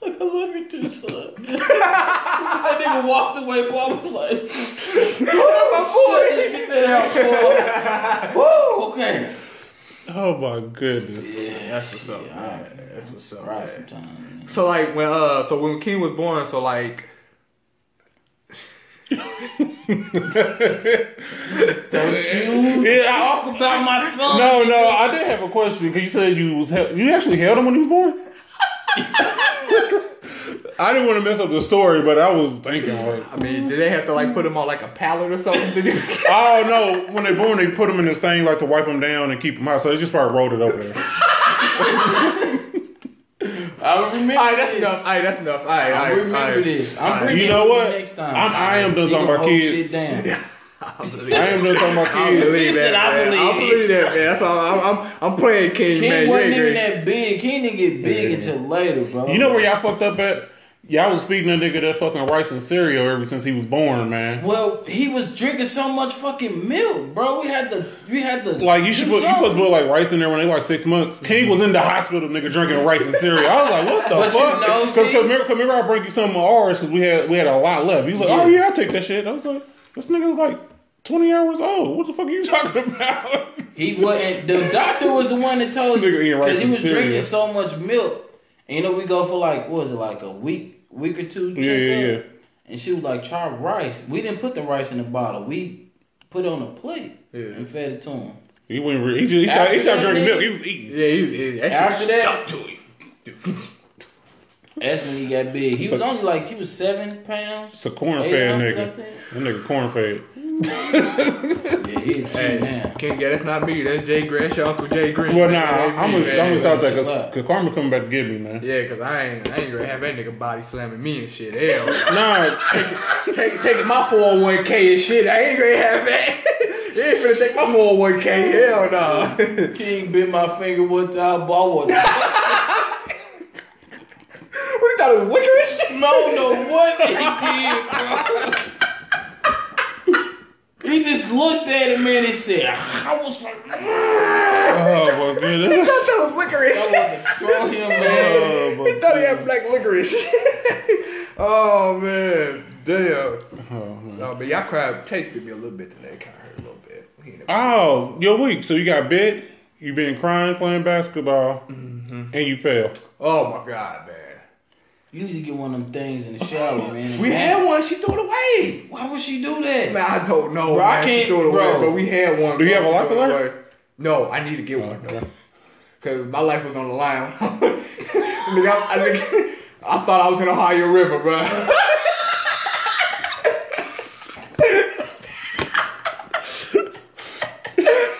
[SPEAKER 1] like I love you too, son. that nigga walked away, boy. I was like, "Oh,
[SPEAKER 3] boy."
[SPEAKER 1] shit, get that out, boy." Woo, okay.
[SPEAKER 2] Oh my goodness.
[SPEAKER 1] Yeah,
[SPEAKER 3] That's what's up.
[SPEAKER 1] shit,
[SPEAKER 3] man.
[SPEAKER 1] I
[SPEAKER 3] That's what's up.
[SPEAKER 1] Cry
[SPEAKER 3] man.
[SPEAKER 1] sometimes.
[SPEAKER 3] So like when uh so when King was born, so like
[SPEAKER 1] Don't you
[SPEAKER 2] Yeah, I-
[SPEAKER 1] talk about my son?
[SPEAKER 2] No, no, I did have a question because you said you was hel- you actually held him when he was born. I didn't want to mess up the story, but I was thinking like,
[SPEAKER 3] I mean, did they have to like put him on like a pallet or something?
[SPEAKER 2] oh no, when they born, they put him in this thing like to wipe him down and keep him out, so they just probably rolled it over there.
[SPEAKER 1] I remember
[SPEAKER 3] All right, that's
[SPEAKER 1] this.
[SPEAKER 3] enough. All right, that's enough. All
[SPEAKER 1] I
[SPEAKER 3] right, all right,
[SPEAKER 1] remember
[SPEAKER 3] all right.
[SPEAKER 1] this.
[SPEAKER 3] All
[SPEAKER 1] I'm
[SPEAKER 3] right.
[SPEAKER 1] bringing
[SPEAKER 2] You know
[SPEAKER 1] it
[SPEAKER 2] what?
[SPEAKER 1] next time.
[SPEAKER 2] I'm- I am done
[SPEAKER 1] You
[SPEAKER 2] talking
[SPEAKER 1] gonna
[SPEAKER 2] about
[SPEAKER 1] hold
[SPEAKER 2] kids.
[SPEAKER 1] Shit down.
[SPEAKER 2] I am done talking about
[SPEAKER 3] I
[SPEAKER 2] kids.
[SPEAKER 3] believe that,
[SPEAKER 1] Listen, I
[SPEAKER 3] man. I believe,
[SPEAKER 1] believe
[SPEAKER 3] that, man. That's all. I'm, I'm, I'm playing King,
[SPEAKER 1] King
[SPEAKER 3] man. You
[SPEAKER 1] wasn't
[SPEAKER 3] ain't
[SPEAKER 1] even
[SPEAKER 3] great.
[SPEAKER 1] that big. King didn't get big
[SPEAKER 2] Yeah.
[SPEAKER 1] until later, bro.
[SPEAKER 2] You know where y'all fucked up at? Y'all was feeding a nigga that fucking rice and cereal ever since he was born, man.
[SPEAKER 1] Well, he was drinking so much fucking milk, bro. We had to, we had to.
[SPEAKER 2] Like you should
[SPEAKER 1] do
[SPEAKER 2] put, you supposed to
[SPEAKER 1] something.
[SPEAKER 2] put like rice in there when they like six months. King was in the hospital, nigga, drinking rice and cereal. I was like, what the
[SPEAKER 1] But you
[SPEAKER 2] fuck?
[SPEAKER 1] know,
[SPEAKER 2] Because
[SPEAKER 1] see-
[SPEAKER 2] remember, 'cause remember I bring you some of ours because we had we had a lot left. He was like,
[SPEAKER 1] Yeah.
[SPEAKER 2] oh yeah, I take that shit. I was like, this nigga was like twenty hours old. What the fuck are you talking about?
[SPEAKER 1] He wasn't. The doctor was the one that told us
[SPEAKER 2] Nigga eating rice
[SPEAKER 1] because he
[SPEAKER 2] and
[SPEAKER 1] was
[SPEAKER 2] cereal.
[SPEAKER 1] drinking so much milk. And you know, we go for like what was it like a week, week or two?
[SPEAKER 2] yeah,
[SPEAKER 1] checkup.
[SPEAKER 2] yeah.
[SPEAKER 1] And she was like, "Try rice." We didn't put the rice in the bottle. We put it on a plate and fed it to him.
[SPEAKER 2] he went. Re- he just he stopped, he
[SPEAKER 1] After
[SPEAKER 2] stopped
[SPEAKER 1] that,
[SPEAKER 2] drinking
[SPEAKER 1] nigga-
[SPEAKER 2] milk. He was eating.
[SPEAKER 3] Yeah, he, he, that
[SPEAKER 1] After
[SPEAKER 3] shit
[SPEAKER 1] that-
[SPEAKER 3] stuck to him.
[SPEAKER 1] That's when he got big. He was only like he was seven pounds.
[SPEAKER 2] It's a corn
[SPEAKER 1] eight
[SPEAKER 2] fed
[SPEAKER 1] ounces, I
[SPEAKER 2] nigga.
[SPEAKER 1] think.
[SPEAKER 2] That nigga corn fed.
[SPEAKER 1] Yeah, he a G now.
[SPEAKER 3] Can't get that's not me. That's Jay Green. That's your Uncle Jay Green.
[SPEAKER 2] Well, nah,
[SPEAKER 3] That ain't
[SPEAKER 2] I'm
[SPEAKER 3] me,
[SPEAKER 2] gonna I'm
[SPEAKER 3] man.
[SPEAKER 2] gonna stop that
[SPEAKER 1] Chill out.
[SPEAKER 2] because Karma coming back to get me, man.
[SPEAKER 3] Yeah, cause I ain't I ain't gonna have that nigga body slamming me and shit. Hell,
[SPEAKER 2] Nah,
[SPEAKER 3] take taking my 401k and shit. I ain't gonna have that. You ain't finna take my 401k. Hell no.
[SPEAKER 1] King bit my finger one time, but I was
[SPEAKER 3] what you thought it was licorice?
[SPEAKER 1] no, no, what he did, bro. He just looked at him and he said, "I was like,
[SPEAKER 2] oh my
[SPEAKER 3] He
[SPEAKER 2] goodness.
[SPEAKER 3] thought that was licorice.
[SPEAKER 1] I want to throw him, man."
[SPEAKER 2] Oh, my
[SPEAKER 3] he thought he had black licorice. oh man, damn.
[SPEAKER 2] Oh, man.
[SPEAKER 3] No, but y'all cried. Chase bit me a little bit today. Kind of hurt a little bit. He ain't never-
[SPEAKER 2] Oh, your week. So you got bit. You've been crying playing basketball,
[SPEAKER 3] Mm-hmm.
[SPEAKER 2] and you fell.
[SPEAKER 3] oh my god, man.
[SPEAKER 1] You need to get one of them things in the shower, man.
[SPEAKER 3] We had one. She threw it away.
[SPEAKER 1] Why would she do that?
[SPEAKER 3] Man, I don't know.
[SPEAKER 1] Bro, I
[SPEAKER 3] man. She
[SPEAKER 1] can't-
[SPEAKER 3] threw it away,
[SPEAKER 1] bro.
[SPEAKER 3] but we had one.
[SPEAKER 2] Do you have a
[SPEAKER 3] She
[SPEAKER 2] life
[SPEAKER 3] threw it
[SPEAKER 2] alert?
[SPEAKER 3] away. No, I need to get one though, cause my life was on the line. I, think I, I, think- I thought I was in Ohio River, bro.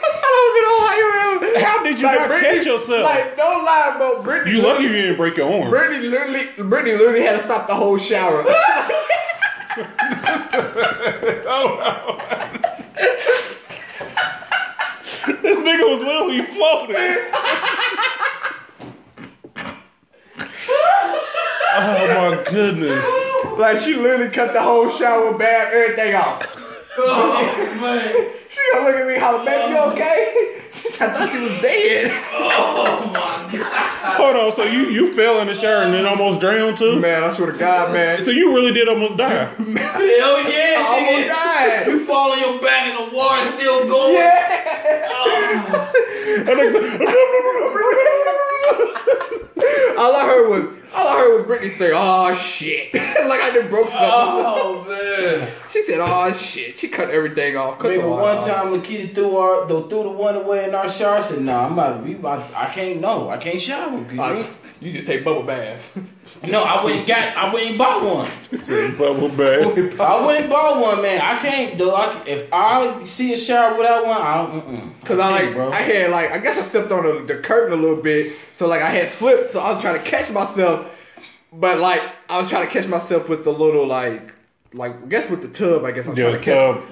[SPEAKER 3] I was in Ohio River.
[SPEAKER 2] How did you not catch yourself?
[SPEAKER 3] Like, no lie, bro. Brittany,
[SPEAKER 2] you lucky you didn't break your arm.
[SPEAKER 3] Brittany literally, Brittany literally had to stop the whole shower.
[SPEAKER 2] This nigga was literally floating. oh my goodness.
[SPEAKER 3] like, she literally cut the whole shower, bath, everything off.
[SPEAKER 1] Oh, man.
[SPEAKER 3] She gonna look at me, holler, baby, you okay? I thought you was dead.
[SPEAKER 2] Hold on, so you you fell in the shower and then almost drowned too?
[SPEAKER 3] Man, I swear to God, man.
[SPEAKER 2] So you really did almost die.
[SPEAKER 1] Hell yeah,
[SPEAKER 3] I
[SPEAKER 1] nigga.
[SPEAKER 3] almost died.
[SPEAKER 1] You fall on your back and the water still going.
[SPEAKER 3] Yeah. all I heard was, all I heard was Brittany say, oh shit. like I just broke something.
[SPEAKER 1] Oh man!
[SPEAKER 3] She said, oh shit. She cut everything off. Cut the
[SPEAKER 1] Remember
[SPEAKER 3] water
[SPEAKER 1] one
[SPEAKER 3] off.
[SPEAKER 1] time Lakita threw our though threw the one away in our shower. I said, "Nah, I'm not. We, I, I can't. No, I can't shower.
[SPEAKER 3] Uh, you just take bubble baths.
[SPEAKER 1] no, I wouldn't got. I wouldn't bought one.
[SPEAKER 2] Bubble bag.
[SPEAKER 1] I wouldn't bought one, man. I can't. Though, I, if I see a shower without one, I don't. Mm-mm.
[SPEAKER 3] Cause I
[SPEAKER 1] Hey,
[SPEAKER 3] like
[SPEAKER 1] bro.
[SPEAKER 3] I had like I guess I stepped on the, the curtain a little bit, so like I had slipped, so I was trying to catch myself, but like I was trying to catch myself with the little like like I guess with the tub I guess I'm
[SPEAKER 2] Yeah,
[SPEAKER 3] trying to catch.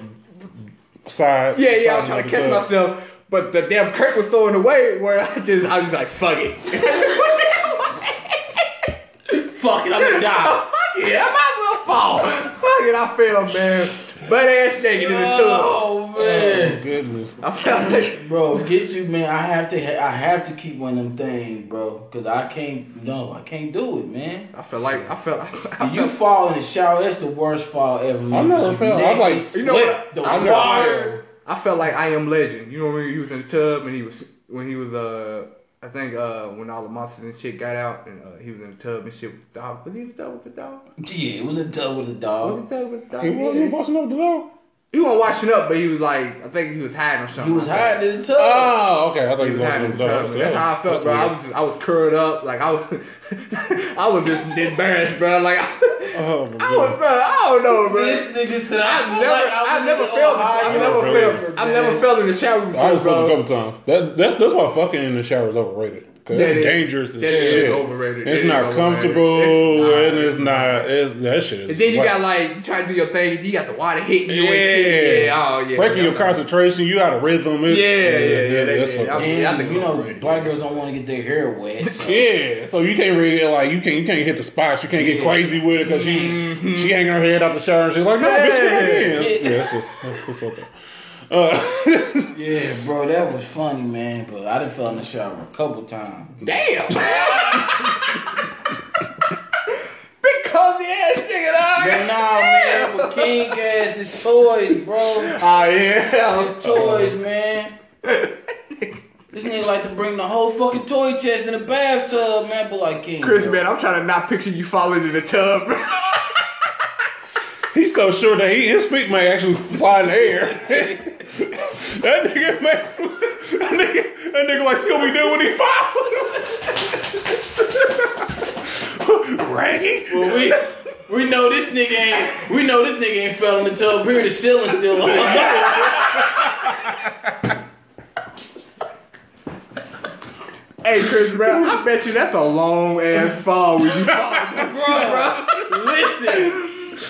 [SPEAKER 2] tub side.
[SPEAKER 3] Yeah, yeah, I
[SPEAKER 2] side
[SPEAKER 3] was trying to
[SPEAKER 2] of
[SPEAKER 3] catch
[SPEAKER 2] the tub.
[SPEAKER 3] myself, but the damn curtain was so in the way where I just I was like fuck it.
[SPEAKER 1] Fuck it, I'm gonna die.
[SPEAKER 3] fuck it, I might as well fall. Fuck it, I fell, man. Butt ass naked in the tub.
[SPEAKER 1] oh man.
[SPEAKER 2] Oh, goodness.
[SPEAKER 3] I felt like
[SPEAKER 1] Bro, get you, man. I have to. ha- I have to keep one of them things, bro. Cause I can't. No, I can't do it, man.
[SPEAKER 3] I felt like I felt. I felt
[SPEAKER 1] If you fall in the shower, that's the worst fall ever, man.
[SPEAKER 2] I
[SPEAKER 1] Because
[SPEAKER 2] never
[SPEAKER 1] you
[SPEAKER 2] fell. I'm
[SPEAKER 1] naked,
[SPEAKER 2] like,
[SPEAKER 3] You know what?
[SPEAKER 1] slipped, the
[SPEAKER 3] I felt
[SPEAKER 1] water.
[SPEAKER 3] Like, I felt like I am legend. You know when he was in the tub and he was when he was uh I think uh when all the monsters and shit got out and uh, he was in the tub and shit with the dog. Was he in the tub with the dog?
[SPEAKER 1] Yeah, it was a tub with a
[SPEAKER 3] Was he in
[SPEAKER 1] dog.
[SPEAKER 3] the tub with the dog?
[SPEAKER 2] You want you
[SPEAKER 3] Yeah.
[SPEAKER 2] busting up the door?
[SPEAKER 3] He wasn't washing up, but he was like I think he was hiding or something.
[SPEAKER 1] He was
[SPEAKER 3] like that.
[SPEAKER 1] hiding in the tub.
[SPEAKER 2] Oh, okay. I thought
[SPEAKER 3] He
[SPEAKER 2] you
[SPEAKER 3] was
[SPEAKER 2] was
[SPEAKER 3] hiding
[SPEAKER 2] busting
[SPEAKER 3] in
[SPEAKER 2] up the
[SPEAKER 3] the tub.
[SPEAKER 2] door.
[SPEAKER 3] That's, how I felt, bro. I was just, I was curled up, like I was, I was just embarrassed, bro. Like I,
[SPEAKER 2] Oh, my
[SPEAKER 3] I was,
[SPEAKER 2] goodness.
[SPEAKER 3] bro. I don't know, bro.
[SPEAKER 1] this nigga said, "I
[SPEAKER 3] Oh, I've
[SPEAKER 1] feel
[SPEAKER 3] never,
[SPEAKER 1] like I
[SPEAKER 3] I've
[SPEAKER 1] was
[SPEAKER 3] never
[SPEAKER 1] in
[SPEAKER 3] felt,
[SPEAKER 1] Ohio,
[SPEAKER 3] I've never
[SPEAKER 1] bro."
[SPEAKER 3] felt, I've never felt in the shower
[SPEAKER 2] I
[SPEAKER 3] before,
[SPEAKER 2] was
[SPEAKER 3] bro.
[SPEAKER 2] a couple times. That, that's that's why fucking in the shower is overrated. Cause
[SPEAKER 3] That
[SPEAKER 2] it's
[SPEAKER 3] is-
[SPEAKER 2] dangerous as
[SPEAKER 3] that is
[SPEAKER 2] shit.
[SPEAKER 3] overrated.
[SPEAKER 2] It's
[SPEAKER 3] That is
[SPEAKER 2] not
[SPEAKER 3] overrated.
[SPEAKER 2] comfortable,
[SPEAKER 3] It's not.
[SPEAKER 2] and it's not. It's that shit. Is
[SPEAKER 3] And then you
[SPEAKER 2] whack.
[SPEAKER 3] got like you try to do your thing, you got the water hitting you
[SPEAKER 2] yeah,
[SPEAKER 3] and shit. Yeah, oh yeah.
[SPEAKER 2] breaking your
[SPEAKER 3] yeah,
[SPEAKER 2] concentration. You out of rhythm. It's,
[SPEAKER 3] Yeah, yeah, yeah, that-
[SPEAKER 2] that's
[SPEAKER 3] yeah,
[SPEAKER 2] fucking-
[SPEAKER 1] And
[SPEAKER 3] Yeah, I think
[SPEAKER 1] you
[SPEAKER 3] it was
[SPEAKER 1] know,
[SPEAKER 3] pretty.
[SPEAKER 1] black girls don't want to get their hair wet. So.
[SPEAKER 2] yeah. So you can't really like you can't you can't hit the spots. You can't get
[SPEAKER 1] Yeah.
[SPEAKER 2] crazy with it because she she
[SPEAKER 3] Mm-hmm.
[SPEAKER 2] hanging her head out the shower and she's like, no, bitch, get out of here.
[SPEAKER 1] Yeah.
[SPEAKER 2] Yeah, that's just that's, that's okay. Uh,
[SPEAKER 1] yeah, bro, that was funny, man. But I done fell in the shower a couple times.
[SPEAKER 3] Damn. Big cozy ass nigga,
[SPEAKER 1] But
[SPEAKER 3] dog.
[SPEAKER 1] nah, man, with King ass is toys, bro.
[SPEAKER 3] Oh yeah.
[SPEAKER 1] His toys, man. this nigga like to bring the whole fucking toy chest in the bathtub, man. But like King,
[SPEAKER 3] Chris,
[SPEAKER 1] bro.
[SPEAKER 3] man, I'm trying to not picture you falling in the tub. bro.
[SPEAKER 2] He's so sure that he, his feet may actually fly in the air. that nigga, man, that nigga, that nigga like Scooby Doo when he fall. Raggy.
[SPEAKER 1] Well, we we know this nigga nigga ain't. We know this nigga ain't fell in the tub. Period. The ceiling's still on.
[SPEAKER 3] Hey, Chris Brown, I bet you that's a long ass fall when you fall.
[SPEAKER 1] bro, listen.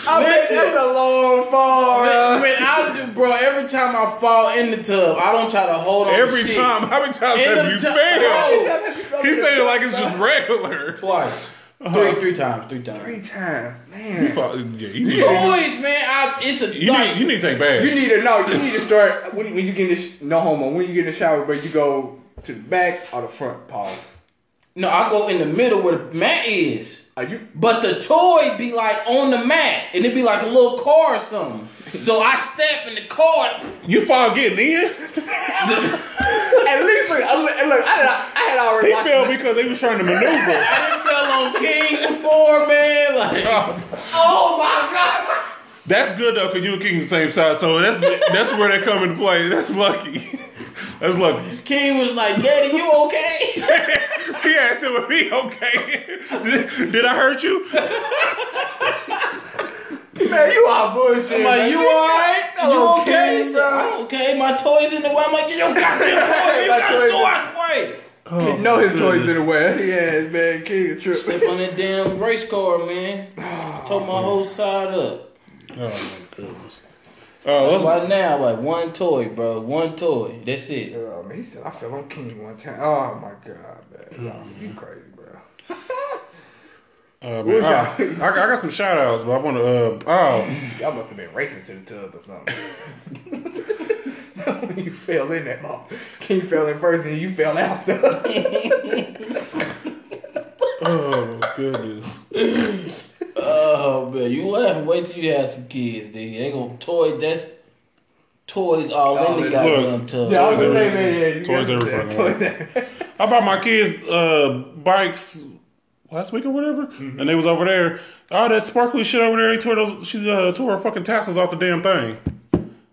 [SPEAKER 3] I bet
[SPEAKER 1] Listen.
[SPEAKER 3] that's a long fall,
[SPEAKER 1] Man,
[SPEAKER 3] bro.
[SPEAKER 1] man, I do, bro. Every time I fall in the tub, I don't try to hold on. to
[SPEAKER 2] Every
[SPEAKER 1] shit.
[SPEAKER 2] time, how many times
[SPEAKER 1] In
[SPEAKER 2] have
[SPEAKER 1] the
[SPEAKER 2] you
[SPEAKER 1] tub-
[SPEAKER 2] failed?
[SPEAKER 1] Bro,
[SPEAKER 2] He said it like it's just regular.
[SPEAKER 1] twice,
[SPEAKER 2] Uh-huh.
[SPEAKER 1] three, three times, three times.
[SPEAKER 3] Three times,
[SPEAKER 2] You
[SPEAKER 3] man.
[SPEAKER 2] fuck- Yeah, you need, you
[SPEAKER 1] Toys, man. I, it's a
[SPEAKER 2] need,
[SPEAKER 1] like,
[SPEAKER 2] you need to take baths.
[SPEAKER 3] You need to know. You need to start when, when you get in the sh- no homo. When you get in the shower, bro, you go to the back or the front. Pause.
[SPEAKER 1] no. I go in the middle where the mat is.
[SPEAKER 3] Are you?
[SPEAKER 1] But the toy be like on the mat, and it be like a little car or something. So I step in the car.
[SPEAKER 2] You fall getting in.
[SPEAKER 3] At least look, I, look, look, I, had, I had already
[SPEAKER 2] He
[SPEAKER 3] watched.
[SPEAKER 2] fell because they was trying to maneuver.
[SPEAKER 1] I done fell on King before, man.
[SPEAKER 2] Uh.
[SPEAKER 1] Like,
[SPEAKER 3] Oh my god!
[SPEAKER 2] That's good though, cause you and King the same size, so that's that's where they come into play. That's lucky. That's lucky.
[SPEAKER 1] King was like, "Daddy, you okay?"
[SPEAKER 2] He asked him if he okay. Did, did I hurt you?
[SPEAKER 3] Man, you are bullshit.
[SPEAKER 1] I'm
[SPEAKER 3] man.
[SPEAKER 1] like, "You
[SPEAKER 3] These
[SPEAKER 1] alright? You
[SPEAKER 3] guys are
[SPEAKER 1] okay?" He
[SPEAKER 3] kids,
[SPEAKER 1] said,
[SPEAKER 3] bro.
[SPEAKER 1] "I'm okay. My toys in the way." I'm like, "You got your toy. You
[SPEAKER 3] My
[SPEAKER 1] got
[SPEAKER 3] toys
[SPEAKER 1] your
[SPEAKER 3] in-
[SPEAKER 1] toy out the way."
[SPEAKER 3] You know his toys in the way. Yeah, man, king of trip.
[SPEAKER 1] Slip on that damn race car, man. Took my whole side up.
[SPEAKER 2] Oh my goodness. Oh, let's-
[SPEAKER 1] By now, like one toy, bro. One toy. That's it.
[SPEAKER 3] Oh, man, he said I fell on King one time. Oh my god, man, no, you crazy, bro.
[SPEAKER 2] oh, man. Ah, I, I got some shout outs, but I want to. Uh, oh,
[SPEAKER 3] Y'all must have been racing to the tub or something. you fell in that mall. King fell in first, and you fell after.
[SPEAKER 2] oh my goodness.
[SPEAKER 1] Oh man, you laughing? Wait till you have some kids, nigga. They gonna toy that's toys all in the
[SPEAKER 3] Look.
[SPEAKER 1] goddamn tub.
[SPEAKER 3] Yeah, I was
[SPEAKER 2] Toys
[SPEAKER 3] gonna say,
[SPEAKER 2] everywhere.
[SPEAKER 3] man, yeah, you
[SPEAKER 2] Toys
[SPEAKER 3] gotta do
[SPEAKER 2] everywhere.
[SPEAKER 3] that. Toys
[SPEAKER 2] I bought my kids uh, bikes last week or whatever, and they was over there. All that sparkly shit over there, they tore those. She uh, tore her fucking tassels off the damn thing.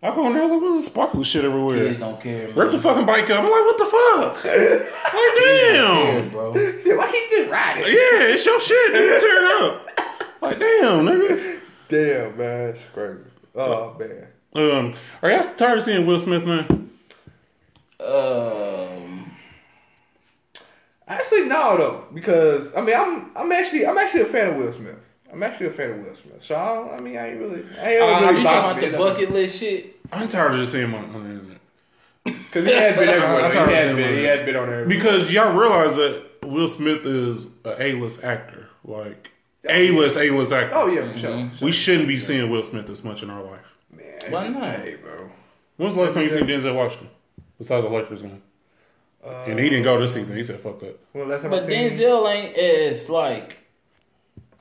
[SPEAKER 2] I go in there, I was like, "What's this sparkly shit everywhere?"
[SPEAKER 1] Kids don't care, man.
[SPEAKER 2] Rip the fucking bike up. I'm like, what the fuck? like,
[SPEAKER 1] Yeah,
[SPEAKER 2] damn.
[SPEAKER 1] bro.
[SPEAKER 3] everywhere. Why he just riding?
[SPEAKER 2] Yeah, it's your shit, nigga. Tear it up. Like, damn, nigga.
[SPEAKER 3] Damn, man, it's crazy. Oh man.
[SPEAKER 2] Um, are y'all tired of seeing Will Smith, man?
[SPEAKER 1] Um,
[SPEAKER 3] Actually, no, though, because I mean, I'm I'm actually I'm actually a fan of Will Smith. I'm actually a fan of Will Smith. So I, don't, I mean, I ain't really. I ain't
[SPEAKER 2] Uh,
[SPEAKER 1] are
[SPEAKER 3] really
[SPEAKER 1] you talking
[SPEAKER 3] bothered
[SPEAKER 1] about
[SPEAKER 3] by
[SPEAKER 1] the
[SPEAKER 3] it,
[SPEAKER 1] bucket list shit?
[SPEAKER 2] I'm tired of just seeing him on, on the internet.
[SPEAKER 3] Because he has been everywhere.
[SPEAKER 2] I'm tired
[SPEAKER 3] though. He
[SPEAKER 2] of
[SPEAKER 3] has
[SPEAKER 2] seeing
[SPEAKER 3] been.
[SPEAKER 2] him.
[SPEAKER 3] He has been on everywhere.
[SPEAKER 2] Because y'all realize that Will Smith is an A-list actor. Like, A-list, A-list actor.
[SPEAKER 3] Oh yeah, for sure.
[SPEAKER 2] We shouldn't be seeing Will Smith this much in our life.
[SPEAKER 3] Man,
[SPEAKER 1] Why not?
[SPEAKER 3] Hey, bro.
[SPEAKER 2] When's the last time you seen Denzel Washington? Besides the Lakers game.
[SPEAKER 3] Uh,
[SPEAKER 2] and he didn't go this season. He said, fuck that.
[SPEAKER 3] Well, last time
[SPEAKER 1] But
[SPEAKER 3] I seen
[SPEAKER 1] Denzel ain't as like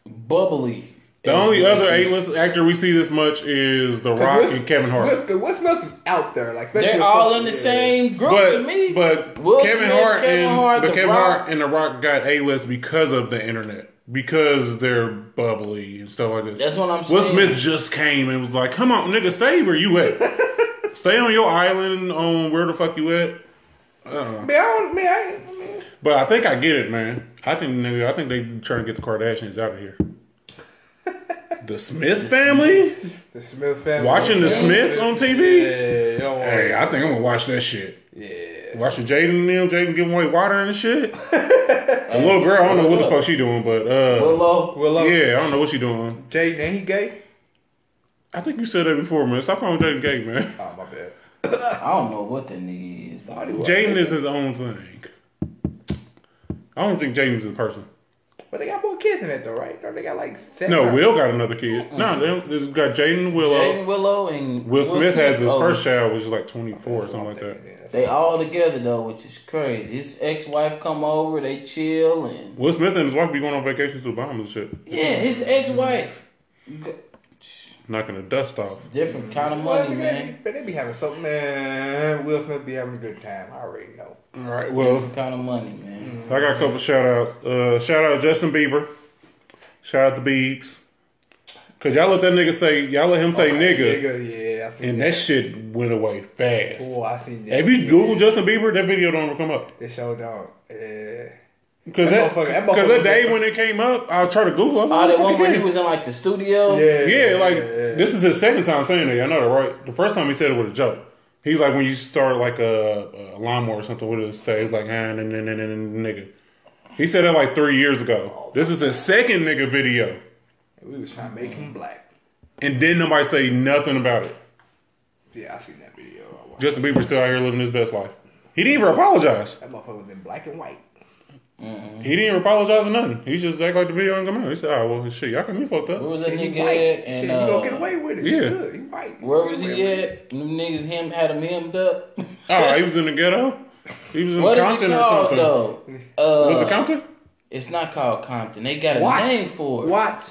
[SPEAKER 1] bubbly.
[SPEAKER 2] The
[SPEAKER 1] as
[SPEAKER 2] only
[SPEAKER 1] Will
[SPEAKER 2] other
[SPEAKER 1] Smith.
[SPEAKER 2] A-list actor we see this much is The Rock
[SPEAKER 3] Will-
[SPEAKER 2] and Kevin Hart.
[SPEAKER 3] Will, Smith- Will Smith is out there. Like especially
[SPEAKER 1] They're
[SPEAKER 3] with
[SPEAKER 1] all
[SPEAKER 3] social
[SPEAKER 1] in the
[SPEAKER 3] media.
[SPEAKER 1] same group
[SPEAKER 2] But,
[SPEAKER 1] to me.
[SPEAKER 2] but
[SPEAKER 1] Will
[SPEAKER 2] Kevin
[SPEAKER 1] Smith,
[SPEAKER 2] Hart
[SPEAKER 1] Kevin
[SPEAKER 2] and
[SPEAKER 1] Hart,
[SPEAKER 2] but
[SPEAKER 1] The
[SPEAKER 2] Kevin
[SPEAKER 1] Rock.
[SPEAKER 2] Hart and The Rock got A list because of the internet, because they're bubbly and stuff like this.
[SPEAKER 1] That's what I'm
[SPEAKER 2] Will
[SPEAKER 1] saying.
[SPEAKER 2] Smith just came and was like, "Come on, nigga, stay where you at. stay on your island, on where the fuck you at."
[SPEAKER 3] Man, I don't, man, I, ain't- I mean,
[SPEAKER 2] But I think I get it, man. I think nigga, I think they trying to get the Kardashians out of here. The Smith family
[SPEAKER 3] the Smith family.
[SPEAKER 2] watching the
[SPEAKER 3] Yeah.
[SPEAKER 2] Smiths on
[SPEAKER 3] Yeah,
[SPEAKER 2] TV.
[SPEAKER 3] you don't want
[SPEAKER 2] Hey, I think I'm gonna watch that shit.
[SPEAKER 3] Yeah.
[SPEAKER 2] Watching Jaden and them, Jaden giving away water and shit. the little girl, I don't know what the fuck she doing, but uh,
[SPEAKER 1] Willow.
[SPEAKER 3] Willow.
[SPEAKER 2] yeah, I don't know what she doing.
[SPEAKER 3] Jaden, ain't he gay?
[SPEAKER 2] I think you said that before, man. Stop calling Jaden gay, man.
[SPEAKER 3] Oh my bad.
[SPEAKER 1] I don't know what that nigga is. bro.
[SPEAKER 2] Jaden is his own thing. I don't think Jaden's the person.
[SPEAKER 3] But they got more kids in it though, right? Don't they got like seven?
[SPEAKER 2] No, Will got another kid. No, they don't- it's got Jaden, Willow.
[SPEAKER 1] Jaden Willow and
[SPEAKER 2] Will Smith has his
[SPEAKER 1] oh,
[SPEAKER 2] first child, which is like 24 or something like that.
[SPEAKER 3] that.
[SPEAKER 1] They all together though, which is crazy. His ex wife come over, they chill and
[SPEAKER 2] Will Smith and his wife be going on vacations to the Bahamas and shit.
[SPEAKER 1] yeah, his ex wife.
[SPEAKER 2] Knocking the dust off.
[SPEAKER 1] Different
[SPEAKER 2] Mm-hmm.
[SPEAKER 1] kind of money, man.
[SPEAKER 3] But they be having something, man. Will Smith be having a good time. I already know.
[SPEAKER 2] All right, well, mm-hmm.
[SPEAKER 1] Different kind of money, man.
[SPEAKER 2] I got a couple shout outs. Uh, shout out Justin Bieber. Shout out the Biebs. Because y'all let that nigga say, y'all let him say nigga,
[SPEAKER 3] Nigga, yeah. I seen
[SPEAKER 2] and
[SPEAKER 3] that.
[SPEAKER 2] that shit went away fast.
[SPEAKER 3] Oh, I seen that.
[SPEAKER 2] If you Google Justin Bieber, that video don't ever come up.
[SPEAKER 3] It showed down. Yeah.
[SPEAKER 2] Because that,
[SPEAKER 3] That motherfucker- that
[SPEAKER 2] cause that
[SPEAKER 3] motherfucker-
[SPEAKER 2] day when it came up, I tried to Google. I was
[SPEAKER 1] Oh,
[SPEAKER 2] like,
[SPEAKER 1] that
[SPEAKER 2] "What
[SPEAKER 1] one
[SPEAKER 2] the
[SPEAKER 1] when
[SPEAKER 2] fuck
[SPEAKER 1] he
[SPEAKER 2] is
[SPEAKER 1] was in like the studio.
[SPEAKER 2] that?" yeah, like
[SPEAKER 3] yeah.
[SPEAKER 2] this is his second time saying it. I know that, right? The first time he said it with a joke. He's like when you start like a, a lawnmower or something. What it say? It's like ah, nah, nah, nah, nah, nah, nigga. He said that like three years ago. This is his second nigga video,
[SPEAKER 3] we was trying to make him black.
[SPEAKER 2] and then nobody say nothing about it.
[SPEAKER 3] Yeah, I seen that video. I watched.
[SPEAKER 2] Justin Bieber's still out here living his best life. He didn't even apologize.
[SPEAKER 3] That motherfucker was in black and white.
[SPEAKER 2] He didn't even apologize or nothing. He just act like the video ain't come out. He said, "Oh well, shit, y'all got me fucked up."
[SPEAKER 1] Where was that
[SPEAKER 3] He
[SPEAKER 1] nigga
[SPEAKER 3] white.
[SPEAKER 1] at?
[SPEAKER 3] Shit,
[SPEAKER 1] And
[SPEAKER 3] you gonna get
[SPEAKER 1] uh,
[SPEAKER 3] away with it.
[SPEAKER 2] yeah.
[SPEAKER 3] Yeah, you should. You white.
[SPEAKER 1] where was
[SPEAKER 3] You
[SPEAKER 1] he
[SPEAKER 3] get away with it.
[SPEAKER 1] at? Them niggas him had him hemmed up.
[SPEAKER 2] Oh, he was in the ghetto. He was in
[SPEAKER 1] What is it
[SPEAKER 2] Compton or
[SPEAKER 1] called
[SPEAKER 2] something.
[SPEAKER 1] though?
[SPEAKER 2] Was
[SPEAKER 1] Uh,
[SPEAKER 2] it Compton?
[SPEAKER 1] it's not called Compton. They got a
[SPEAKER 3] Watch.
[SPEAKER 1] name for it.
[SPEAKER 3] Watch.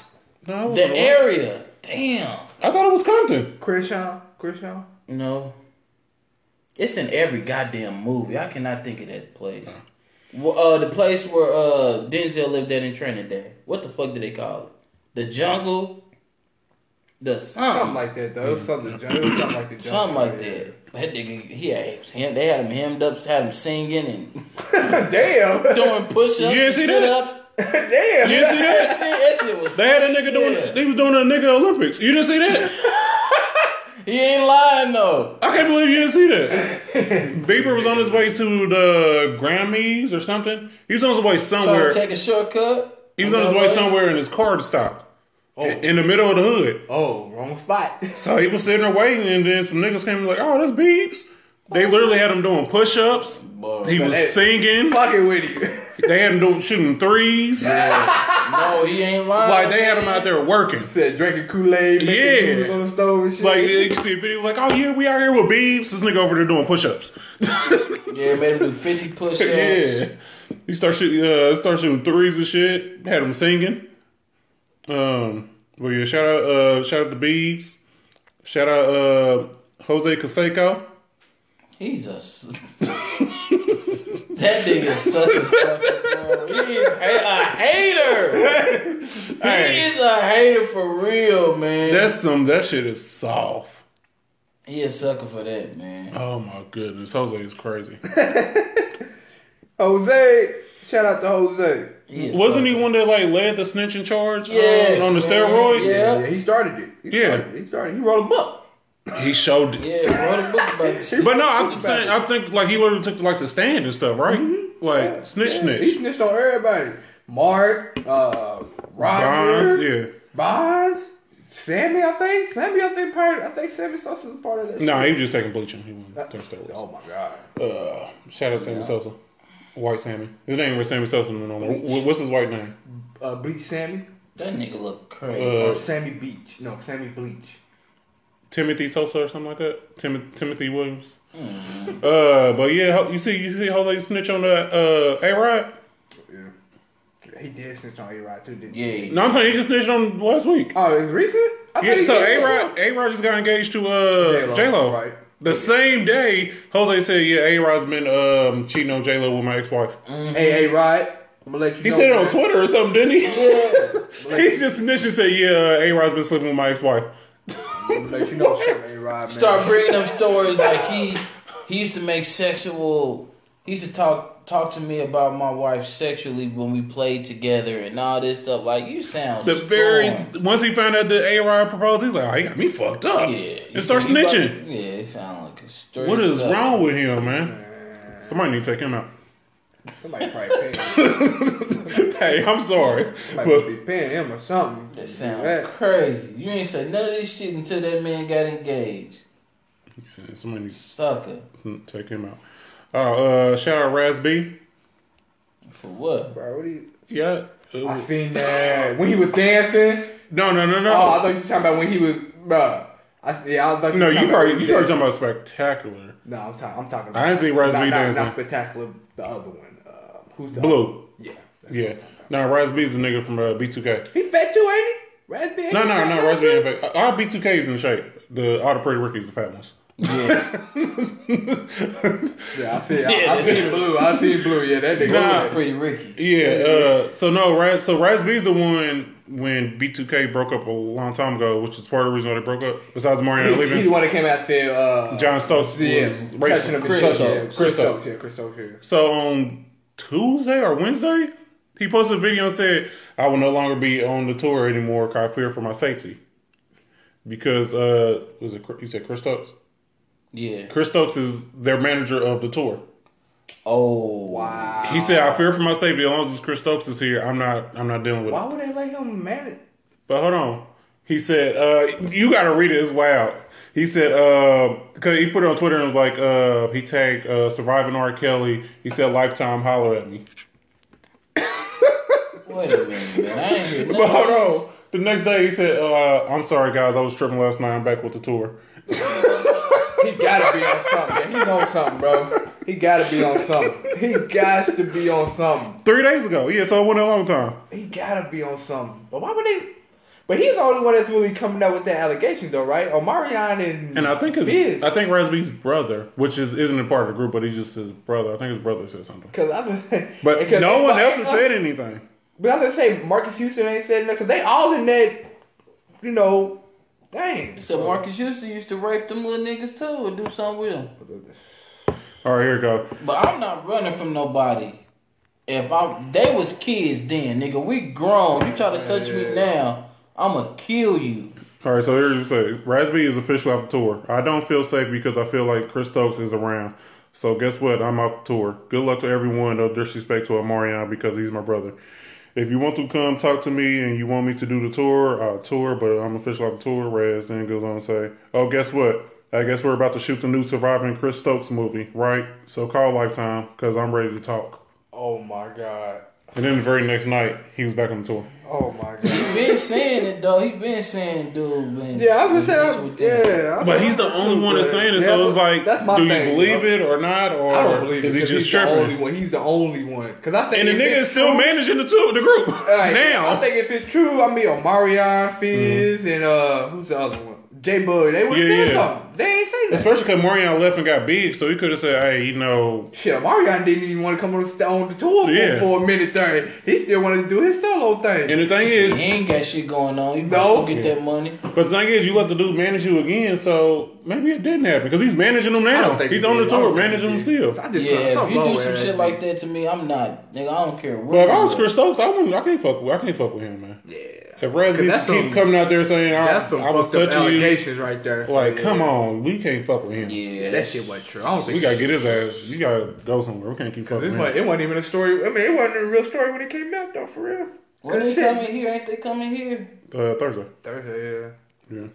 [SPEAKER 2] No, it was
[SPEAKER 1] The
[SPEAKER 2] Compton.
[SPEAKER 1] area. Damn.
[SPEAKER 2] I thought it was Compton.
[SPEAKER 3] Krishan. Krishan.
[SPEAKER 1] No. It's in every goddamn movie. I cannot think of that place. Well, uh, the place where uh Denzel lived at in Training Day. What the fuck do they call it? The jungle. The something.
[SPEAKER 3] Something like that though. It was Something. It was something like that.
[SPEAKER 1] Something like that. That nigga, he had it was him. They had him hemmed up, had him singing and
[SPEAKER 3] Damn.
[SPEAKER 1] doing push-ups,
[SPEAKER 2] You didn't
[SPEAKER 1] and
[SPEAKER 2] see that?
[SPEAKER 1] sit-ups.
[SPEAKER 3] Damn.
[SPEAKER 2] You didn't see
[SPEAKER 1] That
[SPEAKER 2] that?
[SPEAKER 1] shit, that shit was.
[SPEAKER 2] They had a nigga doing.
[SPEAKER 1] Yeah.
[SPEAKER 2] He was doing a nigga Olympics. You didn't see that?
[SPEAKER 1] He ain't lying though.
[SPEAKER 2] I can't believe you didn't see that. Bieber was on his way to the Grammys or something. He was on his way
[SPEAKER 1] Trying
[SPEAKER 2] somewhere.
[SPEAKER 1] to take a shortcut.
[SPEAKER 2] He was on his way somewhere, and his car stopped
[SPEAKER 1] Oh.
[SPEAKER 2] in in the middle of the hood.
[SPEAKER 3] Oh, wrong spot.
[SPEAKER 2] So he was sitting there waiting, and then some niggas came like, "Oh, that's Biebs." They literally had him doing push-ups.
[SPEAKER 1] Oh. Boy.
[SPEAKER 2] He was
[SPEAKER 3] Hey.
[SPEAKER 2] singing.
[SPEAKER 3] Fucking with you.
[SPEAKER 2] They had him doing shooting threes.
[SPEAKER 1] No, he ain't lying.
[SPEAKER 2] Like they had him out there working.
[SPEAKER 3] Said drinking Kool Aid.
[SPEAKER 2] Yeah.
[SPEAKER 3] On the stove and shit.
[SPEAKER 2] Like you see a video like, oh yeah, we out here with Biebs. This nigga over there doing push-ups.
[SPEAKER 1] Yeah, made him do fifty push-ups.
[SPEAKER 2] yeah, he start shooting, uh, start shooting threes and shit. Had him singing. Um, well yeah, shout out, uh, shout out to Biebs. Shout out, uh, Jose Canseco.
[SPEAKER 1] He's a. s- that nigga is such a sucker. bro. He is ha- a hater. He
[SPEAKER 2] Hey,
[SPEAKER 1] is a hater for real, man.
[SPEAKER 2] that's some. That shit is soft.
[SPEAKER 1] he a sucker for that, man.
[SPEAKER 2] Oh my goodness, Jose is crazy.
[SPEAKER 3] Jose. Shout out to Jose.
[SPEAKER 1] He a
[SPEAKER 2] Wasn't he
[SPEAKER 1] sucker.
[SPEAKER 2] one that like led the snitching charge um,
[SPEAKER 1] Yes,
[SPEAKER 2] on the
[SPEAKER 1] man.
[SPEAKER 2] steroids?
[SPEAKER 1] Yeah.
[SPEAKER 3] he started it. He
[SPEAKER 2] Yeah.
[SPEAKER 3] Started it. He started. He wrote him up.
[SPEAKER 2] He showed.
[SPEAKER 1] Yeah, wrote a book about this shit.
[SPEAKER 2] But no, I'm saying I think like he literally took like the stand and stuff, right? Like snitch,
[SPEAKER 3] Yeah,
[SPEAKER 2] snitch.
[SPEAKER 3] He snitched on everybody. Mark, uh,
[SPEAKER 2] Bonds,
[SPEAKER 3] Roger,
[SPEAKER 2] yeah.
[SPEAKER 3] Bonds, Sammy. I think Sammy. I think part. I think Sammy Sosa was part of that.
[SPEAKER 2] No, he was just taking bleaching. He wasn't taking
[SPEAKER 3] shit.
[SPEAKER 2] steroids.
[SPEAKER 3] Oh my god.
[SPEAKER 2] Uh, shout out to Sammy Sosa, white Sammy. His name was Sammy Sosa no more. Wh- What's his white name?
[SPEAKER 3] Uh, Bleach Sammy.
[SPEAKER 1] That nigga look crazy.
[SPEAKER 3] Or
[SPEAKER 2] Uh,
[SPEAKER 3] Sammy Beach. No, Sammy Bleach.
[SPEAKER 2] Timothy Sosa or something like that. Tim- Timothy Williams.
[SPEAKER 3] Mm-hmm.
[SPEAKER 2] Uh, but yeah, ho- you see, you see Jose snitch on that uh A Rod.
[SPEAKER 3] Yeah. He did snitch on A Rod too, didn't he?
[SPEAKER 1] yeah.
[SPEAKER 2] No, I'm saying he just snitched on last week.
[SPEAKER 3] Oh, it's recent. I thought
[SPEAKER 2] Yeah,
[SPEAKER 3] he
[SPEAKER 2] so
[SPEAKER 3] did.
[SPEAKER 2] A Rod, A Rod just got engaged to uh
[SPEAKER 3] J-Lo,
[SPEAKER 2] J Lo.
[SPEAKER 3] right.
[SPEAKER 2] The same day, Jose said, "Yeah, A Rod's been um, cheating on J Lo with my ex wife."
[SPEAKER 3] Hey, A Rod. I'm gonna let you
[SPEAKER 2] He
[SPEAKER 3] know.
[SPEAKER 2] said it on
[SPEAKER 3] man.
[SPEAKER 2] Twitter or something, didn't he?
[SPEAKER 1] Yeah.
[SPEAKER 2] he just initially said, "Yeah, A Rod's been sleeping with my ex wife."
[SPEAKER 3] I'm gonna let you know something, A Rod. Man.
[SPEAKER 1] Start bringing up stories like he he used to make sexual. He used to talk talk to me about my wife sexually when we played together and all this stuff. Like you sound
[SPEAKER 2] The
[SPEAKER 1] scorned.
[SPEAKER 2] very once he found out that A Rod proposed, he's like, "Oh, he got me fucked up,"
[SPEAKER 1] yeah. you
[SPEAKER 2] and start
[SPEAKER 1] sound- you
[SPEAKER 2] snitching.
[SPEAKER 1] about- yeah, it sound like a straight.
[SPEAKER 2] what is
[SPEAKER 1] sucker.
[SPEAKER 2] wrong with him, man? Somebody need to take him out.
[SPEAKER 3] Somebody probably paying.
[SPEAKER 2] hey, I'm sorry,
[SPEAKER 3] Might
[SPEAKER 2] but
[SPEAKER 3] be paying him or something.
[SPEAKER 1] That sound
[SPEAKER 3] Yeah.
[SPEAKER 1] crazy. You ain't said none of this shit until that man got engaged.
[SPEAKER 2] somebody needs
[SPEAKER 1] Sucker.
[SPEAKER 2] to take him out. Oh, uh, shout out Rasby.
[SPEAKER 1] For what?
[SPEAKER 3] Bro, what do you?
[SPEAKER 2] Yeah. Uh,
[SPEAKER 3] I seen that when he was dancing.
[SPEAKER 2] No, no, no, no.
[SPEAKER 3] Oh, I thought you were talking about when he was, bro. I, yeah, I thought you
[SPEAKER 2] No,
[SPEAKER 3] were
[SPEAKER 2] you
[SPEAKER 3] talking
[SPEAKER 2] probably
[SPEAKER 3] about
[SPEAKER 2] you probably talking about spectacular.
[SPEAKER 3] No, I'm talking. I'm talking. About
[SPEAKER 2] I ain't seen Rise
[SPEAKER 3] not,
[SPEAKER 2] B
[SPEAKER 3] not,
[SPEAKER 2] dancing.
[SPEAKER 3] Not spectacular. The other one. Uh, who's the
[SPEAKER 2] Blue.
[SPEAKER 3] Yeah. that's what
[SPEAKER 2] Yeah.
[SPEAKER 3] I'm talking about.
[SPEAKER 2] No, Rise B is a nigga from uh, B2K.
[SPEAKER 3] He fat too, ain't he? Red B.
[SPEAKER 2] No, no, no, Rise B ain't fake. All B2K is in shape. The all the pretty rookies, the fat ones.
[SPEAKER 1] Yeah.
[SPEAKER 3] Yeah, I see.
[SPEAKER 1] Yeah,
[SPEAKER 3] I, I
[SPEAKER 1] that's
[SPEAKER 3] see blue. I see blue. Yeah, that nigga.
[SPEAKER 1] It
[SPEAKER 2] Nah.
[SPEAKER 1] was pretty Ricky.
[SPEAKER 2] Yeah. Uh, so no, Raz. So Raz B is the one when B2K broke up a long time ago, which is part of the reason why they broke up. Besides Mario
[SPEAKER 3] He, he the
[SPEAKER 2] leaving,
[SPEAKER 3] one that came out and said, uh,
[SPEAKER 2] John Stokes was
[SPEAKER 3] yeah,
[SPEAKER 2] raped.
[SPEAKER 3] touching up his
[SPEAKER 1] Christo.
[SPEAKER 3] stuff. Yeah,
[SPEAKER 2] Christo.
[SPEAKER 3] Christo. Yeah, Christo.
[SPEAKER 2] So on Tuesday or Wednesday, He posted a video and said, "I will no longer be on the tour anymore. 'cause I fear for my safety." Because uh, was it Chr- you said Chris Stokes?
[SPEAKER 1] Yeah.
[SPEAKER 2] Chris Stokes is their manager of the tour.
[SPEAKER 1] Oh wow.
[SPEAKER 2] He said, "I fear for my safety. As long as Chris Stokes is here, I'm not. I'm not dealing with
[SPEAKER 3] Why
[SPEAKER 2] it."
[SPEAKER 3] would they let him manage?
[SPEAKER 2] But hold on. He said, uh, you gotta read it, it's wild. He said, uh, cause he put it on Twitter and was like, uh, he tagged, uh, surviving R. Kelly. He said, lifetime holler at me.
[SPEAKER 1] Wait a minute, man. I ain't hear
[SPEAKER 2] But
[SPEAKER 1] nothing.
[SPEAKER 2] hold on. The next day he said, uh, I'm sorry guys, I was tripping last night. I'm back with the tour.
[SPEAKER 3] He gotta be on something. man. He on something, bro. He gotta be on something. He gots to be on something.
[SPEAKER 2] Three days ago. Yeah, so it wasn't a long time.
[SPEAKER 3] He gotta be on something. But why would they? But he's the only one that's really coming up with that allegation, though, right? Omarion and
[SPEAKER 2] And I think his,
[SPEAKER 3] Fizz.
[SPEAKER 2] I think Raspy's brother, which is, isn't a part of the group, but he's just his brother. I think his brother said something.
[SPEAKER 3] Cause I've been,
[SPEAKER 2] But
[SPEAKER 3] because
[SPEAKER 2] no one
[SPEAKER 3] everybody-
[SPEAKER 2] else has said anything.
[SPEAKER 3] But I was gonna say Marcus Houston ain't said nothing because they all in that, you know, dang.
[SPEAKER 1] So Marcus Houston used to rape them little niggas too and do something with them.
[SPEAKER 2] All right, here we go.
[SPEAKER 1] But I'm not running from nobody. If I they was kids then, nigga, we grown. You try to touch me now, I'ma kill you.
[SPEAKER 2] All right, so here you say Raspy is official out the tour. I don't feel safe because I feel like Chris Stokes is around. So guess what? I'm out the tour. Good luck to everyone. No disrespect to Amarion because he's my brother. If you want to come talk to me and you want me to do the tour, I'll tour, but I'm official out the tour. Raz then goes on to say, Oh, guess what? I guess we're about to shoot the new Surviving Chris Stokes movie, right? So call Lifetime because I'm ready to talk.
[SPEAKER 3] Oh my god.
[SPEAKER 2] And then the very next night, he was back on the tour.
[SPEAKER 3] Oh my god.
[SPEAKER 1] He been saying it though. He been saying, dude. Been,
[SPEAKER 3] yeah, I was
[SPEAKER 1] this
[SPEAKER 3] gonna
[SPEAKER 1] with
[SPEAKER 3] say,
[SPEAKER 1] that.
[SPEAKER 3] yeah. I
[SPEAKER 2] But
[SPEAKER 3] was-
[SPEAKER 2] he's the only one that's saying it, so it's like,
[SPEAKER 3] That's my
[SPEAKER 2] do you
[SPEAKER 3] thing,
[SPEAKER 2] believe
[SPEAKER 3] bro.
[SPEAKER 2] it or not, or
[SPEAKER 3] I don't believe
[SPEAKER 2] is
[SPEAKER 3] it.
[SPEAKER 2] he
[SPEAKER 3] 'cause
[SPEAKER 2] just
[SPEAKER 3] he's The only
[SPEAKER 2] tripping?
[SPEAKER 3] one. He's the only one. Cause I think
[SPEAKER 2] And the
[SPEAKER 3] if
[SPEAKER 2] nigga
[SPEAKER 3] it's
[SPEAKER 2] is still
[SPEAKER 3] true-
[SPEAKER 2] managing the two, the group
[SPEAKER 3] All right, I
[SPEAKER 2] now. Mm-hmm.
[SPEAKER 3] think if it's true, I mean Omarion, Fizz, and uh, who's the other one? J Bug. They would have
[SPEAKER 2] Yeah,
[SPEAKER 3] said
[SPEAKER 2] yeah.
[SPEAKER 3] something. They ain't say nothing.
[SPEAKER 2] Especially because Morion left and got big, so he could have said, "Hey, you know,
[SPEAKER 3] Shit, Omarion didn't even want to come on the, on the tour for,
[SPEAKER 2] Yeah.
[SPEAKER 3] for a minute thirty. He still wanted to do his solo thing.
[SPEAKER 2] And the thing
[SPEAKER 1] He
[SPEAKER 2] is,
[SPEAKER 1] ain't got shit going on. He
[SPEAKER 3] No.
[SPEAKER 1] no. get that money.
[SPEAKER 2] but the thing is, you let the dude manage you again, so maybe it didn't happen because he's managing them now. He's
[SPEAKER 3] he
[SPEAKER 2] on the
[SPEAKER 3] did. I don't
[SPEAKER 2] tour,
[SPEAKER 3] think he
[SPEAKER 2] managing them
[SPEAKER 3] did.
[SPEAKER 2] still.
[SPEAKER 3] I
[SPEAKER 2] But
[SPEAKER 3] just-
[SPEAKER 1] Yeah, if
[SPEAKER 3] something
[SPEAKER 1] you
[SPEAKER 3] wrong
[SPEAKER 1] do
[SPEAKER 3] with
[SPEAKER 1] some shit
[SPEAKER 3] that.
[SPEAKER 1] like that to me, I'm not. Nigga, I don't care.
[SPEAKER 2] if
[SPEAKER 1] What
[SPEAKER 2] I was Chris Stokes, I wouldn't. I can't fuck. With, I can't fuck with him, man.
[SPEAKER 3] Yeah,
[SPEAKER 2] If Raspy
[SPEAKER 3] that's
[SPEAKER 2] keep
[SPEAKER 3] some-
[SPEAKER 2] coming out there saying, "I,
[SPEAKER 3] that's some
[SPEAKER 2] I was
[SPEAKER 3] fucked up
[SPEAKER 2] touching you,"
[SPEAKER 3] allegations right there.
[SPEAKER 2] like,
[SPEAKER 3] Yeah.
[SPEAKER 2] come on, we can't fuck with him.
[SPEAKER 1] yeah,
[SPEAKER 3] Yeah, that shit wasn't true. I don't think
[SPEAKER 2] We gotta get his ass. You gotta go somewhere. We can't keep fucking.
[SPEAKER 3] This
[SPEAKER 2] with
[SPEAKER 3] wasn't,
[SPEAKER 2] him.
[SPEAKER 3] it wasn't even a story. I mean, it wasn't a real story when it came out though, for real.
[SPEAKER 1] When they coming here, ain't they coming here?
[SPEAKER 2] Uh, Thursday.
[SPEAKER 3] Thursday,
[SPEAKER 2] Yeah.
[SPEAKER 3] yeah.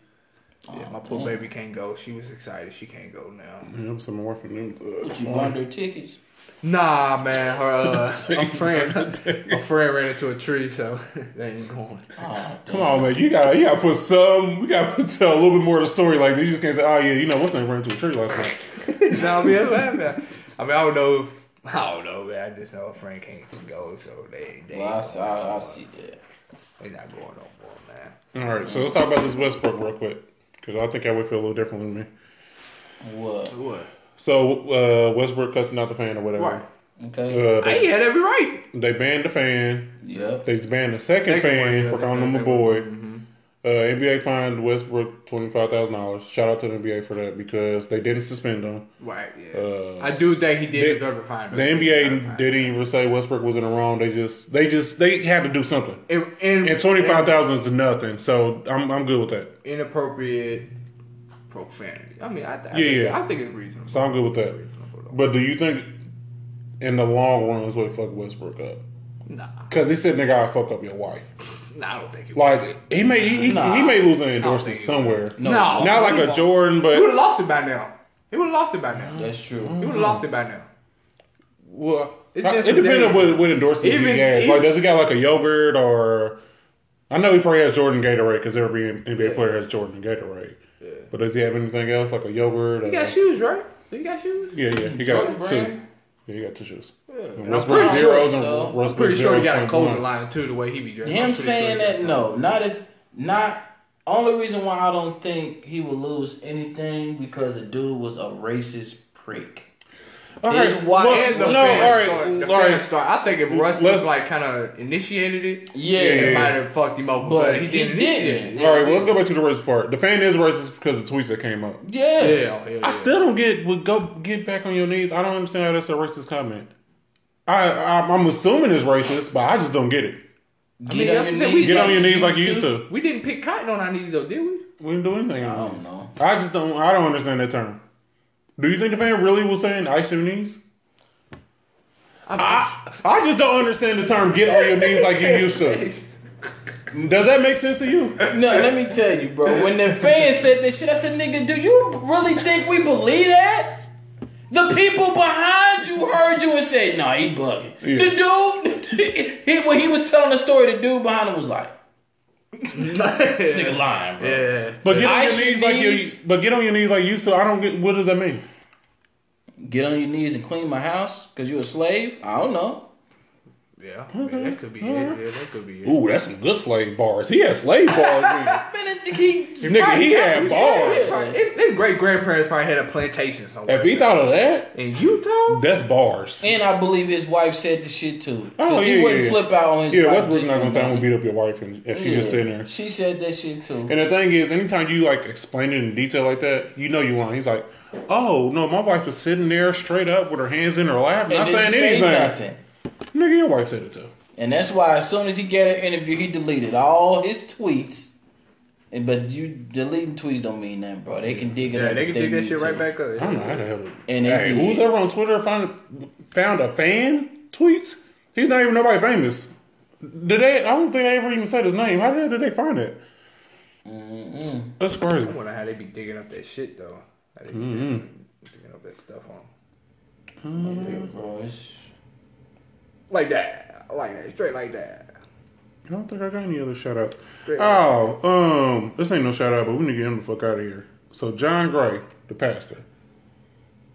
[SPEAKER 3] Yeah, my
[SPEAKER 1] Oh,
[SPEAKER 3] poor baby can't go. She was excited. She can't go now.
[SPEAKER 2] Yeah, I'm somewhere from them. Uh,
[SPEAKER 1] What you bought their tickets?
[SPEAKER 3] Nah, man. Her uh, a friend, a friend ran into a tree, so they ain't going.
[SPEAKER 1] Oh,
[SPEAKER 2] come on, man. You gotta, you gotta put some. We gotta tell a little bit more of the story. Like this. you just can't say, oh yeah, you know what's name ran into a tree last night.
[SPEAKER 3] nah, man, man, man. I mean, I don't know. If, I don't know, man. I just know a friend can't go, so they they.
[SPEAKER 1] well, I,
[SPEAKER 3] ain't
[SPEAKER 1] see-
[SPEAKER 3] going
[SPEAKER 1] I, I
[SPEAKER 3] no more.
[SPEAKER 1] see that.
[SPEAKER 3] They not going no more, man.
[SPEAKER 2] All right, so let's talk about this Westbrook real quick because I think I would feel a little differently than me.
[SPEAKER 1] What?
[SPEAKER 3] What?
[SPEAKER 2] So uh, Westbrook cussing out the fan or whatever.
[SPEAKER 3] Right.
[SPEAKER 1] Okay.
[SPEAKER 2] Uh,
[SPEAKER 3] Hey,
[SPEAKER 2] they,
[SPEAKER 3] yeah, that'd be right.
[SPEAKER 2] they banned the fan.
[SPEAKER 1] Yep.
[SPEAKER 2] They banned the second,
[SPEAKER 3] Second
[SPEAKER 2] fan
[SPEAKER 3] one, yeah,
[SPEAKER 2] for
[SPEAKER 3] they
[SPEAKER 2] calling
[SPEAKER 3] said
[SPEAKER 2] him a
[SPEAKER 3] they
[SPEAKER 2] boy.
[SPEAKER 3] were- mhm.
[SPEAKER 2] Uh, NBA fined Westbrook twenty five thousand dollars. Shout out to the NBA for that because they didn't suspend him.
[SPEAKER 3] Right. Yeah.
[SPEAKER 2] Uh,
[SPEAKER 3] I do think he did
[SPEAKER 2] they-
[SPEAKER 3] deserve a fine. but
[SPEAKER 2] The
[SPEAKER 3] he deserved a
[SPEAKER 2] NBA
[SPEAKER 3] fine.
[SPEAKER 2] didn't even say Westbrook was in the wrong. They just they just they had to do something.
[SPEAKER 3] In, in,
[SPEAKER 2] And twenty five thousand is nothing, so I'm I'm good with that.
[SPEAKER 3] in- inappropriate profanity. I mean, I, I,
[SPEAKER 2] Yeah,
[SPEAKER 3] think,
[SPEAKER 2] yeah.
[SPEAKER 3] I think it's reasonable.
[SPEAKER 2] So I'm good with
[SPEAKER 3] It's
[SPEAKER 2] that.
[SPEAKER 3] reasonable though.
[SPEAKER 2] But do you think in the long run is what fuck Westbrook up?
[SPEAKER 3] Nah,
[SPEAKER 2] Because he's sitting there, gotta fuck up your wife.
[SPEAKER 3] nah, I don't think it. would.
[SPEAKER 2] Like he may he, he-
[SPEAKER 1] Nah.
[SPEAKER 2] he may lose an
[SPEAKER 3] don't
[SPEAKER 2] endorsement
[SPEAKER 3] think he
[SPEAKER 2] somewhere.
[SPEAKER 1] No,
[SPEAKER 3] No.
[SPEAKER 2] Not like a Jordan,
[SPEAKER 3] He would
[SPEAKER 2] but
[SPEAKER 3] have lost it by now. He would have lost it by now.
[SPEAKER 1] that's true.
[SPEAKER 3] He would have lost it by now.
[SPEAKER 2] well,
[SPEAKER 3] It
[SPEAKER 2] it,
[SPEAKER 3] depends
[SPEAKER 2] depends
[SPEAKER 3] what
[SPEAKER 2] on what, what endorsements
[SPEAKER 3] Even-
[SPEAKER 2] he has.
[SPEAKER 3] even-
[SPEAKER 2] like, does he got like a yogurt or? I know he probably has Jordan Gatorade because every NBA player has Jordan and Gatorade. But does he have anything else like a yogurt? Or,
[SPEAKER 3] You got shoes, right? You got shoes.
[SPEAKER 2] Yeah, yeah, he
[SPEAKER 1] Jordan
[SPEAKER 2] got two.
[SPEAKER 1] brand?
[SPEAKER 2] Yeah, he got two shoes.
[SPEAKER 3] I'm
[SPEAKER 2] Westbrook
[SPEAKER 3] pretty
[SPEAKER 1] sure,
[SPEAKER 2] zeros
[SPEAKER 1] so-
[SPEAKER 2] and Westbrook
[SPEAKER 3] Pretty sure he got a
[SPEAKER 2] 0.1.
[SPEAKER 3] clothing line too. The way he be dressed. I'm
[SPEAKER 1] Him
[SPEAKER 3] pretty sure he
[SPEAKER 1] saying
[SPEAKER 3] got
[SPEAKER 1] that, no. Not if, not, only reason why I don't think he would lose anything because the dude was a racist prick.
[SPEAKER 2] All
[SPEAKER 1] It's
[SPEAKER 2] right,
[SPEAKER 1] why-
[SPEAKER 2] well,
[SPEAKER 1] and the fans
[SPEAKER 2] no, all
[SPEAKER 3] The
[SPEAKER 2] right, all
[SPEAKER 3] fan
[SPEAKER 2] right.
[SPEAKER 3] start. I think if Russ
[SPEAKER 2] Let's-
[SPEAKER 3] was like kind of initiated it,
[SPEAKER 1] Yeah.
[SPEAKER 3] it might have fucked him over. But, he didn't initiate it.
[SPEAKER 2] All right, well, let's go back to the racist part. The fan is racist because of the tweets that came up.
[SPEAKER 1] Yeah.
[SPEAKER 3] Yeah, yeah, yeah.
[SPEAKER 2] I still don't get. Well, go get back on your knees. I don't understand how that's a racist comment. I, I I'm assuming it's racist, but I just don't get it.
[SPEAKER 1] Get
[SPEAKER 4] mean,
[SPEAKER 1] on
[SPEAKER 4] that's
[SPEAKER 1] your
[SPEAKER 4] the thing,
[SPEAKER 1] knees.
[SPEAKER 4] we
[SPEAKER 2] Get
[SPEAKER 1] like
[SPEAKER 2] on your knees like you used to.
[SPEAKER 4] We didn't pick cotton on our knees though, did we?
[SPEAKER 2] We didn't do anything.
[SPEAKER 1] I don't know.
[SPEAKER 2] I just don't. I don't understand that term. Do you think the fan really was saying ice your knees? I I just don't understand the term "get on your knees" like you used to. Does that make sense to you?
[SPEAKER 1] No, let me tell you, bro. When the fans said this shit, I said, "Nigga, do you really think we believe that?" The people behind you heard you and said, "Nah, he bugging." The dude, he, when he was telling the story, the dude behind him was like, "This nigga lying, bro."
[SPEAKER 3] Yeah.
[SPEAKER 2] But get on your
[SPEAKER 1] Ice your
[SPEAKER 2] knees like
[SPEAKER 1] knees?
[SPEAKER 2] you. But get on your knees like you used to. I don't get. What does that mean?
[SPEAKER 1] Get on your knees and clean my house because you a slave. I don't know.
[SPEAKER 3] Yeah. Man, that could be it. Yeah, that could be it.
[SPEAKER 2] Ooh, that's some good slave bars. He had slave bars. nigga.
[SPEAKER 1] Man, that nigga, he,
[SPEAKER 2] Nigga, he had bars.
[SPEAKER 1] Yeah.
[SPEAKER 3] His, his great grandparents probably had a plantation somewhere.
[SPEAKER 2] If he thought of that,
[SPEAKER 3] in Utah?
[SPEAKER 2] that's bars.
[SPEAKER 1] and I believe his wife said the shit too.
[SPEAKER 2] Oh,
[SPEAKER 1] Cause
[SPEAKER 2] yeah,
[SPEAKER 1] he wouldn't
[SPEAKER 2] yeah.
[SPEAKER 1] flip out on his
[SPEAKER 2] Yeah,
[SPEAKER 1] wife
[SPEAKER 2] Westbrook's
[SPEAKER 1] just
[SPEAKER 2] not gonna
[SPEAKER 1] for
[SPEAKER 2] tell him to
[SPEAKER 1] nothing.
[SPEAKER 2] beat up your wife and if she's just
[SPEAKER 1] Yeah.
[SPEAKER 2] sitting there.
[SPEAKER 1] She said that shit too.
[SPEAKER 2] And the thing is, anytime you like explain it in detail like that, you know you lying. He's like, "Oh no, my wife was sitting there straight up with her hands in her lap,
[SPEAKER 1] And
[SPEAKER 2] not
[SPEAKER 1] didn't
[SPEAKER 2] saying
[SPEAKER 1] say
[SPEAKER 2] anything."
[SPEAKER 1] nothing.
[SPEAKER 2] Nigga, your wife said it too.
[SPEAKER 1] And that's why as soon as he got an interview, he deleted all his tweets. And but you deleting tweets don't mean nothing, bro. They can dig it
[SPEAKER 3] Yeah,
[SPEAKER 1] up.
[SPEAKER 3] they
[SPEAKER 1] if
[SPEAKER 3] can dig that
[SPEAKER 1] need
[SPEAKER 3] shit right
[SPEAKER 1] to.
[SPEAKER 3] back up.
[SPEAKER 2] I don't know how the hell. to-
[SPEAKER 1] And they
[SPEAKER 2] hey,
[SPEAKER 1] did.
[SPEAKER 2] who's ever on Twitter found found a fan tweets? He's not even nobody famous. Did they? I don't think they ever even said his name. How the hell did they find it? That's crazy.
[SPEAKER 3] I Mm-hmm. wonder how they be digging up that shit though. How they be digging up that stuff on
[SPEAKER 1] Yeah, bro, it's-
[SPEAKER 3] like that, like that, straight like that.
[SPEAKER 2] I don't think I got any other shout outs.
[SPEAKER 3] Great.
[SPEAKER 2] Oh, um, this ain't no shout out, but we need to get him the fuck out of here. So John Gray, the pastor.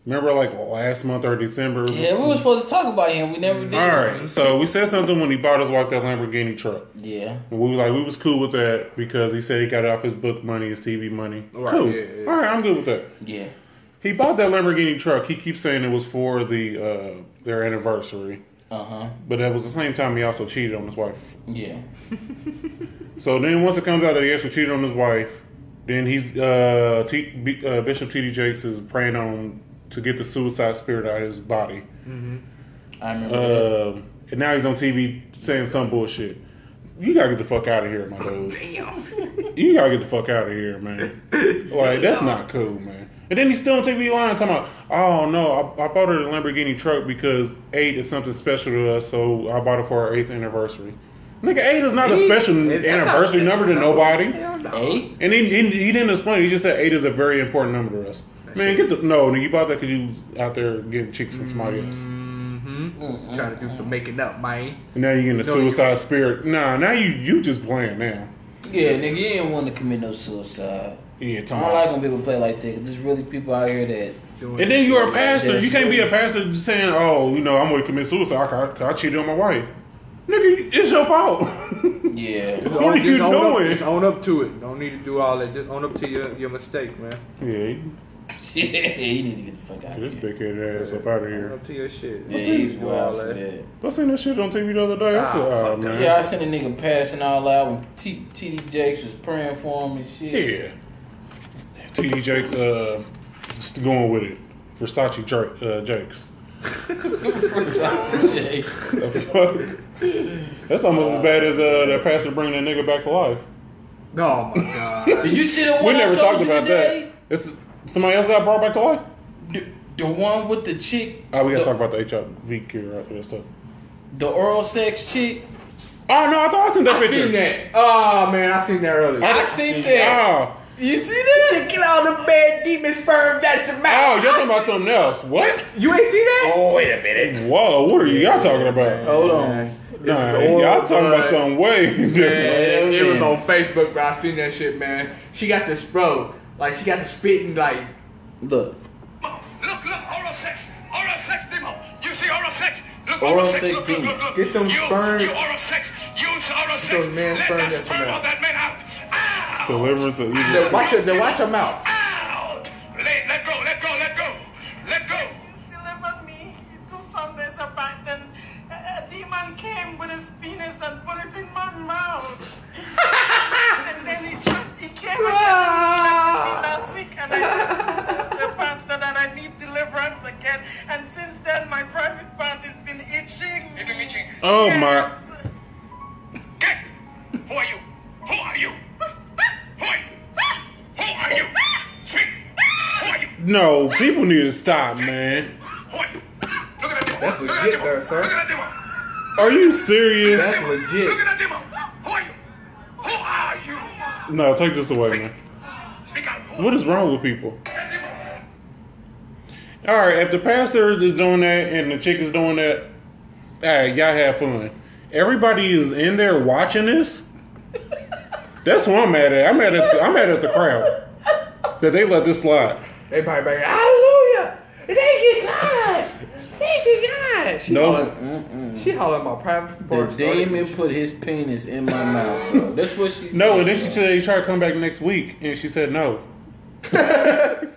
[SPEAKER 2] Remember like last month or December?
[SPEAKER 1] Yeah, we were supposed to talk about him. We never did.
[SPEAKER 2] All right. So we said something when he bought his wife that Lamborghini truck.
[SPEAKER 1] Yeah.
[SPEAKER 2] And we was like, we was cool with that because he said he got it off his book money, his TV money.
[SPEAKER 3] Right,
[SPEAKER 2] cool.
[SPEAKER 3] yeah, yeah.
[SPEAKER 2] All right, I'm good with that.
[SPEAKER 1] Yeah.
[SPEAKER 2] He bought that Lamborghini truck. He keeps saying it was for the uh, their anniversary,
[SPEAKER 1] Uh huh.
[SPEAKER 2] but that was the same time he also cheated on his wife.
[SPEAKER 1] Yeah.
[SPEAKER 2] So then, once it comes out that he actually cheated on his wife, then he's uh, T, B, uh, Bishop T.D. Jakes is praying on to get the suicide spirit out of his body,
[SPEAKER 1] I remember that.
[SPEAKER 2] Um and now he's on TV saying some bullshit. You gotta get the fuck out of here, my dude. You gotta get the fuck out of here, man. Like that's not cool, man. And then he's still on TV lying, talking about, oh no, I, I bought her the Lamborghini truck because eight is something special to us, so I bought it for our eighth anniversary. Nigga, eight is not a
[SPEAKER 3] Eight?
[SPEAKER 2] special
[SPEAKER 3] It's not
[SPEAKER 2] anniversary
[SPEAKER 3] special,
[SPEAKER 2] number to
[SPEAKER 3] no.
[SPEAKER 2] nobody.
[SPEAKER 3] Hell no.
[SPEAKER 1] Eight?
[SPEAKER 2] And he, he, he didn't explain. It. He just said eight is a very important number to us. Man, get the no. nigga, You bought that because you was out there getting chicks from somebody else, and
[SPEAKER 3] Trying to do some making up, man.
[SPEAKER 2] now you're getting a
[SPEAKER 3] No, you-
[SPEAKER 2] suicide spirit. Nah, now you you just playing now.
[SPEAKER 1] Yeah, nigga, you didn't want to commit no suicide.
[SPEAKER 2] Yeah,
[SPEAKER 1] I
[SPEAKER 2] Tom.
[SPEAKER 1] don't like when people play like that. 'cause there's really people out here that
[SPEAKER 3] Doing
[SPEAKER 2] and then you're a pastor.
[SPEAKER 1] That's
[SPEAKER 2] You can't be a pastor just saying, "Oh, you know, I'm going to commit suicide 'cause I, 'cause I cheated on my wife." Nigga, it's your fault.
[SPEAKER 1] yeah.
[SPEAKER 3] Just
[SPEAKER 2] What are
[SPEAKER 3] just
[SPEAKER 2] you
[SPEAKER 3] up-
[SPEAKER 2] doing?
[SPEAKER 3] just own up to it. Don't need to do all that. Just own up to your, your mistake, man.
[SPEAKER 2] yeah,
[SPEAKER 1] yeah, you need to get the fuck out of
[SPEAKER 2] this
[SPEAKER 1] here.
[SPEAKER 2] big head ass up out of
[SPEAKER 3] Own
[SPEAKER 2] here.
[SPEAKER 3] up to your shit.
[SPEAKER 1] Yeah,
[SPEAKER 3] Don't
[SPEAKER 1] he's
[SPEAKER 3] do all
[SPEAKER 1] wild for
[SPEAKER 3] that.
[SPEAKER 1] that.
[SPEAKER 2] I seen this shit on TV the other day. I said,
[SPEAKER 3] Ah,
[SPEAKER 2] "Oh
[SPEAKER 3] fuck that.
[SPEAKER 2] man,
[SPEAKER 1] Yeah, I seen a nigga passing all out when T- TD Jakes was praying for him and shit.
[SPEAKER 2] Yeah. TD Jakes, uh, just going with it. Versace Drake, uh, Jakes.
[SPEAKER 1] Yeah.
[SPEAKER 2] That's almost as bad as uh, that pastor bringing that nigga back to life.
[SPEAKER 3] Oh my god.
[SPEAKER 1] Did you see the one
[SPEAKER 2] We
[SPEAKER 1] I
[SPEAKER 2] never
[SPEAKER 1] showed
[SPEAKER 2] talked
[SPEAKER 1] you
[SPEAKER 2] about
[SPEAKER 1] today?
[SPEAKER 2] that. It's, somebody else got brought back to life?
[SPEAKER 1] The, the one with the chick,
[SPEAKER 2] Oh, we gotta
[SPEAKER 1] The-
[SPEAKER 2] talk about the HIV cure after this stuff.
[SPEAKER 1] the oral sex chick.
[SPEAKER 2] Oh, no, I thought I seen that
[SPEAKER 3] I
[SPEAKER 2] picture.
[SPEAKER 3] seen that. Oh man, I seen that earlier.
[SPEAKER 1] I seen that.
[SPEAKER 2] Oh,
[SPEAKER 1] You see that?
[SPEAKER 3] Get all the bad demon sperms out your
[SPEAKER 2] oh, you're talking about something else. What?
[SPEAKER 3] You ain't see that?
[SPEAKER 1] Oh wait a minute.
[SPEAKER 2] Whoa, what are y'all talking about?
[SPEAKER 1] Hold on.
[SPEAKER 2] Nah,
[SPEAKER 3] It's oil,
[SPEAKER 2] y'all talking about
[SPEAKER 3] but-
[SPEAKER 2] something way different.
[SPEAKER 3] Man, it was
[SPEAKER 1] Yeah.
[SPEAKER 3] on Facebook, bro. I seen that shit, man. She got this, bro. Like she got the spitting, like
[SPEAKER 1] Look,
[SPEAKER 5] Look, look, oral sex, oral sex demo. You see oral sex? Look,
[SPEAKER 1] Oral
[SPEAKER 5] oral, sex,
[SPEAKER 1] sex
[SPEAKER 5] look,
[SPEAKER 1] demo.
[SPEAKER 5] look, look, look.
[SPEAKER 3] Get them
[SPEAKER 5] you,
[SPEAKER 3] sperm.
[SPEAKER 5] you oral sex. Use oral sex.
[SPEAKER 3] those man
[SPEAKER 5] Let
[SPEAKER 3] sperm
[SPEAKER 5] that
[SPEAKER 3] that's in
[SPEAKER 5] sperm
[SPEAKER 3] there.
[SPEAKER 5] of that man out. Out.
[SPEAKER 2] Deliverance of evil.
[SPEAKER 3] Then watch her, then watch her mouth.
[SPEAKER 5] Out. Let, let go, let go, let go. Let go.
[SPEAKER 6] delivered me two Sundays back. Then a a demon came with his penis and put it in my mouth. and then he tried, he came again and he slapped
[SPEAKER 3] Ah.
[SPEAKER 6] me last week. And I told the, the pastor that I need deliverance again. And since then, my private part has been itchy.
[SPEAKER 2] Oh my!
[SPEAKER 5] Get! Who are you? Who are you? Who are you? Who are you? Speak! Who are you?
[SPEAKER 2] No, people need to stop, man.
[SPEAKER 5] Who are you? Look at that demo.
[SPEAKER 4] That's
[SPEAKER 5] Look at that
[SPEAKER 4] legit
[SPEAKER 5] demo.
[SPEAKER 4] there, sir.
[SPEAKER 5] Look at that demo.
[SPEAKER 2] Are you serious?
[SPEAKER 4] That's legit.
[SPEAKER 5] Look at that demo. Who are you? Who are you?
[SPEAKER 2] No, take this away, man.
[SPEAKER 5] Speak out. Who
[SPEAKER 2] What is wrong with people?
[SPEAKER 5] that demo?
[SPEAKER 2] All right, if the pastor is doing that and the chick is doing that, all right, y'all have fun. Everybody is in there watching this. That's what I'm mad at. I'm mad at the, I'm mad at the crowd that they let this slide.
[SPEAKER 3] They probably bang, Hallelujah! Thank you, God! Thank you, God! She
[SPEAKER 2] No.
[SPEAKER 3] hollering, she hollering my private
[SPEAKER 1] The
[SPEAKER 3] part. started-
[SPEAKER 1] demon put his penis in my mouth, bro. That's what she said.
[SPEAKER 2] No, and then she
[SPEAKER 1] bro.
[SPEAKER 2] said you try to come back next week, and she said no. the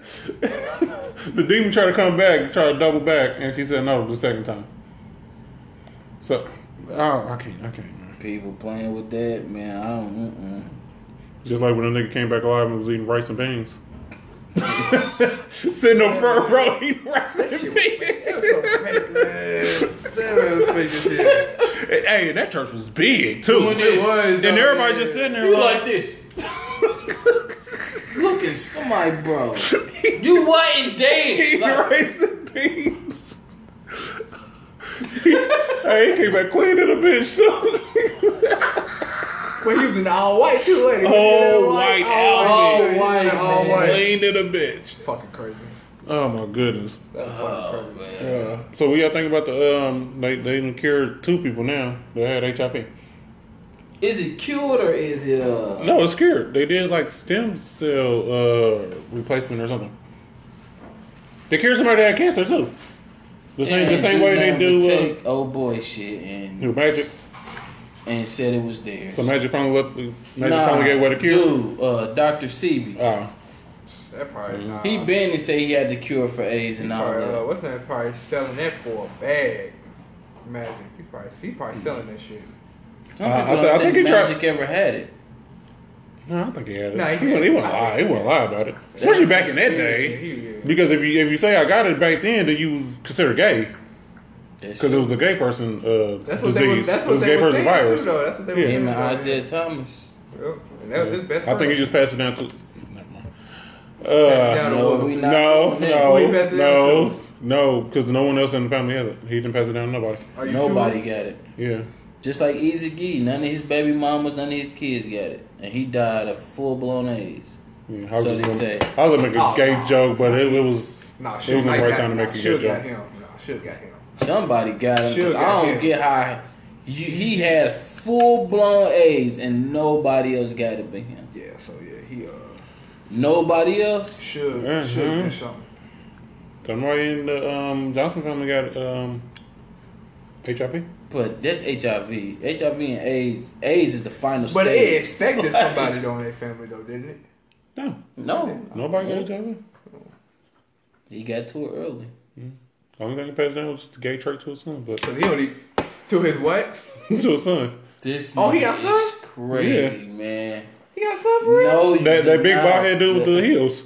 [SPEAKER 2] demon tried to come back, tried to double back, and she said no the second time. So, oh, I can't, I can't, man.
[SPEAKER 1] People playing with that, man. I don't.
[SPEAKER 2] Just like when a nigga came back alive and was eating rice and beans. Sitting on front row eating rice and beans.
[SPEAKER 3] That was fake as shit.
[SPEAKER 2] hey, and that church was big too.
[SPEAKER 3] It was.
[SPEAKER 2] and everybody just sitting there like,
[SPEAKER 4] this.
[SPEAKER 1] Mm-mm. Look at somebody, bro.
[SPEAKER 4] You wasn't dead.
[SPEAKER 2] eating rice and beans. hey, he came back clean to the bitch too.
[SPEAKER 3] Well, he was in the all white too, wasn't he?
[SPEAKER 2] All white
[SPEAKER 3] All
[SPEAKER 2] outfit.
[SPEAKER 3] white, all white.
[SPEAKER 2] Clean to the bitch.
[SPEAKER 3] Fucking crazy.
[SPEAKER 2] Oh my goodness.
[SPEAKER 3] That was
[SPEAKER 1] Oh,
[SPEAKER 2] oh,
[SPEAKER 3] fucking crazy.
[SPEAKER 2] Yeah. So we gotta think about the um they they done cured two people now that had HIV.
[SPEAKER 1] Is it cured or is it uh?
[SPEAKER 2] No, it's cured. They did like stem cell uh, replacement or something. They cured somebody that had cancer too. The same, the
[SPEAKER 1] And
[SPEAKER 2] same
[SPEAKER 1] do
[SPEAKER 2] way they
[SPEAKER 1] nothing but
[SPEAKER 2] do
[SPEAKER 1] take old boy shit and
[SPEAKER 2] uh, new magics.
[SPEAKER 1] and said it was there.
[SPEAKER 2] So magic finally let magic finally gave away the cure.
[SPEAKER 1] dude, uh, Doctor Sebi.
[SPEAKER 2] Oh,
[SPEAKER 3] That probably nah.
[SPEAKER 1] He been and say he had the cure for AIDS and all
[SPEAKER 3] Probably, uh,
[SPEAKER 1] that.
[SPEAKER 3] what's that? Probably selling that for a bag. Magic. He probably, he
[SPEAKER 2] Hmm.
[SPEAKER 3] probably selling that shit.
[SPEAKER 1] Some
[SPEAKER 2] Uh, I
[SPEAKER 1] people
[SPEAKER 2] thi-
[SPEAKER 1] don't
[SPEAKER 2] I think
[SPEAKER 1] think
[SPEAKER 2] he tried-
[SPEAKER 1] Magic ever had it.
[SPEAKER 2] no, I don't think he had it.
[SPEAKER 3] No, he
[SPEAKER 2] he, wouldn't, he wouldn't lie. He wouldn't lie about it, especially back in that
[SPEAKER 3] Conspiracy,
[SPEAKER 2] day.
[SPEAKER 3] he- yeah.
[SPEAKER 2] Because if you if you say I got it back then, then you consider gay
[SPEAKER 1] That's
[SPEAKER 2] because it was a gay person uh,
[SPEAKER 3] That's what they
[SPEAKER 2] disease.
[SPEAKER 3] was. That's
[SPEAKER 2] it
[SPEAKER 3] what
[SPEAKER 2] was a
[SPEAKER 3] they
[SPEAKER 2] gay
[SPEAKER 3] was
[SPEAKER 2] person
[SPEAKER 3] saying
[SPEAKER 2] virus.
[SPEAKER 3] too, though. That's what they
[SPEAKER 2] Yeah.
[SPEAKER 3] was
[SPEAKER 1] him
[SPEAKER 3] saying.
[SPEAKER 1] and Isaiah Thomas.
[SPEAKER 3] Yep. And that was his best.
[SPEAKER 2] I think
[SPEAKER 3] friend.
[SPEAKER 2] he just passed it down to. Never mind. Uh,
[SPEAKER 3] Down to
[SPEAKER 1] No,
[SPEAKER 3] him.
[SPEAKER 1] we not
[SPEAKER 2] No,
[SPEAKER 1] doing that.
[SPEAKER 3] Who he
[SPEAKER 2] no,
[SPEAKER 3] passed it down
[SPEAKER 2] no, no, because no one else in the family has it. He didn't pass it down to nobody.
[SPEAKER 3] Are you
[SPEAKER 1] Nobody
[SPEAKER 3] sure?
[SPEAKER 1] got it.
[SPEAKER 2] Yeah.
[SPEAKER 1] Just like Easy Gee, none of his baby mamas, none of his kids got it, and he died of full blown AIDS.
[SPEAKER 2] yeah I was
[SPEAKER 1] So
[SPEAKER 2] just
[SPEAKER 1] they
[SPEAKER 2] gonna,
[SPEAKER 1] say.
[SPEAKER 2] I was gonna make a
[SPEAKER 3] Oh,
[SPEAKER 2] gay
[SPEAKER 3] no.
[SPEAKER 2] joke, but it, it was
[SPEAKER 3] Nah,
[SPEAKER 2] it
[SPEAKER 3] should
[SPEAKER 2] was the
[SPEAKER 3] like
[SPEAKER 2] right
[SPEAKER 3] got,
[SPEAKER 2] time to make a
[SPEAKER 3] should
[SPEAKER 2] gay
[SPEAKER 3] got
[SPEAKER 2] joke.
[SPEAKER 3] him. Nah, should got him.
[SPEAKER 1] Somebody got him. 'cause
[SPEAKER 3] Suge
[SPEAKER 1] I
[SPEAKER 3] got
[SPEAKER 1] don't
[SPEAKER 3] him.
[SPEAKER 1] get how you, he had full blown AIDS and nobody else got it but him.
[SPEAKER 3] Yeah. So yeah, he uh
[SPEAKER 1] Nobody else.
[SPEAKER 3] should
[SPEAKER 2] Mhm.
[SPEAKER 3] should get something.
[SPEAKER 2] Don't worry, in the um, Johnson family got um, HIV.
[SPEAKER 1] But that's HIV. HIV and AIDS. AIDS is the final stage.
[SPEAKER 3] But they expected somebody though in their family though, didn't it?
[SPEAKER 2] No,
[SPEAKER 1] No,
[SPEAKER 2] nobody got HIV.
[SPEAKER 1] he got to it early.
[SPEAKER 2] The only thing he passed down was just the gay trick to his son, but
[SPEAKER 3] Cause he only to his what?
[SPEAKER 2] to his son.
[SPEAKER 1] This
[SPEAKER 3] Oh, he
[SPEAKER 1] nigga is
[SPEAKER 3] got son?
[SPEAKER 1] crazy, man.
[SPEAKER 3] He got suffering.
[SPEAKER 1] No, you
[SPEAKER 2] That
[SPEAKER 1] do
[SPEAKER 2] that big
[SPEAKER 1] not.
[SPEAKER 2] bald head dude with the heels.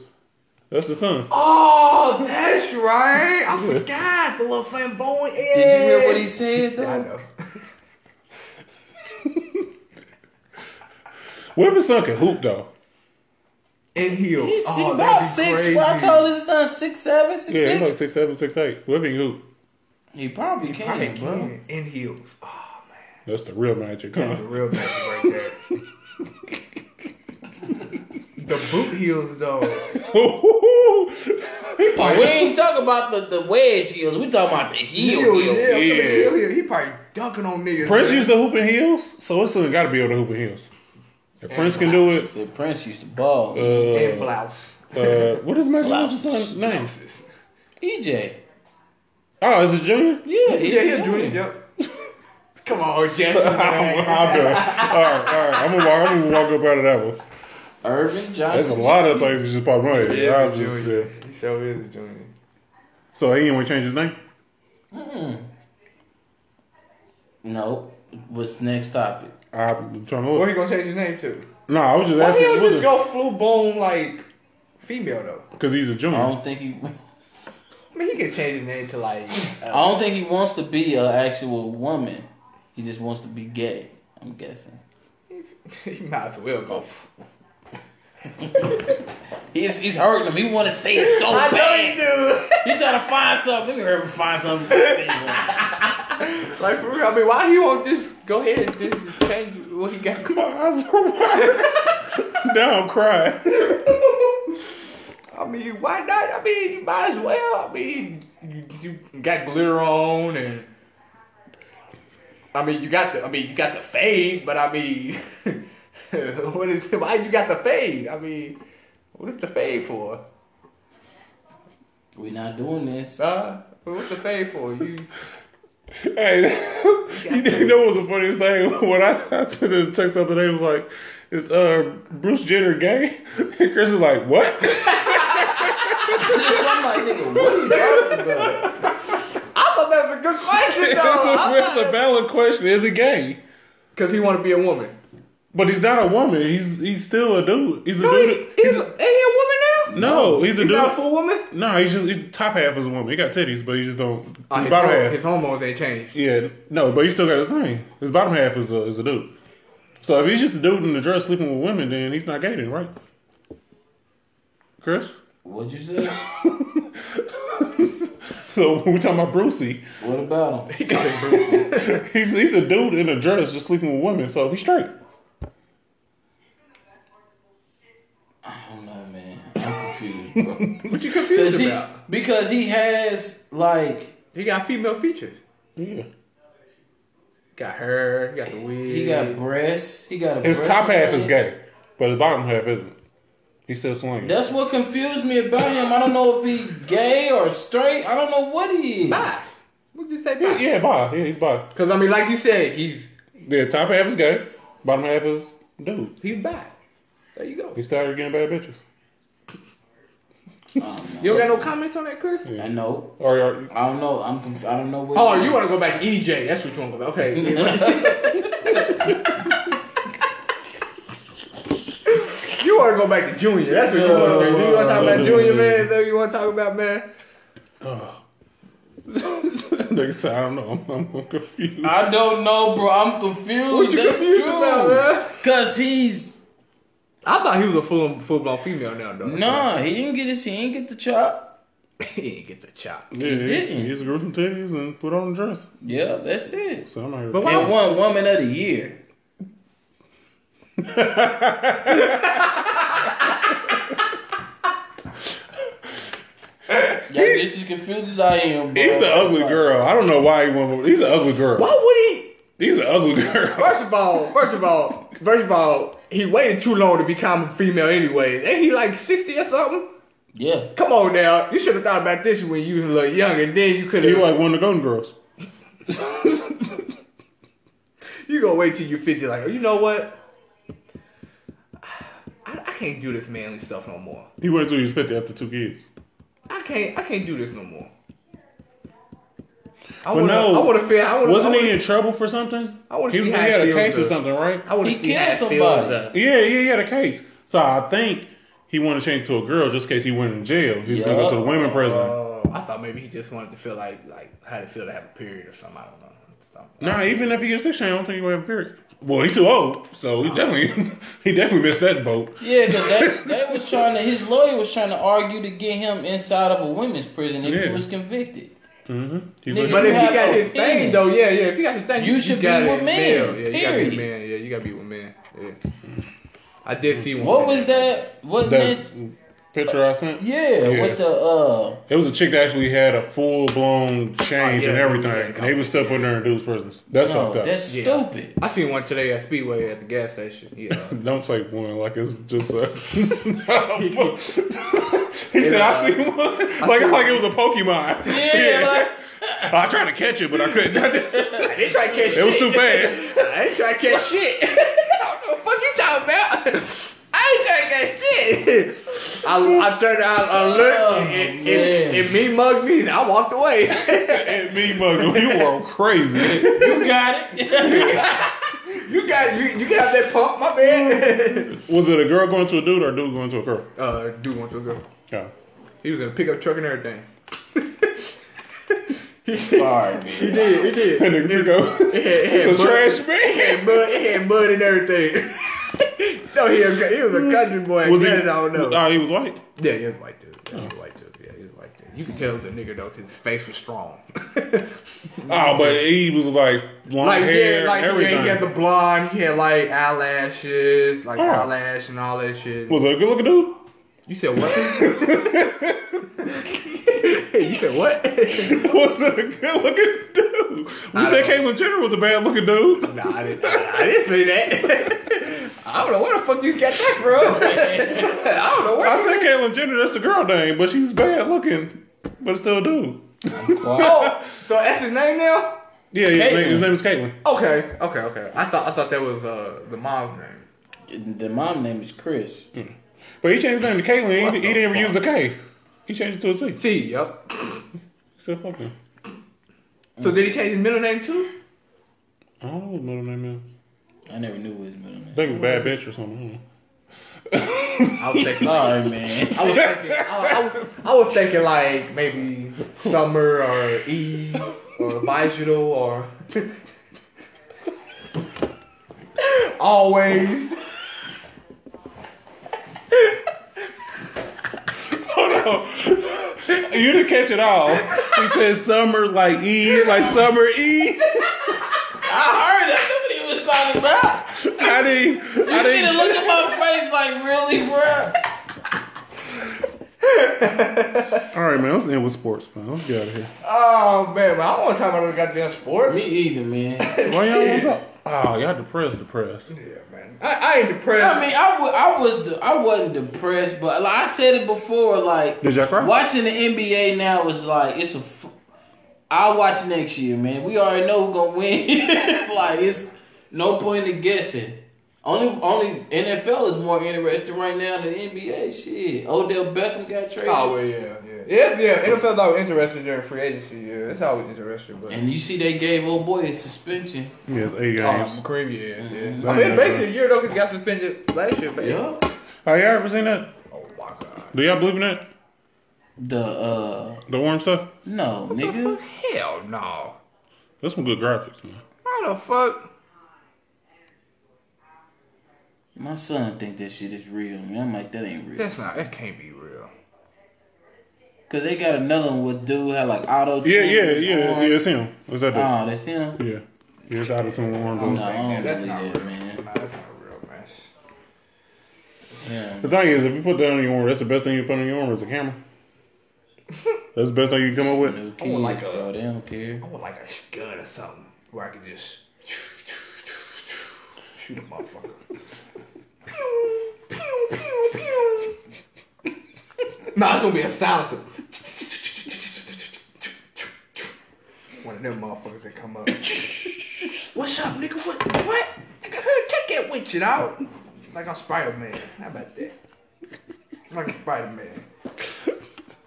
[SPEAKER 2] That's the son.
[SPEAKER 3] Oh, that's right. I forgot the little flamboyant. Yeah.
[SPEAKER 1] Did you hear what he said
[SPEAKER 3] I
[SPEAKER 1] though?
[SPEAKER 3] know.
[SPEAKER 2] What if his son can hoop though?
[SPEAKER 3] In heels.
[SPEAKER 1] He's
[SPEAKER 3] oh,
[SPEAKER 1] about
[SPEAKER 3] that'd be
[SPEAKER 1] six.
[SPEAKER 3] Crazy.
[SPEAKER 1] Well, I told his son six seven, six
[SPEAKER 2] Yeah, he's like
[SPEAKER 1] six.
[SPEAKER 2] six seven, six eight. What if he can hoop?
[SPEAKER 1] He probably can,
[SPEAKER 3] I
[SPEAKER 1] not bro.
[SPEAKER 3] mean, in heels. Oh,
[SPEAKER 2] That's the real magic.
[SPEAKER 3] that's
[SPEAKER 2] Huh?
[SPEAKER 3] the real magic right there. the boot heels though.
[SPEAKER 1] Oh, we ain't talking about the, the wedge heels. We talking about the heel
[SPEAKER 3] Heel,
[SPEAKER 1] heels.
[SPEAKER 3] yeah,
[SPEAKER 2] Yeah.
[SPEAKER 3] heel, heel. He probably dunking on niggas.
[SPEAKER 2] Prince
[SPEAKER 3] man.
[SPEAKER 2] used to hoop in heels, so his son got to be able to hoop in heels. If Prince can do it,
[SPEAKER 1] So Prince used to ball.
[SPEAKER 3] and blouse.
[SPEAKER 2] uh, what is Magic
[SPEAKER 1] Blouses.
[SPEAKER 2] Johnson's son's name?
[SPEAKER 1] EJ.
[SPEAKER 2] Oh, is it Junior?
[SPEAKER 1] E Yeah, E
[SPEAKER 3] Yeah, he a junior. Yep. Come on, Jackson.
[SPEAKER 2] I'm, I'm done. All right, all right. I'm gonna walk. I'm gonna walk up out of that one.
[SPEAKER 1] Irvin
[SPEAKER 2] There's a
[SPEAKER 1] Johnson.
[SPEAKER 2] lot of things that just popped in my head.
[SPEAKER 3] Yeah,
[SPEAKER 2] I just, yeah.
[SPEAKER 3] He sure is a junior.
[SPEAKER 2] So he didn't want to change his name.
[SPEAKER 1] No. What's next topic?
[SPEAKER 2] I'm trying to
[SPEAKER 3] What
[SPEAKER 2] look.
[SPEAKER 3] he gonna change his name to?
[SPEAKER 2] No, I was just
[SPEAKER 3] Why he don't just
[SPEAKER 2] asking
[SPEAKER 3] go flu bone like female though?
[SPEAKER 2] because he's a junior.
[SPEAKER 3] Oh.
[SPEAKER 1] I don't think he.
[SPEAKER 3] I mean, he could change his name to like. uh,
[SPEAKER 1] I don't think he wants to be an actual woman. He He just wants to be gay. I'm guessing.
[SPEAKER 3] you might as well go.
[SPEAKER 1] He's he's hurting him. He want to say it so bad.
[SPEAKER 3] do.
[SPEAKER 1] He's trying to find something. Let me hurry up and find something. for the same one.
[SPEAKER 3] like for real. I mean, why he won't just go ahead and just change what he got?
[SPEAKER 2] My eyes are wide. now I'm crying.
[SPEAKER 3] I mean, why not? I mean, you might as well. I mean, you, you got glitter on and. I mean, you got the. I mean, you got the fade, but I mean, what is? Why you got the fade? I mean, what is the fade for?
[SPEAKER 1] we not doing this.
[SPEAKER 3] Uh, what's the fade for? You
[SPEAKER 2] Hey, you didn't know what was the funniest thing? When I, I sent him a text the other day, it was like, "Is uh, Bruce Jenner gay?" And Chris is like, "What?"
[SPEAKER 1] so I'm like, nigga, what are you talking about?
[SPEAKER 3] I thought that was a good question
[SPEAKER 2] that's, a, that's
[SPEAKER 3] though.
[SPEAKER 2] a valid question. Is he gay?
[SPEAKER 3] Because he want to be a woman.
[SPEAKER 2] But he's not a woman. He's he's still a dude. He's a
[SPEAKER 3] No, he,
[SPEAKER 2] dude.
[SPEAKER 3] he's, ain't he a woman now?
[SPEAKER 2] no, he's a
[SPEAKER 3] He's
[SPEAKER 2] dude.
[SPEAKER 3] not a full woman.
[SPEAKER 2] no, he's just he, top half is a woman. He got titties, but he just don't.
[SPEAKER 3] Oh,
[SPEAKER 2] his
[SPEAKER 3] his,
[SPEAKER 2] bottom
[SPEAKER 3] horm-
[SPEAKER 2] half.
[SPEAKER 3] his hormones ain't changed.
[SPEAKER 2] yeah, no, but he still got his thing. His bottom half is a is a dude. So if he's just a dude in the dress sleeping with women, then he's not gay, then, right? Chris.
[SPEAKER 1] What'd you say?
[SPEAKER 2] So we're talking about Brucey.
[SPEAKER 1] What about him?
[SPEAKER 2] He's he's a dude in a dress just sleeping with women, so he's straight.
[SPEAKER 1] I don't know, man. I'm confused, bro.
[SPEAKER 3] What you
[SPEAKER 1] Because
[SPEAKER 3] confused
[SPEAKER 1] he,
[SPEAKER 3] about?
[SPEAKER 1] because he has like
[SPEAKER 3] He got female features.
[SPEAKER 2] Yeah.
[SPEAKER 3] Got her. He got the wig.
[SPEAKER 1] he got breasts. He got a
[SPEAKER 2] His
[SPEAKER 1] breast
[SPEAKER 2] top half is
[SPEAKER 1] image.
[SPEAKER 2] gay, but his bottom half isn't. He's still swinging.
[SPEAKER 1] That's what confused me about him. I don't know if he gay or straight. I don't know what he is.
[SPEAKER 3] Bye. What you say? Bye.
[SPEAKER 2] yeah, bi. Yeah, he's bi.
[SPEAKER 3] Cause I mean, like you said, he's
[SPEAKER 2] Yeah, top half is gay, bottom half is dude.
[SPEAKER 3] he's bi. There you go.
[SPEAKER 2] He's tired of getting bad bitches.
[SPEAKER 3] You don't got no comments on that, Chris?
[SPEAKER 1] I know.
[SPEAKER 2] Or, or
[SPEAKER 1] I don't know. I'm conf- I don't know what.
[SPEAKER 3] Oh,
[SPEAKER 1] he
[SPEAKER 3] you
[SPEAKER 1] is.
[SPEAKER 3] want to go back to EJ? That's what you want to go back. Okay. you want to go back to Junior? That's what you want to do. You want to talk about Junior, man? That you want to talk about, man?
[SPEAKER 2] nigga said, I don't know. I'm, I'm confused.
[SPEAKER 1] I don't know, bro. I'm confused.
[SPEAKER 3] What you
[SPEAKER 1] That's
[SPEAKER 3] confused
[SPEAKER 1] true.
[SPEAKER 3] about, man?
[SPEAKER 1] Cause he's
[SPEAKER 3] I thought he was a full full blown female now, though.
[SPEAKER 1] nah. He didn't get his. He didn't get the chop.
[SPEAKER 3] he didn't get the chop.
[SPEAKER 2] yeah,
[SPEAKER 1] didn't.
[SPEAKER 2] He just grew some titties and put on a dress.
[SPEAKER 1] Yeah, that's it.
[SPEAKER 2] So I'm not.
[SPEAKER 3] But why-
[SPEAKER 1] And one woman of the year. Yeah, this is confused as I am, bro.
[SPEAKER 2] He's an ugly girl. I don't know why he went. He's an ugly girl.
[SPEAKER 3] Why would he?
[SPEAKER 2] He's an ugly girl.
[SPEAKER 3] First of all, first of all, first of all, he waited too long to become a female anyway. Ain't he like 60 or something?
[SPEAKER 1] Yeah.
[SPEAKER 3] Come on now. You should have thought about this when you was a little young and then you could
[SPEAKER 2] He
[SPEAKER 3] have.
[SPEAKER 2] like one of the Golden Girls.
[SPEAKER 3] you gonna wait till you're 50 like, oh, you know what? I, I can't do this manly stuff no more.
[SPEAKER 2] He went until he was fifty after two kids.
[SPEAKER 3] I can't I can't do this no more. I
[SPEAKER 2] But
[SPEAKER 3] wanna,
[SPEAKER 2] no,
[SPEAKER 3] I wanna feel I wanna,
[SPEAKER 2] Wasn't
[SPEAKER 3] I
[SPEAKER 2] he
[SPEAKER 3] wanna,
[SPEAKER 2] in trouble for something?
[SPEAKER 3] I wanna
[SPEAKER 2] he was
[SPEAKER 3] see
[SPEAKER 2] he
[SPEAKER 3] how it
[SPEAKER 2] had a
[SPEAKER 3] feels
[SPEAKER 2] case or
[SPEAKER 3] to-
[SPEAKER 2] something, right?
[SPEAKER 3] I wanna
[SPEAKER 1] He
[SPEAKER 3] see how
[SPEAKER 1] killed
[SPEAKER 3] it feels
[SPEAKER 1] somebody.
[SPEAKER 3] to-
[SPEAKER 2] Yeah, yeah, he had a case. So I think he wanted to change to a girl just in case he went in jail. He was going to go to the women prison.
[SPEAKER 3] Oh, I thought maybe he just wanted to feel like like how to feel to have a period or something. I don't know. Something.
[SPEAKER 2] nah, even if he gets 16, I don't think he would have a period. Well, he's too old, so he definitely he definitely missed that boat.
[SPEAKER 1] Yeah, because they, they was trying to, his lawyer was trying to argue to get him inside of a women's prison if
[SPEAKER 2] Yeah.
[SPEAKER 1] he was convicted.
[SPEAKER 2] He
[SPEAKER 1] Nigga,
[SPEAKER 2] was-
[SPEAKER 3] But
[SPEAKER 1] You
[SPEAKER 3] if he
[SPEAKER 1] have
[SPEAKER 3] got
[SPEAKER 1] a
[SPEAKER 3] his thing
[SPEAKER 1] penis.
[SPEAKER 3] though, yeah, yeah. If he got his thing,
[SPEAKER 1] You should be
[SPEAKER 3] gotta
[SPEAKER 1] with men,
[SPEAKER 3] male. Yeah, you gotta be
[SPEAKER 1] period.
[SPEAKER 3] man. Yeah, you gotta be with man. Yeah. I did see one.
[SPEAKER 1] What was that? What
[SPEAKER 2] that
[SPEAKER 1] that?
[SPEAKER 2] picture I sent?
[SPEAKER 1] Yeah,
[SPEAKER 2] Yeah.
[SPEAKER 1] with the uh,
[SPEAKER 2] It was a chick that actually had a full blown change
[SPEAKER 3] Oh, yeah,
[SPEAKER 2] and everything,
[SPEAKER 3] yeah,
[SPEAKER 2] and they was still putting her in dudes' prisons. That's
[SPEAKER 1] no,
[SPEAKER 2] fucked up.
[SPEAKER 1] that's
[SPEAKER 3] Yeah.
[SPEAKER 1] stupid.
[SPEAKER 3] I seen one today at Speedway at the gas station. Yeah.
[SPEAKER 2] Don't say one like it's just a.
[SPEAKER 3] uh,
[SPEAKER 2] he said, "I see one like like it was a Pokemon." Oh,
[SPEAKER 1] Yeah, like
[SPEAKER 2] I tried to catch it, but I couldn't. it
[SPEAKER 3] I didn't try to catch
[SPEAKER 2] was too fast.
[SPEAKER 3] I didn't try to catch shit. I don't know what the fuck you talking about. I ain't trying to catch shit. I, I turned out I looked, and, and,
[SPEAKER 1] man.
[SPEAKER 3] and, and me mugged me, and I walked away.
[SPEAKER 2] And me muggle, you were crazy.
[SPEAKER 1] you got it.
[SPEAKER 3] you got you, you got that pump, my man.
[SPEAKER 2] Was it a girl going to a dude or a dude going to a girl?
[SPEAKER 3] uh, dude went to a girl.
[SPEAKER 2] Yeah.
[SPEAKER 3] He was in a pickup truck and everything. he
[SPEAKER 2] Oh.
[SPEAKER 1] Sorry,
[SPEAKER 3] He did. He did.
[SPEAKER 2] That nigga Rico.
[SPEAKER 3] It had, it had
[SPEAKER 2] It's a
[SPEAKER 3] mud-
[SPEAKER 2] trash man.
[SPEAKER 3] It had mud. It had mud and everything. no, he was, he was a country boy. in
[SPEAKER 2] Was he?
[SPEAKER 3] Canada, I don't know.
[SPEAKER 2] Oh, he was white.
[SPEAKER 3] yeah, he was white dude. Yeah, he was white dude. Yeah, he was white dude. You could tell the nigga though, cause his face was strong.
[SPEAKER 2] Oh, but he was like long
[SPEAKER 3] like
[SPEAKER 2] hair,
[SPEAKER 3] yeah, like yeah,
[SPEAKER 2] everything.
[SPEAKER 3] he had the blonde. He had like eyelashes, like
[SPEAKER 2] Oh.
[SPEAKER 3] eyelash and all that shit.
[SPEAKER 2] was a good looking dude.
[SPEAKER 3] You said what? you said what?
[SPEAKER 2] was a good looking dude. We
[SPEAKER 3] I
[SPEAKER 2] said
[SPEAKER 3] don't
[SPEAKER 2] Caitlyn Jenner was a bad looking dude.
[SPEAKER 3] nah, I didn't. I didn't say that. I don't know where the fuck you got that from. I don't know where.
[SPEAKER 2] I said Caitlyn Jenner, that's the girl name, but she's bad looking, but still a dude.
[SPEAKER 3] oh, so that's his name now.
[SPEAKER 2] Yeah, yeah his,
[SPEAKER 1] Caitlyn.
[SPEAKER 2] name, his name is Caitlyn.
[SPEAKER 3] Okay, okay, okay. I thought I thought that was uh the mom's name.
[SPEAKER 1] The mom name is Chris.
[SPEAKER 2] But he changed his name to Caitlyn. He,
[SPEAKER 3] What
[SPEAKER 2] he
[SPEAKER 3] the
[SPEAKER 2] didn't even use the K. He changed it to a C.
[SPEAKER 3] T. Yep.
[SPEAKER 2] So fuck him.
[SPEAKER 3] So did he change his middle name too?
[SPEAKER 2] I don't know what his middle name is.
[SPEAKER 1] I never knew his middle
[SPEAKER 2] I
[SPEAKER 1] name.
[SPEAKER 2] think it's Bad Bitch or something.
[SPEAKER 3] I was thinking. I
[SPEAKER 1] Sorry, man.
[SPEAKER 3] was thinking. I, I, I was thinking like maybe summer or Eve or Vigil or always.
[SPEAKER 2] I don't know. you didn't catch it all. He said summer like E, like summer E.
[SPEAKER 1] I heard that's what he was talking about.
[SPEAKER 2] I didn't. I
[SPEAKER 1] You see the
[SPEAKER 2] didn't.
[SPEAKER 1] look in my face, like really, bro.
[SPEAKER 2] All right, man. Let's end with sports, man. Let's get out of here.
[SPEAKER 3] Oh man, man I don't want to talk about no goddamn sports.
[SPEAKER 1] Me either, man.
[SPEAKER 2] Why y'all want to Oh, y'all depressed, depressed.
[SPEAKER 3] Yeah, man. I, I ain't depressed.
[SPEAKER 1] I mean, I, wa- I was de- I wasn't depressed, but like I said it before, like
[SPEAKER 2] Did y'all cry?
[SPEAKER 1] watching the NBA now is like it's a. F- I'll watch next year, man. We already know we're gonna win. like it's no point in guessing. Only only NFL is more interesting right now than NBA. Shit, Odell Beckham got traded.
[SPEAKER 3] Oh well, yeah, yeah, yeah, yeah. NFL's always interested during free agency. Yeah, that's always interesting. But
[SPEAKER 1] And you see, they gave old boy a suspension.
[SPEAKER 2] Yeah, it's eight games.
[SPEAKER 3] Oh, Kareem, yeah,
[SPEAKER 1] Mm-hmm.
[SPEAKER 3] yeah.
[SPEAKER 2] That
[SPEAKER 3] I mean,
[SPEAKER 2] ain't
[SPEAKER 3] it's basically a year though, 'cause he got suspended last year, baby.
[SPEAKER 2] Have y'all ever seen that?
[SPEAKER 3] Oh my god.
[SPEAKER 2] Do y'all believe in that?
[SPEAKER 1] The uh,
[SPEAKER 2] The warm stuff?
[SPEAKER 1] no, nigga.
[SPEAKER 3] Hell no.
[SPEAKER 2] That's some good graphics, man.
[SPEAKER 3] How the fuck?
[SPEAKER 1] My son think that shit is real, man. I'm like, that ain't real.
[SPEAKER 3] That's not. That can't be real.
[SPEAKER 1] Cause they got another one with dude had like auto.
[SPEAKER 2] Yeah, yeah, yeah, yeah. It's him. What's that? dude?
[SPEAKER 1] Oh, that's him.
[SPEAKER 2] yeah, yeah. It's out of tune warm dude.
[SPEAKER 1] No, I don't
[SPEAKER 3] That's
[SPEAKER 1] believe
[SPEAKER 3] not
[SPEAKER 1] that,
[SPEAKER 3] real.
[SPEAKER 1] man.
[SPEAKER 3] Nah, that's not real, man.
[SPEAKER 1] Yeah.
[SPEAKER 2] The thing is, if you put that on your arm, that's the best thing you put on your arm is a camera. that's the best thing you can come up with.
[SPEAKER 1] New kids,
[SPEAKER 3] like a-
[SPEAKER 1] bro. They don't care.
[SPEAKER 3] I want like a gun or something where I could just shoot a motherfucker. pew, pew, pew, pew. nah, it's gonna be a silencer. One of them motherfuckers that come up. What's up, nigga? What? What? Take that with you, dog. Like I'm Spider Man. How about that? Like I'm Spider Man.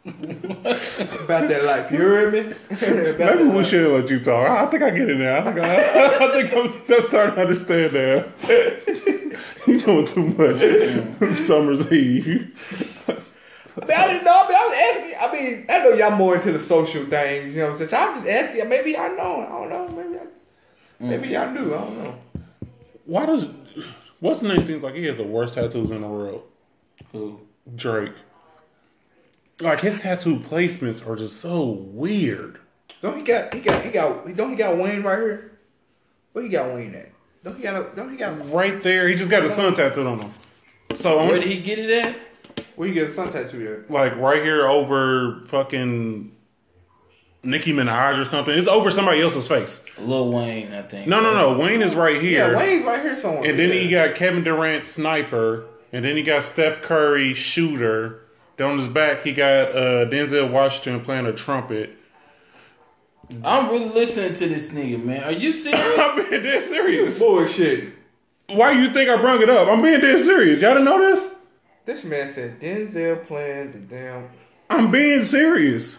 [SPEAKER 3] about that life, you heard me? About
[SPEAKER 2] Maybe
[SPEAKER 3] that
[SPEAKER 2] we
[SPEAKER 3] life.
[SPEAKER 2] should let you talk. I I think I get it now. I think, I, I think I'm just starting to understand now. you doing too much. Summer's Eve.
[SPEAKER 3] I, mean, I didn't know. I mean, I was asking. I mean, I know y'all more into the social things. You know what I'm saying? I'm just asking. Maybe y'all know. I don't know. Maybe I, maybe y'all knew. I don't know.
[SPEAKER 2] Why does what's the name seems like he has the worst tattoos in the world?
[SPEAKER 1] Who?
[SPEAKER 2] Drake. Like his tattoo placements are just so weird.
[SPEAKER 3] Don't he got? He got. He got. he- Don't he got Wayne right here? Where he got Wayne at? Don't he got? A, don't he got?
[SPEAKER 2] Right there, he just got his sun tattooed on him. So
[SPEAKER 1] Where did he get it at?
[SPEAKER 3] Where you get a sun tattoo there?
[SPEAKER 2] like right here over fucking Nicki Minaj or something. It's over somebody else's face.
[SPEAKER 1] Lil Wayne, I think.
[SPEAKER 2] No, no, no. Wayne is right here.
[SPEAKER 3] Yeah, Wayne's right here somewhere.
[SPEAKER 2] And then he got Kevin Durant sniper, and then he got Steph Curry shooter. Then on his back, he got uh, Denzel Washington playing a trumpet.
[SPEAKER 1] I'm really listening to this nigga, man. Are you serious?
[SPEAKER 2] I'm being dead serious.
[SPEAKER 3] bullshit.
[SPEAKER 2] Why you think I brung it up? I'm being dead serious. Y'all didn't know this?
[SPEAKER 3] This man said Denzel playing the damn.
[SPEAKER 2] I'm being serious.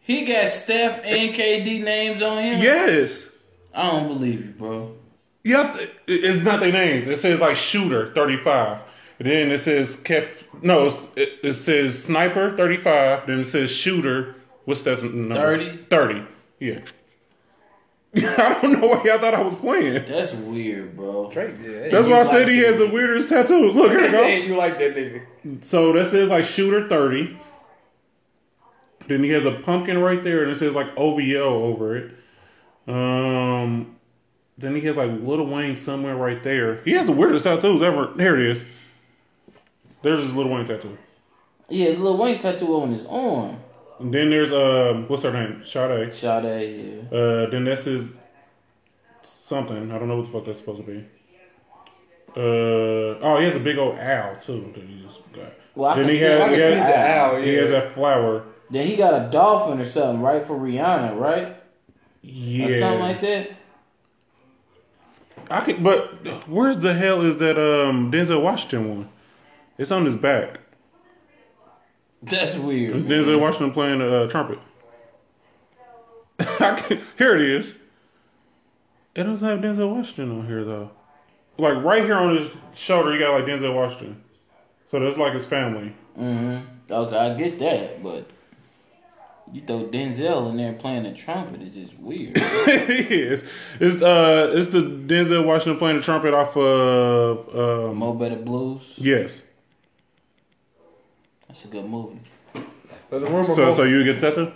[SPEAKER 1] he got Steph and KD names on him.
[SPEAKER 2] Yes.
[SPEAKER 1] I don't believe you, bro.
[SPEAKER 2] Yep. It- It's not their names. It says like shooter 35. And then it says kept. No, it's- it, it says sniper 35. Then it says shooter What's that number?
[SPEAKER 1] 30?
[SPEAKER 2] 30. Yeah. I don't know why y'all thought I was playing.
[SPEAKER 1] That's weird, bro.
[SPEAKER 2] That's why I said he has the weirdest tattoos. Look, here you go.
[SPEAKER 3] And you like that nigga.
[SPEAKER 2] So that says like shooter 30. Then he has a pumpkin right there and it says like OVO over it. Um then he has like Little Wayne somewhere right there. He has the weirdest tattoos ever. Here it is. There's his Little Wayne tattoo.
[SPEAKER 1] Yeah, his little Wayne tattoo on his arm.
[SPEAKER 2] And then there's um what's her name? Sade.
[SPEAKER 1] Shot at you.
[SPEAKER 2] Uh, then this is something. I don't know what the fuck that's supposed to be. Uh, oh, he has a big old owl too that he just got.
[SPEAKER 1] Well, I
[SPEAKER 2] then
[SPEAKER 1] can
[SPEAKER 2] he
[SPEAKER 1] see- I
[SPEAKER 2] has,
[SPEAKER 1] can
[SPEAKER 2] he,
[SPEAKER 1] see
[SPEAKER 2] has,
[SPEAKER 1] the
[SPEAKER 3] owl,
[SPEAKER 2] he
[SPEAKER 3] yeah.
[SPEAKER 2] has that flower.
[SPEAKER 1] Then he got a dolphin or something, right? For Rihanna, right?
[SPEAKER 2] Yeah,
[SPEAKER 1] Or something like that.
[SPEAKER 2] I could, but where's the hell is that um Denzel Washington one? It's on his back.
[SPEAKER 1] That's weird. man.
[SPEAKER 2] Denzel Washington playing a uh, trumpet. I can't- here it is. It doesn't have Denzel Washington on here though. Like right here on his shoulder, he got like Denzel Washington. So that's like his family.
[SPEAKER 1] Okay, I get that, but you throw Denzel in there playing the trumpet, it's just weird.
[SPEAKER 2] it is. It's uh, it's the Denzel Washington playing the trumpet off of um,
[SPEAKER 1] Mo Better Blues.
[SPEAKER 2] yes.
[SPEAKER 1] That's a good movie.
[SPEAKER 3] There's a rumor
[SPEAKER 2] So so
[SPEAKER 3] going-
[SPEAKER 2] you get that too?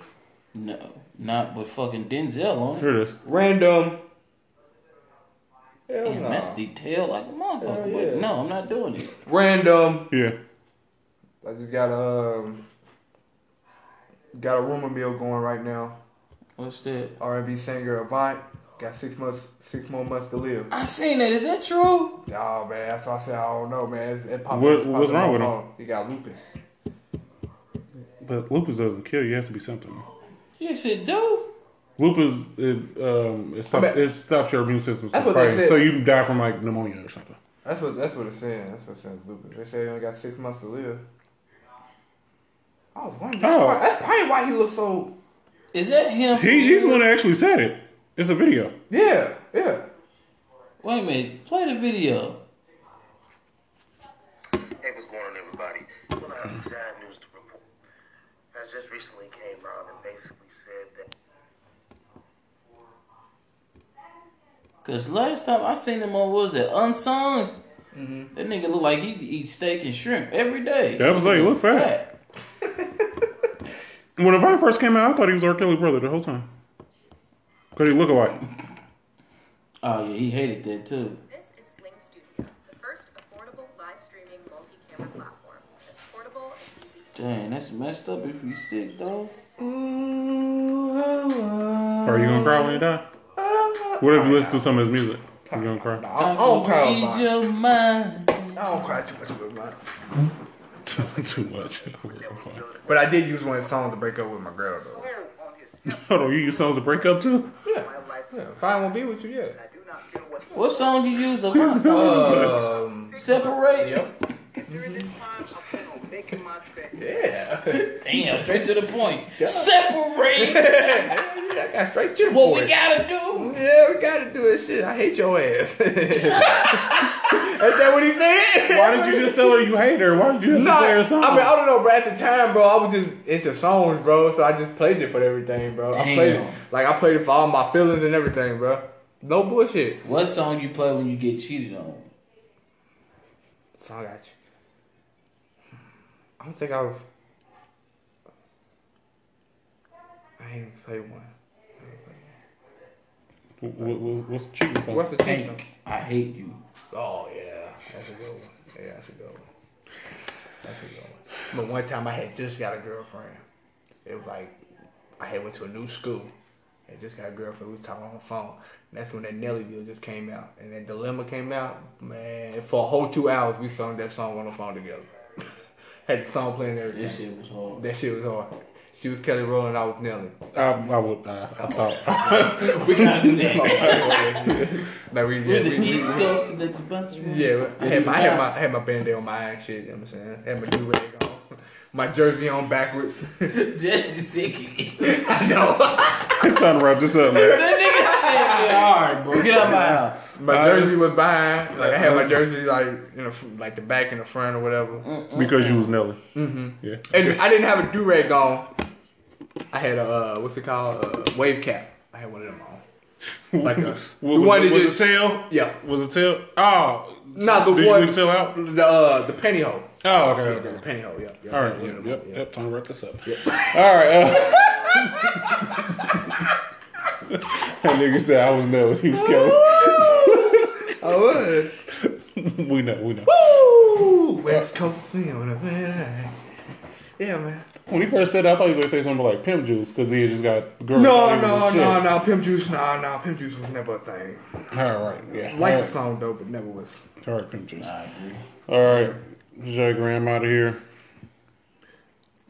[SPEAKER 1] No, not with fucking Denzel on it.
[SPEAKER 2] Here it is.
[SPEAKER 3] random. Hell
[SPEAKER 1] Damn,
[SPEAKER 3] no.
[SPEAKER 1] that's detailed like a motherfucker.
[SPEAKER 3] Hell
[SPEAKER 1] But
[SPEAKER 3] yeah.
[SPEAKER 1] no, I'm not doing it.
[SPEAKER 3] Random.
[SPEAKER 2] Yeah.
[SPEAKER 3] I just got a um, got a rumor mill going right now.
[SPEAKER 1] What's that?
[SPEAKER 3] R&B singer Avant got six months, six more months to live.
[SPEAKER 1] I seen that. Is that true?
[SPEAKER 3] Oh man, that's why I said I don't know, man. It's, it popped
[SPEAKER 2] What-
[SPEAKER 3] it's
[SPEAKER 2] what's wrong
[SPEAKER 3] popping up
[SPEAKER 2] with him?
[SPEAKER 3] on- He got lupus.
[SPEAKER 2] But lupus doesn't kill you. It has to be something.
[SPEAKER 1] Yes, it do.
[SPEAKER 2] Lupus it um it stops
[SPEAKER 3] I bet-
[SPEAKER 2] it stops your immune system from
[SPEAKER 3] That's what they
[SPEAKER 2] fighting.
[SPEAKER 3] said.
[SPEAKER 2] So you die from like pneumonia or something.
[SPEAKER 3] That's what that's what it's saying. That's what it says lupus. They say he only got six months to live. I was wondering. That's,
[SPEAKER 2] Oh.
[SPEAKER 3] why, that's probably why he looks so.
[SPEAKER 1] Is that him?
[SPEAKER 2] He, he's the one that actually said it. It's a video.
[SPEAKER 3] Yeah, yeah.
[SPEAKER 1] Wait a minute. Play the video.
[SPEAKER 7] Hey, what's going on, everybody? Well, I have sad news to report. I just recently came out and basically said that
[SPEAKER 1] Cause last time I seen him on what was it Unsung? That nigga look like he eat steak and shrimp every day.
[SPEAKER 2] That was like,
[SPEAKER 1] He
[SPEAKER 2] look fat. When the Vine first came out, I thought he was R. Kelly's brother the whole time. Cause he look alike.
[SPEAKER 1] Oh yeah, he hated that too.
[SPEAKER 8] This is Sling Studio, the first affordable live streaming multi-camera platform that's portable and easy.
[SPEAKER 1] Dang, that's messed up if you sick though.
[SPEAKER 2] Are you gonna cry when you die? What if you listen to some of his music? You gonna cry?
[SPEAKER 3] I, I don't cry.
[SPEAKER 1] Read
[SPEAKER 3] about it.
[SPEAKER 1] your mind.
[SPEAKER 3] I don't cry too much with mine.
[SPEAKER 2] Too much.
[SPEAKER 3] But I did use one song to break up with my girl though.
[SPEAKER 7] clear on his step
[SPEAKER 2] Hold on, you use songs to break up too?
[SPEAKER 7] of my life.
[SPEAKER 3] If I won't be with you, yeah.
[SPEAKER 7] I do not feel what's
[SPEAKER 1] What song you use? A what song?
[SPEAKER 3] Um,
[SPEAKER 1] Separate.
[SPEAKER 7] during this time I plan on making my trip.
[SPEAKER 3] yeah.
[SPEAKER 1] Damn, straight to the point. Separate.
[SPEAKER 3] yeah, I got straight to the
[SPEAKER 1] what we
[SPEAKER 3] point.
[SPEAKER 1] gotta do?
[SPEAKER 3] Yeah, we gotta do this shit. I hate your ass. Ain't that what he said?
[SPEAKER 2] Why did you just tell her you hate her? Why did you just
[SPEAKER 3] Nah,
[SPEAKER 2] play her song?
[SPEAKER 3] I mean, I don't know, bro. At the time, bro, I was just into songs, bro. So I just played it for everything, bro. I
[SPEAKER 1] Damn.
[SPEAKER 3] played it like I played it for all my feelings and everything, bro. No bullshit.
[SPEAKER 1] What song you play when you get cheated on?
[SPEAKER 3] So I got you. I don't think I've. I ain't played one.
[SPEAKER 2] Wh- wh- wh- What's the cheating song?
[SPEAKER 3] What's the team?
[SPEAKER 1] Hank, I hate you.
[SPEAKER 3] Oh yeah, that's a good one. Yeah, that's a good one. That's a good one. But one time I had just got a girlfriend. It was like I had went to a new school and just got a girlfriend. We was talking on the phone. And that's when that Nelly deal just came out and that Dilemma came out. Man, for a whole two hours we sung that song on the phone together. had the song playing and everything.
[SPEAKER 1] This shit was hard.
[SPEAKER 3] That shit was hard. She was Kelly Rowland, I was Nelly.
[SPEAKER 2] I, I would. Uh, I thought.
[SPEAKER 1] We gotta do that.
[SPEAKER 3] Like we,
[SPEAKER 1] We're
[SPEAKER 3] yeah, we,
[SPEAKER 1] the East
[SPEAKER 3] we,
[SPEAKER 1] Coast and the bus.
[SPEAKER 3] yeah, I had, my, I, had my, I had my bandana on my eye and shit, you know what I'm saying? I had my do rag on. My jersey on backwards.
[SPEAKER 1] Jesse Sicky.
[SPEAKER 3] I know.
[SPEAKER 2] It's time to wrap this up, man.
[SPEAKER 1] That nigga said, "Yeah, all right, bro, get out my house."
[SPEAKER 3] My
[SPEAKER 2] I
[SPEAKER 3] jersey was behind. Like I had my jersey like you know like the back and the front or whatever.
[SPEAKER 2] Because you was Nelly. Mm-hmm. Yeah.
[SPEAKER 3] And I didn't have a do rag on. I had a uh, what's it called? Uh, wave cap. I had one of them on. Like a-
[SPEAKER 2] was,
[SPEAKER 3] the one
[SPEAKER 2] was,
[SPEAKER 3] that
[SPEAKER 2] was
[SPEAKER 3] just-
[SPEAKER 2] it tail?
[SPEAKER 3] Yeah.
[SPEAKER 2] Was it tail? Oh,
[SPEAKER 3] Not the
[SPEAKER 2] did
[SPEAKER 3] one.
[SPEAKER 2] you leave tail out?
[SPEAKER 3] The uh, the pantyhose.
[SPEAKER 2] Oh, okay, okay.
[SPEAKER 3] Pantyhose. Yeah. yeah.
[SPEAKER 2] All right, yep, yep, yep. Time to wrap this up. All right. Uh, that nigga said I was no. He was killing.
[SPEAKER 3] I would.
[SPEAKER 2] we know, we know.
[SPEAKER 3] Woo! West Coast feeling a bit. Yeah, man.
[SPEAKER 2] When he first said, it, I thought he was gonna say something like pimp juice because he had just got girls.
[SPEAKER 3] No,
[SPEAKER 2] all over
[SPEAKER 3] no,
[SPEAKER 2] his shit.
[SPEAKER 3] no, no. Pimp juice. Nah, nah. Pimp juice was never a thing.
[SPEAKER 2] All right, yeah.
[SPEAKER 3] Like
[SPEAKER 2] all
[SPEAKER 3] the
[SPEAKER 2] right.
[SPEAKER 3] song though, but never was.
[SPEAKER 2] All right, pimp juice. All right, Jay Graham out of here.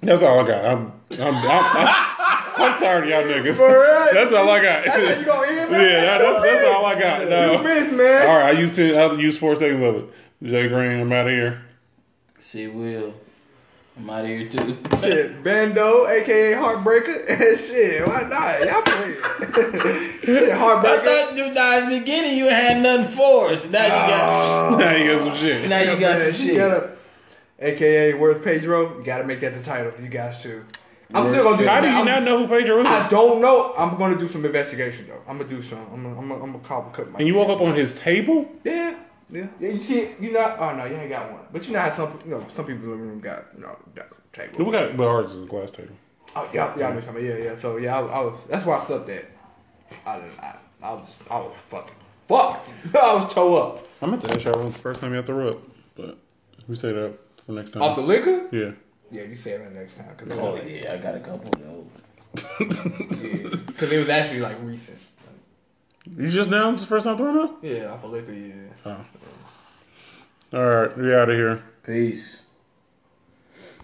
[SPEAKER 2] That's all I got. I'm, I'm, I'm, I'm, I'm tired of y'all niggas.
[SPEAKER 3] real?
[SPEAKER 2] That's all I got.
[SPEAKER 3] That's how you gonna end it?
[SPEAKER 2] yeah, that, that's, that's all I got. No.
[SPEAKER 3] Two minutes, man.
[SPEAKER 2] Uh, All right, I used to I used four seconds of it. Jay Green, I'm out of here.
[SPEAKER 1] See, Will. I'm out of here too.
[SPEAKER 3] Shit, Bando, aka Heartbreaker. Shit, why not? Y'all playing. Shit,
[SPEAKER 1] I
[SPEAKER 3] Heartbreaker.
[SPEAKER 1] thought you guys beginning you had nothing for us. Now you got
[SPEAKER 2] now you got some shit.
[SPEAKER 1] now you got
[SPEAKER 3] Ah, Man,
[SPEAKER 1] some
[SPEAKER 3] she
[SPEAKER 1] shit.
[SPEAKER 3] gotta- AKA Worth Pedro. You gotta make that the title. You guys too. I'm still gonna do
[SPEAKER 2] How do you
[SPEAKER 3] I'm-
[SPEAKER 2] not know who Pedro
[SPEAKER 3] I
[SPEAKER 2] is?
[SPEAKER 3] don't know. I'm gonna do some investigation though. I'm gonna do some. I'm gonna, I'm gonna, I'm gonna call cut my.
[SPEAKER 2] And you woke up on his table?
[SPEAKER 3] Yeah, yeah, yeah. You see, you not. Oh no, you ain't got one. But you know how some, you know, some people in the room got you know that
[SPEAKER 2] We
[SPEAKER 3] table.
[SPEAKER 2] got the ours is a glass table.
[SPEAKER 3] Oh yeah, yeah, I know something. yeah, yeah. So yeah, I, was- I was. That's why I slept there. I, didn't- I, I was just, I was fucking, fuck. I was toe up
[SPEAKER 2] I meant to ask y'all the first time you all threw up, but we say that for next time.
[SPEAKER 3] off the liquor.
[SPEAKER 2] yeah.
[SPEAKER 3] Yeah, you say that next time because
[SPEAKER 1] Oh yeah, I got a couple of those.
[SPEAKER 3] because it was actually like recent.
[SPEAKER 2] You just now? It's the first time throwing up?
[SPEAKER 3] Yeah, off a liquor. Yeah.
[SPEAKER 2] All right, we out of here.
[SPEAKER 1] Peace.